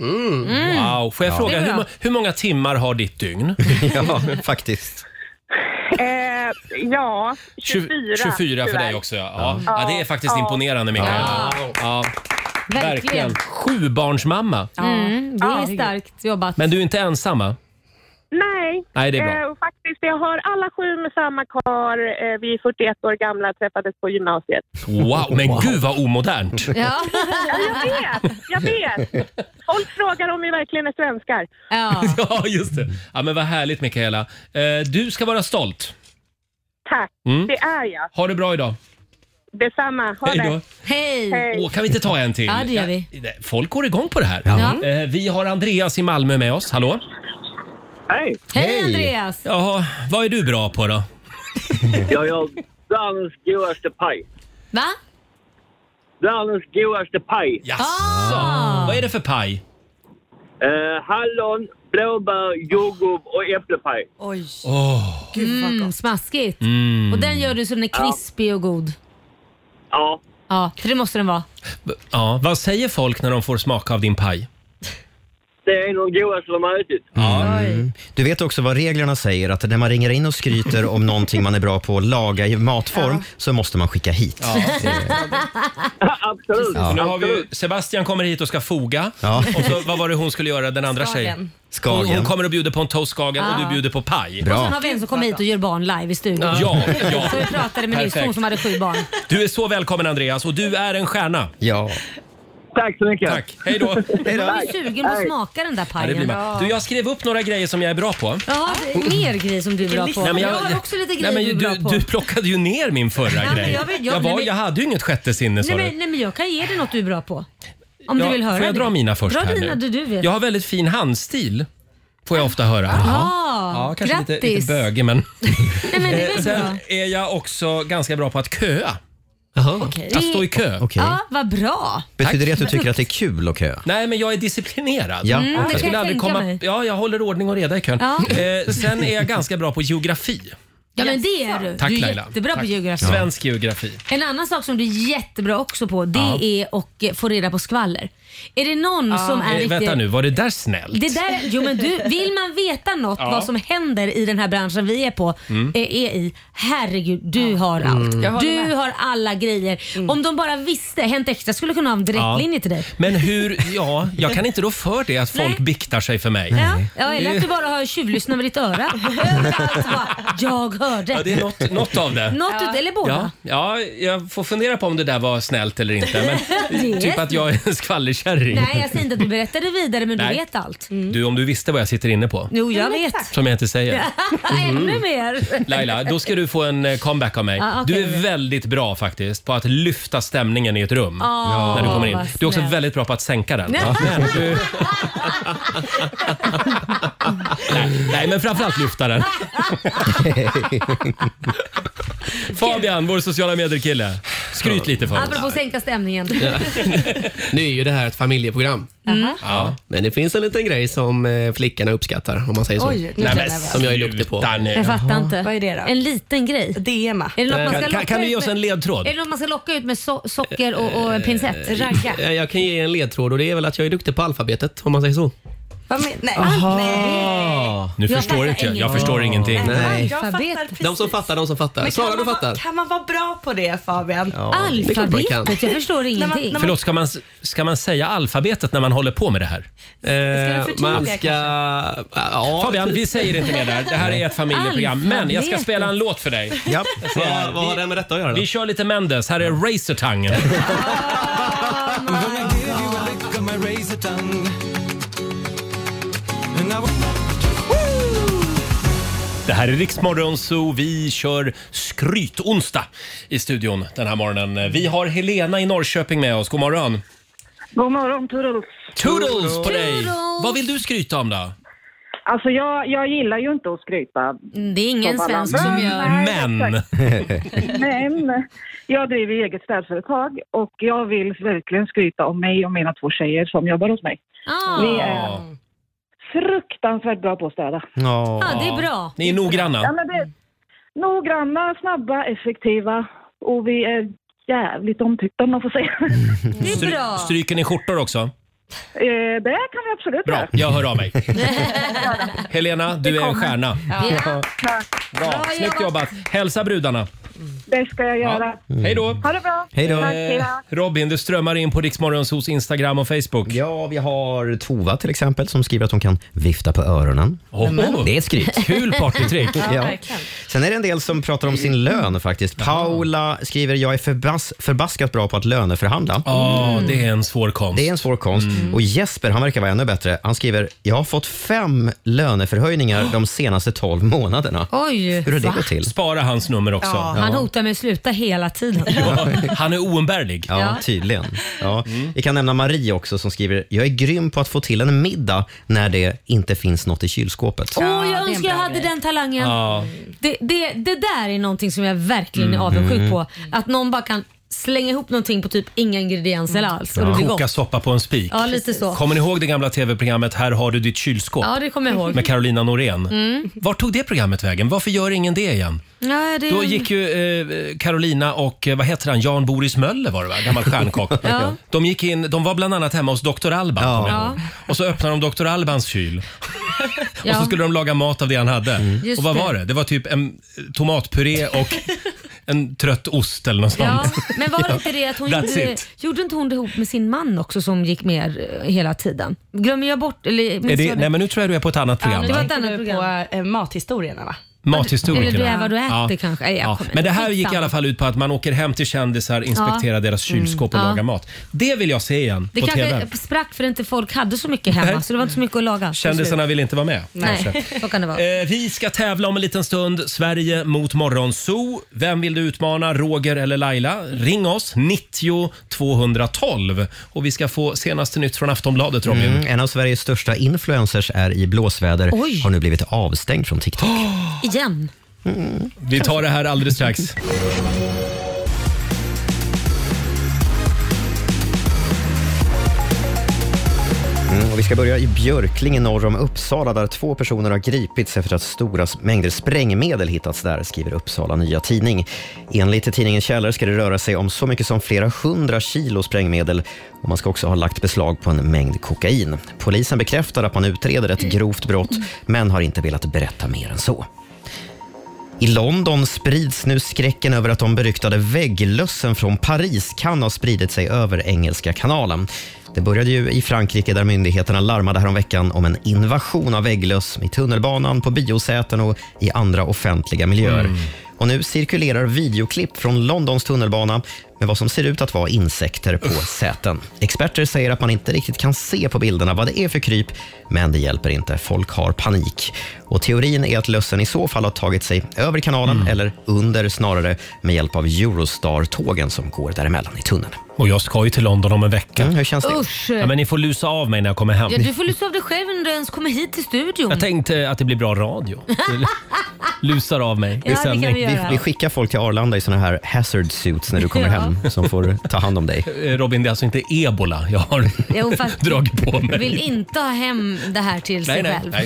Speaker 18: Mm.
Speaker 1: Wow. Får jag
Speaker 18: Ja.
Speaker 1: fråga,
Speaker 18: Det är
Speaker 1: hur,
Speaker 18: bra.
Speaker 1: må- hur många timmar har ditt dygn?
Speaker 3: ja, faktiskt.
Speaker 18: Eh, ja, 24.
Speaker 1: 24 för dig
Speaker 18: tyvärr.
Speaker 1: också, ja. Ja. Ja, det är faktiskt
Speaker 18: Ja.
Speaker 1: imponerande, Mikaela. Ja. Verkligen.
Speaker 2: Verkligen.
Speaker 1: Sjubarnsmamma.
Speaker 2: Mm, det är starkt jobbat.
Speaker 1: Men du är inte ensamma?
Speaker 18: Nej.
Speaker 1: Nej, det är bra.
Speaker 18: Eh, och faktiskt, jag har alla sju med samma kar. Eh, vi är 41 år gamla, träffades på gymnasiet.
Speaker 1: Wow, men gud vad omodernt.
Speaker 18: Ja. jag vet, jag vet. Folk frågar om vi verkligen är svenskar.
Speaker 2: Ja.
Speaker 1: Ja, just det. Ja, men vad härligt Mikaela. Eh, Du ska vara stolt.
Speaker 18: Tack,
Speaker 1: Mm.
Speaker 18: det är jag.
Speaker 1: Ha det bra idag.
Speaker 18: Detsamma. Ha
Speaker 1: Hej då.
Speaker 18: det. Hej.
Speaker 1: Åh, kan vi inte ta en till?
Speaker 18: Ja, det gör vi.
Speaker 1: Ja, Folk går igång på det här.
Speaker 18: Ja.
Speaker 1: Eh, Vi har Andreas i Malmö med oss. Hallå?
Speaker 19: Hej!
Speaker 2: Hej Andreas!
Speaker 1: Jaha, vad är du bra på då?
Speaker 19: Jag gör världens godaste paj.
Speaker 2: Va?
Speaker 19: Världens godaste paj.
Speaker 1: Jaså? Vad är det för paj?
Speaker 19: Eh, hallon, blåbär, jordgubb och äpplepaj.
Speaker 2: Oj.
Speaker 1: Åh.
Speaker 2: Mm, smaskigt.
Speaker 1: Mm.
Speaker 2: Och den gör du så den är krispig och god.
Speaker 19: Ja.
Speaker 2: Ja, för det måste den vara.
Speaker 1: B- Ja, vad säger folk när de får smaka av din paj?
Speaker 19: Det är en av de godaste de har ätit.
Speaker 3: Mm. Du vet också vad reglerna säger, att när man ringer in och skryter om någonting man är bra på att laga i matform så måste man skicka hit.
Speaker 19: Absolut.
Speaker 3: Ja.
Speaker 1: Nu har vi, Sebastian kommer hit och ska foga.
Speaker 3: Ja.
Speaker 1: Och så, vad var det hon skulle göra, den andra
Speaker 2: Skagen.
Speaker 1: tjejen?
Speaker 3: Skagen.
Speaker 1: Hon, hon kommer och bjuder på en toast skagen och
Speaker 2: Ja.
Speaker 1: du bjuder på paj.
Speaker 2: Och sen har vi en som kommer hit och gör barn live i studion.
Speaker 1: Ja, ja.
Speaker 2: Så vi pratade med nyss,
Speaker 1: Perfekt.
Speaker 2: hon som hade sju barn.
Speaker 1: Du är så välkommen Andreas och du är en stjärna.
Speaker 3: Ja.
Speaker 19: Tack så mycket.
Speaker 1: Tack, hej då.
Speaker 2: Jag var ju sugen på att smaka den där
Speaker 1: Ja,
Speaker 2: pajen.
Speaker 1: det blir man. Du, jag skrev upp några grejer som jag är bra på.
Speaker 2: Ja, det är mer grejer som du är bra på.
Speaker 1: Nej, men
Speaker 2: jag, har också lite grejer
Speaker 1: nej, men
Speaker 2: du är
Speaker 1: du,
Speaker 2: bra på.
Speaker 1: du plockade ju ner min förra
Speaker 2: Nej, men
Speaker 1: grej.
Speaker 2: jag vet- jag-
Speaker 1: Jag,
Speaker 2: nej,
Speaker 1: var,
Speaker 2: men-
Speaker 1: jag hade ju inget sjätte sinne sa
Speaker 2: nej,
Speaker 1: du.
Speaker 2: men, nej men jag kan ge dig något du är bra på. Om
Speaker 1: Ja,
Speaker 2: du vill höra
Speaker 1: Får jag
Speaker 2: det.
Speaker 1: dra mina först
Speaker 2: Dra
Speaker 1: här
Speaker 2: dina,
Speaker 1: nu?
Speaker 2: du, du vet.
Speaker 1: Jag har väldigt fin handstil. Får jag ofta höra.
Speaker 2: Jaha.
Speaker 1: Ja, kanske lite,
Speaker 2: Grattis.
Speaker 1: lite bögig men.
Speaker 2: Nej, men det är
Speaker 1: Eh,
Speaker 2: väl bra.
Speaker 1: Sen är jag också ganska bra på att köa. Att stå i kö.
Speaker 2: Ja, vad bra.
Speaker 3: Betyder det att du
Speaker 2: Tack.
Speaker 3: tycker att det är kul att köa?
Speaker 1: Nej, men jag är disciplinerad.
Speaker 3: Ja, Mm, det kan
Speaker 1: jag skulle
Speaker 2: jag
Speaker 1: aldrig
Speaker 2: tänka
Speaker 1: komma...
Speaker 2: mig.
Speaker 1: Ja, jag håller ordning och reda i kön.
Speaker 2: Ja.
Speaker 1: Eh, sen är jag ganska bra på geografi.
Speaker 2: Ja, men det är du.
Speaker 1: Tack
Speaker 2: du är
Speaker 1: Laila.
Speaker 2: jättebra på
Speaker 1: Tack.
Speaker 2: geografi.
Speaker 1: Svensk geografi.
Speaker 2: En annan sak som du är jättebra också på det
Speaker 1: Ja.
Speaker 2: är att eh, få reda på skvaller. Är det någon Mm, som är
Speaker 1: Eh,
Speaker 2: riktigt...
Speaker 1: Vänta nu, var det där snällt?
Speaker 2: Det där, jo men du, vill man veta något
Speaker 1: Ja.
Speaker 2: vad som händer i den här branschen vi är på,
Speaker 1: Mm.
Speaker 2: eh, är i, herregud du har
Speaker 1: Mm.
Speaker 2: allt.
Speaker 1: Jag
Speaker 2: Du
Speaker 1: håller Mm.
Speaker 2: har alla grejer. Om de bara visste, Hänt Extra skulle kunna ha en direktlinje till dig.
Speaker 1: Men hur, ja, jag kan inte då för det att folk biktar sig för mig.
Speaker 2: Ja, ja, eller
Speaker 1: Det-
Speaker 2: att du bara har tjuvlyssnat med ditt öra. Överallt bara, jag hörde.
Speaker 1: Ja, det är något, något av det.
Speaker 2: Något ut- eller båda.
Speaker 1: Ja, ja, jag får fundera på om det där var snällt eller inte. Men
Speaker 2: Det-
Speaker 1: typ att jag är en skvallerkärring.
Speaker 2: Nej, jag säger inte att du berättade vidare men
Speaker 1: Nej. Mm.
Speaker 2: du vet allt.
Speaker 1: Du, om du visste vad jag sitter inne på.
Speaker 2: Jo, jag vet.
Speaker 1: Som jag inte säger.
Speaker 2: Ännu mer.
Speaker 1: Laila, då ska du få en eh, comeback av mig.
Speaker 2: Ja, okej.
Speaker 1: Du är väldigt bra faktiskt på att lyfta stämningen i ett rum.
Speaker 2: Ja,
Speaker 1: när du kommer in.
Speaker 2: vad
Speaker 1: Du är också
Speaker 2: snällt.
Speaker 1: väldigt bra på att sänka den.
Speaker 2: Ja.
Speaker 1: Men du... nej, nej, men framförallt lyfta den. Fabian, vår sociala medier-kille. Skryt lite för
Speaker 2: Apropå sänka stämningen.
Speaker 4: Nu är ju det här ett familjeprogram.
Speaker 2: Mhm.
Speaker 4: Ja. Men det finns en liten grej som eh, flickorna uppskattar om man säger så.
Speaker 7: Oj, nu blir jag nervös.
Speaker 4: som jag är duktig på.
Speaker 2: Jag fattar inte.
Speaker 7: Vad är det då?
Speaker 2: En liten grej.
Speaker 7: DMa.
Speaker 2: Är det något man ska
Speaker 4: Kan-
Speaker 2: locka
Speaker 4: kan du
Speaker 2: ut
Speaker 4: ge oss
Speaker 2: med-
Speaker 4: en ledtråd?
Speaker 2: Är det något man ska locka ut med so socker och, och pincett? Ragga?
Speaker 4: Eh, Jag kan ge en ledtråd och det är väl att jag är duktig på alfabetet om man säger så.
Speaker 7: Nej.
Speaker 1: Nu
Speaker 7: Ah. Jag
Speaker 1: förstår
Speaker 7: fattar
Speaker 1: inte jag. Jag
Speaker 4: engelska.
Speaker 1: förstår ingenting.
Speaker 4: Nej.
Speaker 7: Jag fattar
Speaker 4: De som fattar, de som fattar. Sara,
Speaker 7: kan
Speaker 4: du
Speaker 7: man
Speaker 4: fattar.
Speaker 7: vara- Kan man vara bra på det Fabian?
Speaker 4: Ja, det är klart man kan.
Speaker 2: Alfabetet? Jag förstår ingenting.
Speaker 1: Förlåt, ska man, ska man säga alfabetet när man håller på med det här?
Speaker 4: Eh,
Speaker 2: förtydliga
Speaker 4: man
Speaker 2: kanske?
Speaker 4: ska... Ja,
Speaker 1: Fabian, vi säger inte mer där. Det här är ett familjeprogram. Men jag ska
Speaker 4: Alfabetet.
Speaker 1: spela en låt för dig. Eh,
Speaker 3: Ja.
Speaker 4: Vad- vad har det med detta att göra då?
Speaker 1: Vi kör lite Mendes. Här är Razor Tongue. Det här är Riksmorgon Zoo. Vi kör skrytonsdag i studion den här morgonen. Vi har Helena i Norrköping med oss. God morgon!
Speaker 5: God morgon Turtles.
Speaker 1: Toodles på dig! Vad vill du skryta om då?
Speaker 5: Alltså jag, jag gillar ju inte att skryta.
Speaker 2: Mm, Det är ingen svensk som gör.
Speaker 1: Men!
Speaker 5: Men jag driver ju eget städföretag och jag vill verkligen skryta om mig och mina två tjejer som jobbar hos mig.
Speaker 2: Ah.
Speaker 5: Vi är fruktansvärt bra på att städa.
Speaker 2: Ja, det är bra.
Speaker 1: Ni är
Speaker 5: Ja,
Speaker 1: noggranna.
Speaker 5: men det, noggranna, snabba, effektiva och vi är jävligt omtyckta om man får säga.
Speaker 2: Det är bra.
Speaker 1: Stryker ni skjortor också?
Speaker 5: Eh, det kan vi absolut
Speaker 1: Bra,
Speaker 5: göra.
Speaker 1: jag hör av mig. Helena, du är en stjärna.
Speaker 5: Ja.
Speaker 1: Bra, snyggt jobbat. Hälsa brudarna.
Speaker 5: Det ska jag göra.
Speaker 2: Mm.
Speaker 1: Hej då.
Speaker 5: Ha det bra. Tack, hej då.
Speaker 1: Robin, det strömmar in på Riksmorgonsos Instagram och Facebook.
Speaker 3: Ja, vi har Tova till exempel som skriver att hon kan vifta på öronen.
Speaker 1: Nämen.
Speaker 3: Det är ett skryt.
Speaker 1: Kul partytrick. Ja,
Speaker 3: verkligen. Sen är det en del som pratar om sin lön faktiskt. Paula skriver, jag är förbas- förbaskat bra på att löneförhandla.
Speaker 1: Ja, det är en svår konst. Mm.
Speaker 3: Det är en svår konst. Och Jesper, han verkar vara ännu bättre. Han skriver, jag har fått fem löneförhöjningar de senaste 12 månaderna.
Speaker 2: Oj.
Speaker 3: Hur har det
Speaker 2: Va?
Speaker 3: gått till?
Speaker 1: Spara hans nummer också.
Speaker 2: Ja, han Han hotar med att sluta hela tiden.
Speaker 1: Han är oumbärlig. Mm.
Speaker 3: Ja,
Speaker 2: Ja.
Speaker 3: tydligen. Ja. Vi kan nämna Marie också som skriver, jag är grym på att få till en middag när det inte finns något i kylskåpet.
Speaker 2: Åh, jag önskar jag hade den talangen.
Speaker 3: Ja.
Speaker 2: Det, det, det där är någonting som jag verkligen är
Speaker 3: Mm.
Speaker 2: avundsjuk
Speaker 1: Mm.
Speaker 2: på. Att någon bara kan slänga ihop någonting på typ inga
Speaker 7: Mm.
Speaker 2: ingredienser alls och det blir
Speaker 1: Koka
Speaker 2: gott.
Speaker 1: soppa på en spik.
Speaker 2: Ja, lite så.
Speaker 1: Kommer ni ihåg det gamla tv-programmet Här har du ditt kylskåp?
Speaker 2: Ja, det kommer jag ihåg.
Speaker 1: Med Carolina Norén.
Speaker 2: Mm.
Speaker 1: Var tog det programmet vägen? Varför gör ingen det igen?
Speaker 2: Nej, det...
Speaker 1: Då gick ju eh, Carolina och eh, vad heter han, Jan Boris Möller var det va? Gammal stjärnkock.
Speaker 2: Ja.
Speaker 1: De gick in, de var bland annat hemma hos Dr. Alban. kommer jag ihåg.
Speaker 2: Ja.
Speaker 1: Och så öppnade de Dr. Albans kyl. Och så
Speaker 2: Ja. Mm.
Speaker 1: skulle de laga mat av det han hade.
Speaker 2: Just
Speaker 1: Och vad
Speaker 2: det.
Speaker 1: var det? Det var typ en tomatpuré och en trött ost eller något
Speaker 2: Ja,
Speaker 1: sånt.
Speaker 2: men var det
Speaker 1: Ja.
Speaker 2: inte det att hon
Speaker 1: That's
Speaker 2: gjorde,
Speaker 1: it.
Speaker 2: gjorde inte hon det ihop med sin man också som gick med eh, hela tiden? Glömmer jag bort eller minns
Speaker 1: Är det,
Speaker 2: jag
Speaker 1: nej men nu tror jag du är på ett annat program.
Speaker 7: det
Speaker 1: va?
Speaker 7: var ett annat program. På eh, mathistorierna va?
Speaker 1: Mathistorikerna.
Speaker 2: Eller det är vad du äter kanske. Nej, jag
Speaker 1: Ja.
Speaker 2: kommer
Speaker 1: Men det här
Speaker 2: inte.
Speaker 1: gick i alla fall ut på att man åker hem till kändisar, inspekterar
Speaker 2: Ja.
Speaker 1: deras kylskåp och
Speaker 2: Mm. Ja.
Speaker 1: lagar mat. Det vill jag se igen
Speaker 2: Det
Speaker 1: på
Speaker 2: kanske
Speaker 1: TV.
Speaker 2: sprack för inte folk hade så mycket hemma
Speaker 1: Nej.
Speaker 2: så det var inte så mycket att laga. till
Speaker 1: Kändisarna
Speaker 2: slut.
Speaker 1: vill inte vara med.
Speaker 2: Nej,
Speaker 1: kanske.
Speaker 2: så kan det vara.
Speaker 1: Eh, vi ska tävla om en liten stund. Sverige mot Morgonzoo. Vem vill du utmana, Roger eller Laila? Ring oss, 90 212. Och vi ska få senaste nytt från Aftonbladet, Robin.
Speaker 3: Mm, en av Sveriges största influencers är i blåsväder,
Speaker 2: Oj.
Speaker 3: har nu blivit avstängd från TikTok.
Speaker 2: Igen.
Speaker 1: Vi tar det här alldeles strax.
Speaker 3: Mm, och vi ska börja i Björklinge norr om Uppsala där två personer har gripits efter att stora mängder sprängmedel hittats där, skriver Uppsala Nya Tidning. Enligt tidningen Källor ska det röra sig om så mycket som flera hundra kilo sprängmedel och man ska också ha lagt beslag på en mängd kokain. Polisen bekräftar att man utreder ett grovt brott men har inte velat berätta mer än så. I London sprids nu skräcken över att de beryktade vägglössen från Paris kan ha spridit sig över Engelska kanalen. Det började ju i Frankrike där myndigheterna larmade häromveckan om en invasion av vägglöss i tunnelbanan, på biosäten och i andra offentliga miljöer.
Speaker 1: Mm.
Speaker 3: Och nu cirkulerar videoklipp från Londons tunnelbana med vad som ser ut att vara insekter på säten. Experter säger att man inte riktigt kan se på bilderna vad det är för kryp, men det hjälper inte. Folk har panik. Och teorin är att lössen i så fall har tagit sig över kanalen,
Speaker 1: Mm.
Speaker 3: eller under snarare, med hjälp av Eurostar-tågen som går däremellan i tunneln.
Speaker 1: Och jag ska ju till London om en vecka.
Speaker 3: Mm, hur känns det?
Speaker 2: Usch.
Speaker 1: Ja, men ni får lusa av mig när jag kommer hem.
Speaker 2: Ja, du får lyssna av dig själv innan du ens kommer hit till studion.
Speaker 1: Jag tänkte att det blir bra radio. Lusar av mig
Speaker 2: Ja, det kan vi göra.
Speaker 3: Vi, vi skickar folk till Arlanda i såna här hazard suits när du kommer
Speaker 2: Ja.
Speaker 3: hem, som får ta hand om dig.
Speaker 1: Robin, det är alltså inte ebola jag har
Speaker 2: Jo, fast-
Speaker 1: dragit på mig.
Speaker 2: Vill inte ha hem det här till sig själv.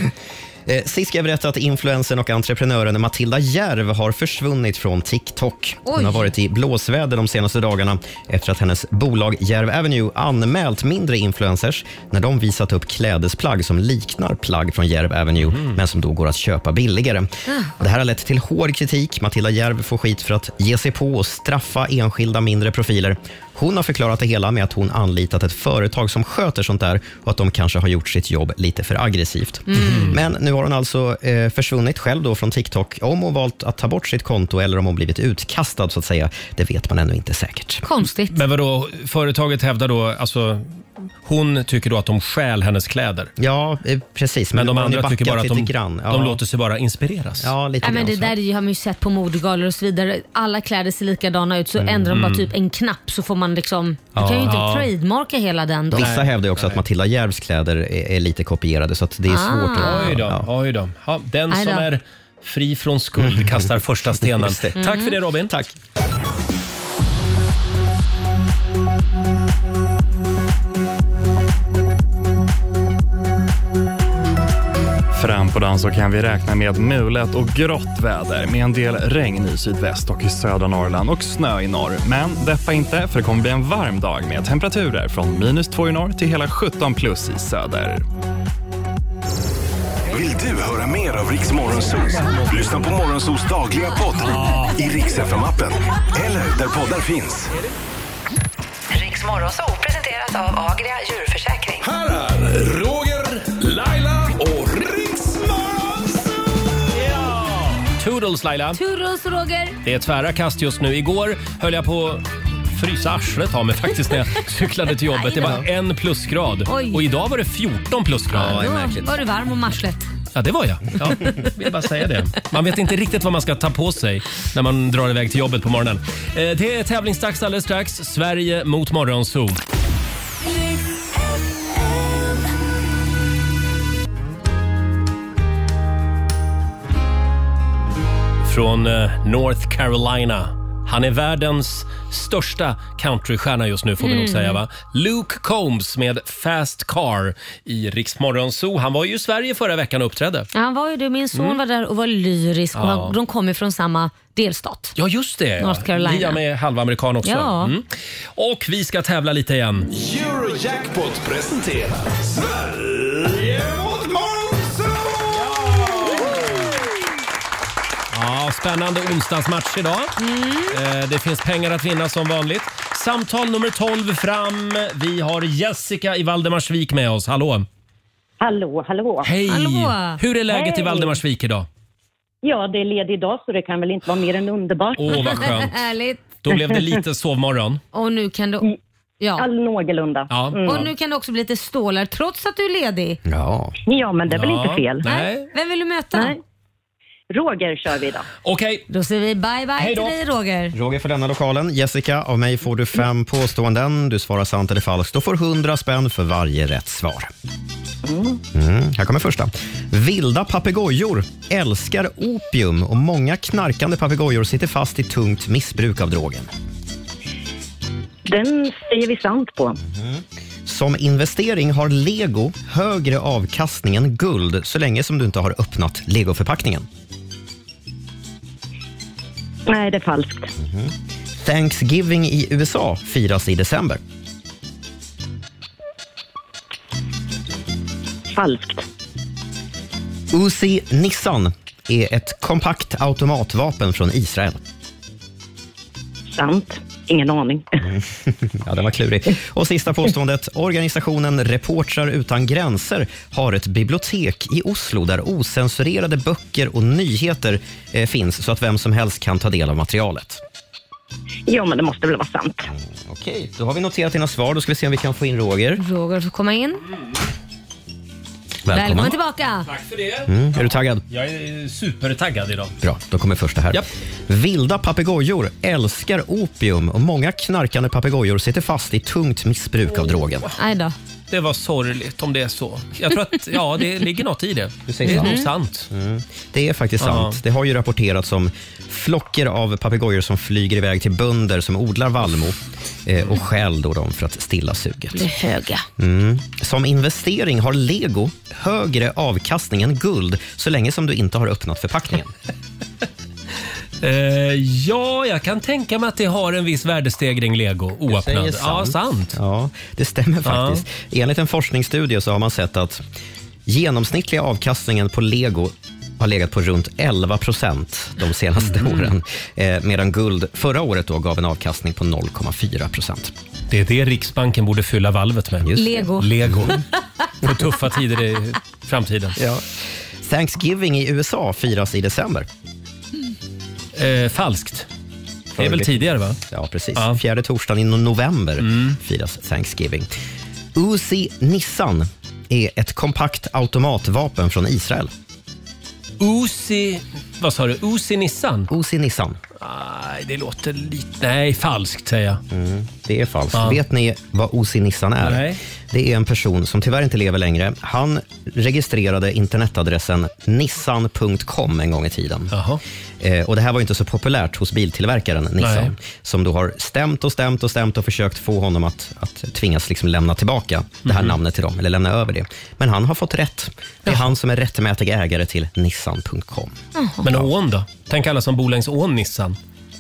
Speaker 3: Eh, Sist ska jag berätta att influensen och entreprenören Matilda Järv har försvunnit från TikTok. Hon
Speaker 1: Oj.
Speaker 3: har varit i blåsväder de senaste dagarna efter att hennes bolag Järv Avenue anmält mindre influencers när de visat upp klädesplagg som liknar plagg från Järv Avenue
Speaker 2: Mm.
Speaker 3: men som då går att köpa billigare.
Speaker 2: Ah.
Speaker 3: Det här har lett till hård kritik. Matilda Järv får skit för att ge sig på och straffa enskilda mindre profiler. Hon har förklarat det hela med att hon anlitat ett företag som sköter sånt där och att de kanske har gjort sitt jobb lite för aggressivt.
Speaker 15: Mm.
Speaker 3: Men nu har hon alltså eh, försvunnit själv då från TikTok. Om hon valt att ta bort sitt konto eller om hon blivit utkastad så att säga, det vet man ännu inte säkert.
Speaker 2: Konstigt.
Speaker 1: Men vadå, företaget hävdar då, alltså hon tycker då att de stjäl hennes kläder.
Speaker 3: Ja, eh, precis.
Speaker 1: Men,
Speaker 3: nu
Speaker 1: de
Speaker 3: har hon ju
Speaker 1: andra tycker
Speaker 3: backat
Speaker 1: bara att de,
Speaker 3: lite grann. Ja.
Speaker 1: de låter sig bara inspireras.
Speaker 3: Ja,
Speaker 2: Nej, men det där har man ju sett på modegalor och så vidare. Alla kläder ser likadana ut så ändrar de bara
Speaker 1: Mm.
Speaker 2: typ en knapp så får man liksom...
Speaker 3: Ja.
Speaker 2: Du kan ju inte
Speaker 3: Ja.
Speaker 2: trademarka hela den då.
Speaker 3: Vissa hävdar ju också att Matilda Järvs kläder är, är lite kopierade så att det är
Speaker 2: Ah.
Speaker 3: svårt att...
Speaker 1: Oj då, oj då. Ja, den
Speaker 2: Aj
Speaker 1: som
Speaker 2: då.
Speaker 1: är fri från skuld Mm. kastar första stenen.
Speaker 3: Just det.
Speaker 1: Tack för det Robin.
Speaker 3: Tack.
Speaker 20: Fram på dagen så kan vi räkna med mulet och grått väder med en del regn i sydväst och i södra Norrland och snö i norr. Men deppa inte, för det kommer bli en varm dag med temperaturer från minus 2 i norr till hela 17 plus i söder.
Speaker 6: Vill du höra mer av Riks Morgonzoos? Lyssna på Morgonzoos dagliga podd i Riks FM-appen eller där poddar finns.
Speaker 8: Riks Morgonzoo presenteras av Agria djurförsäkring.
Speaker 6: Roger, Laila och Riks
Speaker 1: Toodles Laila.
Speaker 2: Toodles Roger.
Speaker 1: Det är tvära kast just nu. Igår höll jag på att frysa arslet av mig faktiskt när jag cyklade till jobbet. Det var en plusgrad
Speaker 2: Oj.
Speaker 1: och idag var det 14 plusgrader.
Speaker 2: Då var du varm om arslet.
Speaker 1: Ja, det var jag. Ja, vill bara säga det. Man vet inte riktigt vad man ska ta på sig när man drar iväg till jobbet på morgonen. Eh, Det är tävlingsdags alldeles strax. Sverige mot Morgonzoo. Från eh, North Carolina. Han är världens största countrystjärna just nu får vi nog
Speaker 15: Mm.
Speaker 1: säga va? Luke Combs med Fast Car i Rix Morgonzoo. Han var ju i Sverige förra veckan och uppträdde.
Speaker 2: Ja, han var ju det. Min son
Speaker 1: Mm.
Speaker 2: var där och var lyrisk. Och
Speaker 1: Ja.
Speaker 2: han, de kommer från samma delstat.
Speaker 1: Ja, just det.
Speaker 2: North Carolina.
Speaker 1: Liam är halvamerikan också. Mm.
Speaker 2: Ja.
Speaker 1: Och vi ska tävla lite igen.
Speaker 15: Eurojackpot presenterar Sverige mot
Speaker 1: Ja, spännande onsdagsmatch idag.
Speaker 21: Mm.
Speaker 1: Eh, Det finns pengar att vinna som vanligt. Samtal nummer 12 fram. Vi har Jessica i Valdemarsvik med oss. Hallå!
Speaker 21: Hallå, hallå.
Speaker 1: Hej! Hur är läget i Valdemarsvik idag?
Speaker 21: Ja, det är ledig dag så det kan väl inte vara mer än underbart.
Speaker 1: Åh, vad skönt.
Speaker 2: Härligt.
Speaker 1: Då blev det lite sovmorgon.
Speaker 2: Och nu kan du... Ja.
Speaker 21: Mm. All någorlunda.
Speaker 1: Ja. Mm.
Speaker 2: Och nu kan det också bli lite stålar trots att du är ledig.
Speaker 1: Ja.
Speaker 21: Ja, men det är väl
Speaker 1: Ja,
Speaker 21: inte fel.
Speaker 1: nej.
Speaker 2: Vem vill du möta?
Speaker 21: Roger kör vi idag.
Speaker 1: Okej.
Speaker 2: Då säger vi bye bye till
Speaker 21: då.
Speaker 2: dig Roger.
Speaker 3: Roger får lämna lokalen. Jessica, av mig får du fem påståenden. Du svarar sant eller falskt. Då får 100 spänn för varje rätt svar. Mm, här kommer första. Vilda papegojor älskar opium och många knarkande papegojor sitter fast i tungt missbruk av drogen.
Speaker 21: Den säger vi sant på.
Speaker 3: Som investering har lego högre avkastning än guld så länge som du inte har öppnat legoförpackningen.
Speaker 21: Nej, det är falskt.
Speaker 3: Mhm. Thanksgiving i USA firas i december.
Speaker 21: Falskt.
Speaker 3: Uzi Nissan är ett kompakt automatvapen från Israel.
Speaker 21: Sant. Ingen aning.
Speaker 3: ja, den var klurig. Och sista påståendet. Organisationen Reportrar utan gränser har ett bibliotek i Oslo där osensurerade böcker och nyheter eh, finns så att vem som helst kan ta del av materialet.
Speaker 21: Ja, men det måste väl vara sant.
Speaker 3: Okej, då har vi noterat dina svar. Då ska vi se om vi kan få in Roger.
Speaker 2: Roger får komma in.
Speaker 3: Välkommen.
Speaker 2: Välkommen tillbaka.
Speaker 1: Tack för det.
Speaker 3: Mm, är du taggad?
Speaker 1: Jag är supertaggad idag.
Speaker 3: Bra, då kommer första här. Vilda papegojor älskar opium och många knarkande papegojor sitter fast i tungt missbruk av drogen.
Speaker 2: Aj då.
Speaker 1: Det var sorgligt om det är så. Jag tror att ja, det ligger något i det. Det är
Speaker 2: Mm-hmm.
Speaker 1: nog sant.
Speaker 3: Mm. Det är faktiskt
Speaker 1: Ja.
Speaker 3: sant. Det har ju rapporterats om flocker av papegojor som flyger iväg till bönder som odlar vallmo eh, och stjäl då dem för att stilla suget.
Speaker 2: Det är höga.
Speaker 3: Mm. Som investering har lego högre avkastning än guld så länge som du inte har öppnat förpackningen.
Speaker 1: Eh, ja, jag kan tänka mig att det har en viss värdestegring, lego, oöppnad. Ja, sant.
Speaker 3: Ja, det stämmer faktiskt. Enligt en forskningsstudie så har man sett att genomsnittliga avkastningen på lego har legat på runt 11 procent de senaste
Speaker 1: Mm.
Speaker 3: åren. Eh, medan guld förra året då gav en avkastning på 0,4 procent.
Speaker 1: Det är det Riksbanken borde fylla valvet med.
Speaker 2: Lego.
Speaker 1: Lego. För tuffa tider i framtiden.
Speaker 3: Ja. Thanksgiving i USA firas i december.
Speaker 1: Eh, falskt. Det är väl tidigare, va?
Speaker 3: Ja, precis. Fjärde torsdagen i november firas Thanksgiving. Uzi Nissan är ett kompakt automatvapen från Israel.
Speaker 1: Uzi... Vad sa du? Uzi Nissan?
Speaker 3: Uzi Nissan.
Speaker 1: Nej, det låter lite... Nej, falskt säger jag.
Speaker 3: Mm, Det är falskt.
Speaker 1: Ja.
Speaker 3: Vet ni vad Ossi Nissan är?
Speaker 1: Nej.
Speaker 3: Det är en person som tyvärr inte lever längre. Han registrerade internetadressen nissan.com en gång i tiden. Eh, och Det här var ju inte så populärt hos biltillverkaren Nissan
Speaker 1: Nej.
Speaker 3: som då har stämt och stämt och stämt och försökt få honom att, att tvingas liksom lämna tillbaka det här
Speaker 1: Mhm.
Speaker 3: namnet till dem, eller lämna över det. Men han har fått rätt. Det är han som är rättmätig ägare till nissan.com.
Speaker 1: Jaha. Men ån då? Tänk alla som bor längs ån Nissan.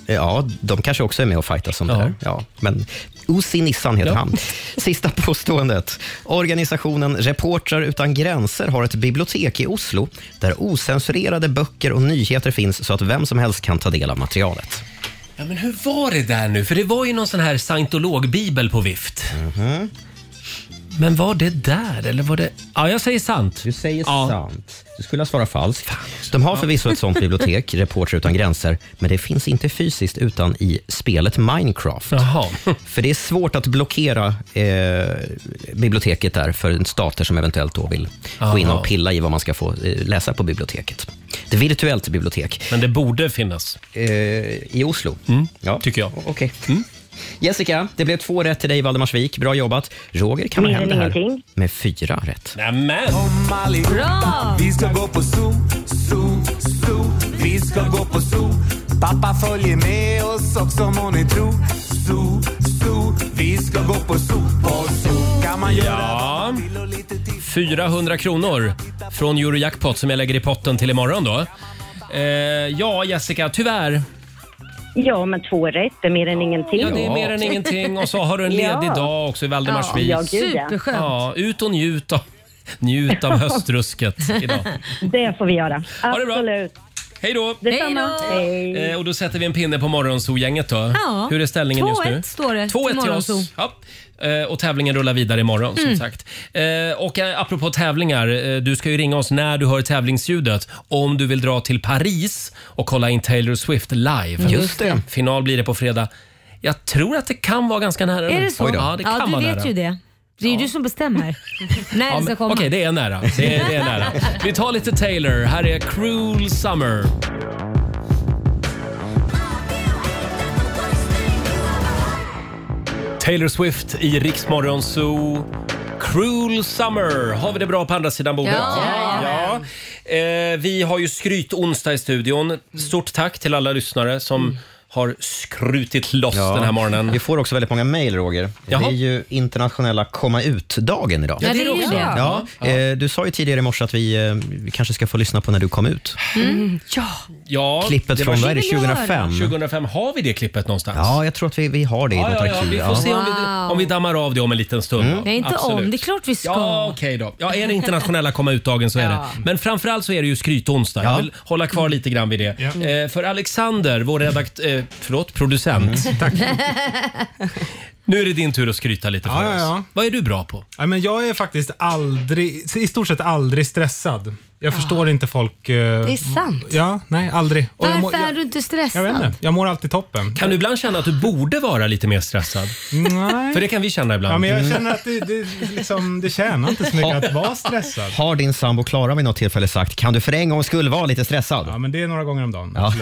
Speaker 3: Ja, de kanske också är med och fightas om det här. Ja, men Ossi Nissan heter han. Sista påståendet. Organisationen Reportrar utan gränser har ett bibliotek i Oslo där osensurerade böcker och nyheter finns så att vem som helst kan ta del av materialet.
Speaker 1: Ja, men hur
Speaker 3: Mhm.
Speaker 1: var det där nu? För det var ju någon sån här scientologbibel på vift. Men var det där eller var det... Ja, jag säger sant.
Speaker 3: Du säger sant. Du skulle ha svarat falskt. De har förvisso ett sånt bibliotek, Reporter utan gränser, men det finns inte fysiskt utan i spelet Minecraft. För det är svårt att blockera eh, biblioteket där för stater som eventuellt då vill gå in
Speaker 1: Jaha.
Speaker 3: och pilla i vad man ska få eh, läsa på biblioteket. Det är virtuellt bibliotek. Eh,
Speaker 1: Men det borde finnas. Mm,
Speaker 3: I Oslo? ja. tycker jag. Okej. Jessica, det blev två rätt till dig i Valdemarsvik. Bra jobbat. Roger kammar
Speaker 11: Mer
Speaker 3: hem
Speaker 11: än
Speaker 3: det här
Speaker 11: ingenting.
Speaker 3: med fyra rätt.
Speaker 1: Nämen!
Speaker 15: Kom allihop.
Speaker 11: Bra!
Speaker 15: Vi ska gå på zoo, zoo, zoo. Vi ska gå på zoo. Pappa följer med oss också må ni tro. Zoo, zoo. Vi ska gå på zoo, på zoo. Kan man göra
Speaker 1: Ja. 400 kronor från Eurojackpot som jag lägger i potten till imorgon då. Eh, ja, Jessica, tyvärr.
Speaker 21: Ja, men två rätt är mer än ingenting.
Speaker 1: Ja, det är mer än ingenting. Och så har du en ledig
Speaker 21: Ja.
Speaker 1: dag också i Valdemarsvik.
Speaker 21: Ja, ja, gud, ja. Superskönt.
Speaker 1: Ja, ut och njut av, njut av höstrusket idag.
Speaker 21: Det får vi göra. Absolut.
Speaker 1: Hej då!
Speaker 21: Detsamma. Hej.
Speaker 1: Eh, och då sätter vi en pinne på Morgonzoo-gänget då.
Speaker 21: Ja.
Speaker 1: Hur är ställningen just nu?
Speaker 21: 2-1 står det
Speaker 1: 2-1
Speaker 21: till
Speaker 1: till
Speaker 21: Morgonzoo.
Speaker 1: oss. Ja. Eh, Och tävlingen rullar vidare imorgon
Speaker 21: Mm.
Speaker 1: som sagt. Eh, Och eh, apropå tävlingar, eh, du ska ju ringa oss när du hör tävlingsljudet om du vill dra till Paris och kolla in Taylor Swift live.
Speaker 3: Just det.
Speaker 1: Final blir det på fredag. Jag tror att det kan vara ganska nära.
Speaker 2: Är
Speaker 1: nu.
Speaker 2: det så?
Speaker 1: Ja, det kan
Speaker 2: du
Speaker 1: vara
Speaker 2: vet
Speaker 1: nära.
Speaker 2: ju det. Det är ju du som bestämmer när
Speaker 1: Ja,
Speaker 2: det
Speaker 1: men-
Speaker 2: ska
Speaker 1: Okej,
Speaker 2: komma.
Speaker 1: det är nära. Det är, det är nära. Vi tar lite Taylor. Här är Cruel Summer. Taylor Swift i Rix Morgon Zoo. Cruel Summer. Har vi det bra på andra sidan bordet?
Speaker 15: Ja.
Speaker 1: Ja. Eh, vi har ju skryt onsdag i studion. Stort tack till alla lyssnare som
Speaker 2: Mm.
Speaker 1: har skrutit loss den här morgonen.
Speaker 3: Vi får också väldigt många mejl, Roger. Det
Speaker 1: Jaha.
Speaker 3: är ju internationella komma ut-dagen idag.
Speaker 1: Ja, det är det också.
Speaker 3: Ja. eh, Du sa ju tidigare i morse att vi, eh, vi kanske ska få lyssna på när du kom ut.
Speaker 1: Ja. ja
Speaker 3: Klippet från, vad är det,
Speaker 1: Det var-
Speaker 3: 2005?
Speaker 1: 2005, har vi det klippet någonstans?
Speaker 3: Ja, jag tror att vi, vi har det i
Speaker 1: Ja,
Speaker 3: något
Speaker 1: ja, ja,
Speaker 3: arkiv. Mm.
Speaker 1: vi får se om vi,
Speaker 2: Wow.
Speaker 1: om vi dammar av det om en liten stund.
Speaker 2: Nej, inte om. Det är klart vi ska.
Speaker 1: Ja, okej då. Ja, är det internationella komma ut-dagen så är
Speaker 2: Ja.
Speaker 1: det. Men framförallt så är det ju skrytonsdag. Jag vill hålla kvar lite grann vid det. Eh, för Alexander, vår redakt... Eh, förlåt, producent.
Speaker 3: Mm.
Speaker 1: Tack. Nu är det din tur att skryta lite för
Speaker 10: Ja, ja,
Speaker 1: oss.
Speaker 10: ja.
Speaker 1: Vad är du bra på?
Speaker 10: Ja, men jag är faktiskt aldrig, i stort sett aldrig stressad. Jag förstår inte folk... eh,
Speaker 2: Det är sant.
Speaker 10: Ja, nej, aldrig. Och jag,
Speaker 2: Varför
Speaker 10: mår, jag,
Speaker 2: är du inte stressad?
Speaker 10: jag vet inte. Jag mår alltid toppen.
Speaker 1: Kan du ibland känna att du borde vara lite mer stressad?
Speaker 10: Nej.
Speaker 1: För det kan vi känna ibland. Mm.
Speaker 10: Ja, men
Speaker 3: Mm.
Speaker 10: jag känner att det, det, liksom, det tjänar inte så mycket att vara stressad.
Speaker 3: Har din sambo Klara vid något tillfälle sagt, kan du för en gång skulle vara lite stressad?
Speaker 10: Ja, men det är några gånger om dagen.
Speaker 3: Ja.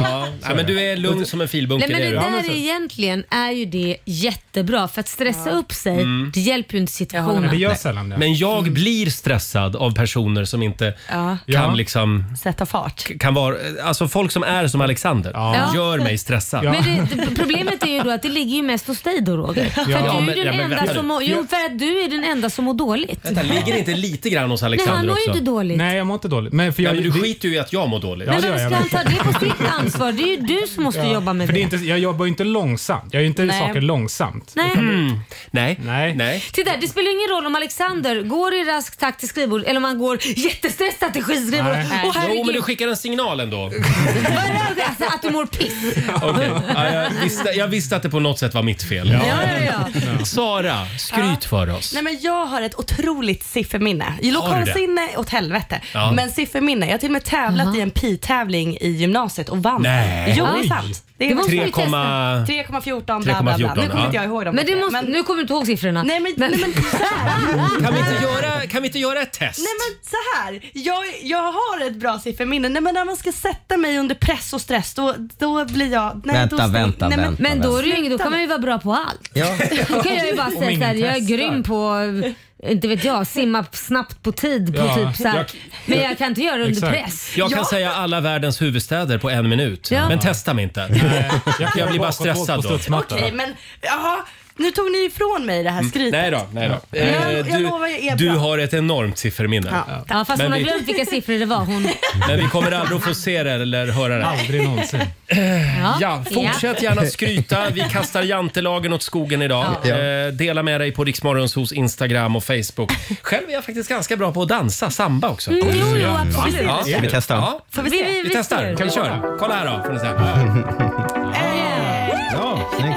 Speaker 1: Ja, ja, men du är lugn som en
Speaker 2: Nej,
Speaker 1: filbunke.
Speaker 2: men det
Speaker 1: är du.
Speaker 2: där är egentligen är ju det jättebra. För att stressa upp sig,
Speaker 1: Mm.
Speaker 2: det hjälper ju inte situationen.
Speaker 1: Men jag blir stressad av personer som inte
Speaker 2: Ja.
Speaker 1: kan
Speaker 2: Ja.
Speaker 1: liksom...
Speaker 7: Sätta fart.
Speaker 1: Kan vara, alltså folk som är som Alexander
Speaker 2: Ja.
Speaker 1: gör mig stressad.
Speaker 2: Men det, det, problemet är ju då att det ligger ju mest hos dig då Roger. För,
Speaker 1: Ja,
Speaker 2: att du är
Speaker 1: men-
Speaker 2: ju
Speaker 1: ja,
Speaker 2: den
Speaker 1: men
Speaker 2: enda
Speaker 1: vänta
Speaker 2: som
Speaker 1: nu.
Speaker 2: mår, jo, för att du är den enda som mår dåligt.
Speaker 1: Vänta, ligger det inte lite grann hos Alexander
Speaker 2: Nej, han mår ju
Speaker 1: också?
Speaker 2: inte dåligt.
Speaker 10: Nej, jag mår inte dåligt. Men, för jag,
Speaker 1: Nej, men du skiter ju i att jag mår dåligt.
Speaker 2: Nej, men ska han ta det på sitt ansvar? Det är ju du som måste
Speaker 10: Ja,
Speaker 2: jobba med
Speaker 10: för
Speaker 2: det.
Speaker 10: det. Är inte, jag jobbar ju inte långsamt. Jag gör ju inte
Speaker 2: Nej.
Speaker 10: saker långsamt.
Speaker 2: Nej. Mm.
Speaker 1: Nej.
Speaker 10: Nej.
Speaker 1: Nej.
Speaker 2: Titta, det spelar ingen roll om Alexander går i rask takt till skrivbordet eller om han går jättestressad till skrivbordet. Åh
Speaker 1: jo, men
Speaker 2: herregud,
Speaker 1: du skickar en signal ändå.
Speaker 2: alltså, att du mår piss.
Speaker 1: Okej. ja, jag, visste, jag visste att det på något sätt var mitt fel.
Speaker 7: Ja, ja,
Speaker 1: Sara, skryt
Speaker 7: Ja.
Speaker 1: för oss.
Speaker 7: Nej, men jag har ett otroligt sifferminne. Lokalsinne åt helvete.
Speaker 1: Ja.
Speaker 7: Men sifferminne. Jag har till och med tävlat i en pi-tävling i gymnasiet och vann.
Speaker 1: Nej.
Speaker 7: Jo, det
Speaker 1: Oj.
Speaker 7: är sant.
Speaker 1: Det måste vi testa. 3,14,
Speaker 7: 3,14 bla, bla, bla. Nu
Speaker 1: 3,14,
Speaker 7: kommer
Speaker 1: ja.
Speaker 7: inte jag ihåg dem.
Speaker 2: Men, det måste, nu kommer du inte ihåg siffrorna.
Speaker 7: Nej men, nej, men så här.
Speaker 1: Kan vi inte göra, kan vi inte göra ett test?
Speaker 7: Nej men så här. Jag, jag har ett bra sifferminne. Nej men när man ska sätta mig under press och stress då, då blir jag... Nej,
Speaker 3: Vänta,
Speaker 7: då stäng-
Speaker 3: vänta,
Speaker 7: nej,
Speaker 3: vänta,
Speaker 2: Men då, är det ju
Speaker 7: Sluta
Speaker 2: inget, då kan
Speaker 7: nu.
Speaker 2: man ju vara bra på allt.
Speaker 3: Ja.
Speaker 2: Då kan jag ju bara
Speaker 7: Om
Speaker 2: säga
Speaker 7: ingen
Speaker 2: såhär, jag är
Speaker 7: testar.
Speaker 2: grym på, eh, inte vet jag, simma snabbt på tid på
Speaker 1: Ja,
Speaker 2: typ så här.
Speaker 1: jag-
Speaker 2: Men jag kan inte göra det under press.
Speaker 1: Jag kan säga alla världens huvudstäder på en minut.
Speaker 2: Ja.
Speaker 1: Men testa mig inte. Jag,
Speaker 10: kan
Speaker 1: blir bara
Speaker 10: bakåt, bakåt
Speaker 1: stressad
Speaker 10: på
Speaker 1: då.
Speaker 10: studsmattan.
Speaker 7: Okej men jaha, nu tog ni ifrån mig det här skrytet.
Speaker 1: Mm. Nej då, nej då.
Speaker 7: Men jag-
Speaker 1: Eh,
Speaker 7: jag lovar, jag är
Speaker 1: du, du
Speaker 7: bra.
Speaker 1: har ett enormt sifferminne.
Speaker 2: Ja, fast
Speaker 1: Men
Speaker 2: hon har
Speaker 1: vi-
Speaker 2: glömt vilka siffror det var. Hon...
Speaker 1: Men vi kommer aldrig att få se det eller höra det.
Speaker 10: Aldrig någonsin.
Speaker 2: Ja,
Speaker 1: Ja, fortsätt gärna skryta. Vi kastar jantelagen åt skogen idag.
Speaker 3: Ja.
Speaker 1: Eh, dela med dig på Riksmorgonsos Instagram och Facebook. Själv är jag faktiskt ganska bra på att dansa samba också.
Speaker 2: Mm, jo, jo, absolut.
Speaker 1: Ja.
Speaker 3: Ska vi testa?
Speaker 1: Ja.
Speaker 2: Får vi se? Vi- vi-
Speaker 1: Vi
Speaker 2: vi
Speaker 1: testar.
Speaker 2: ser.
Speaker 1: Vi kör. Kolla här då. Får ni se.
Speaker 3: Ja, snyggt.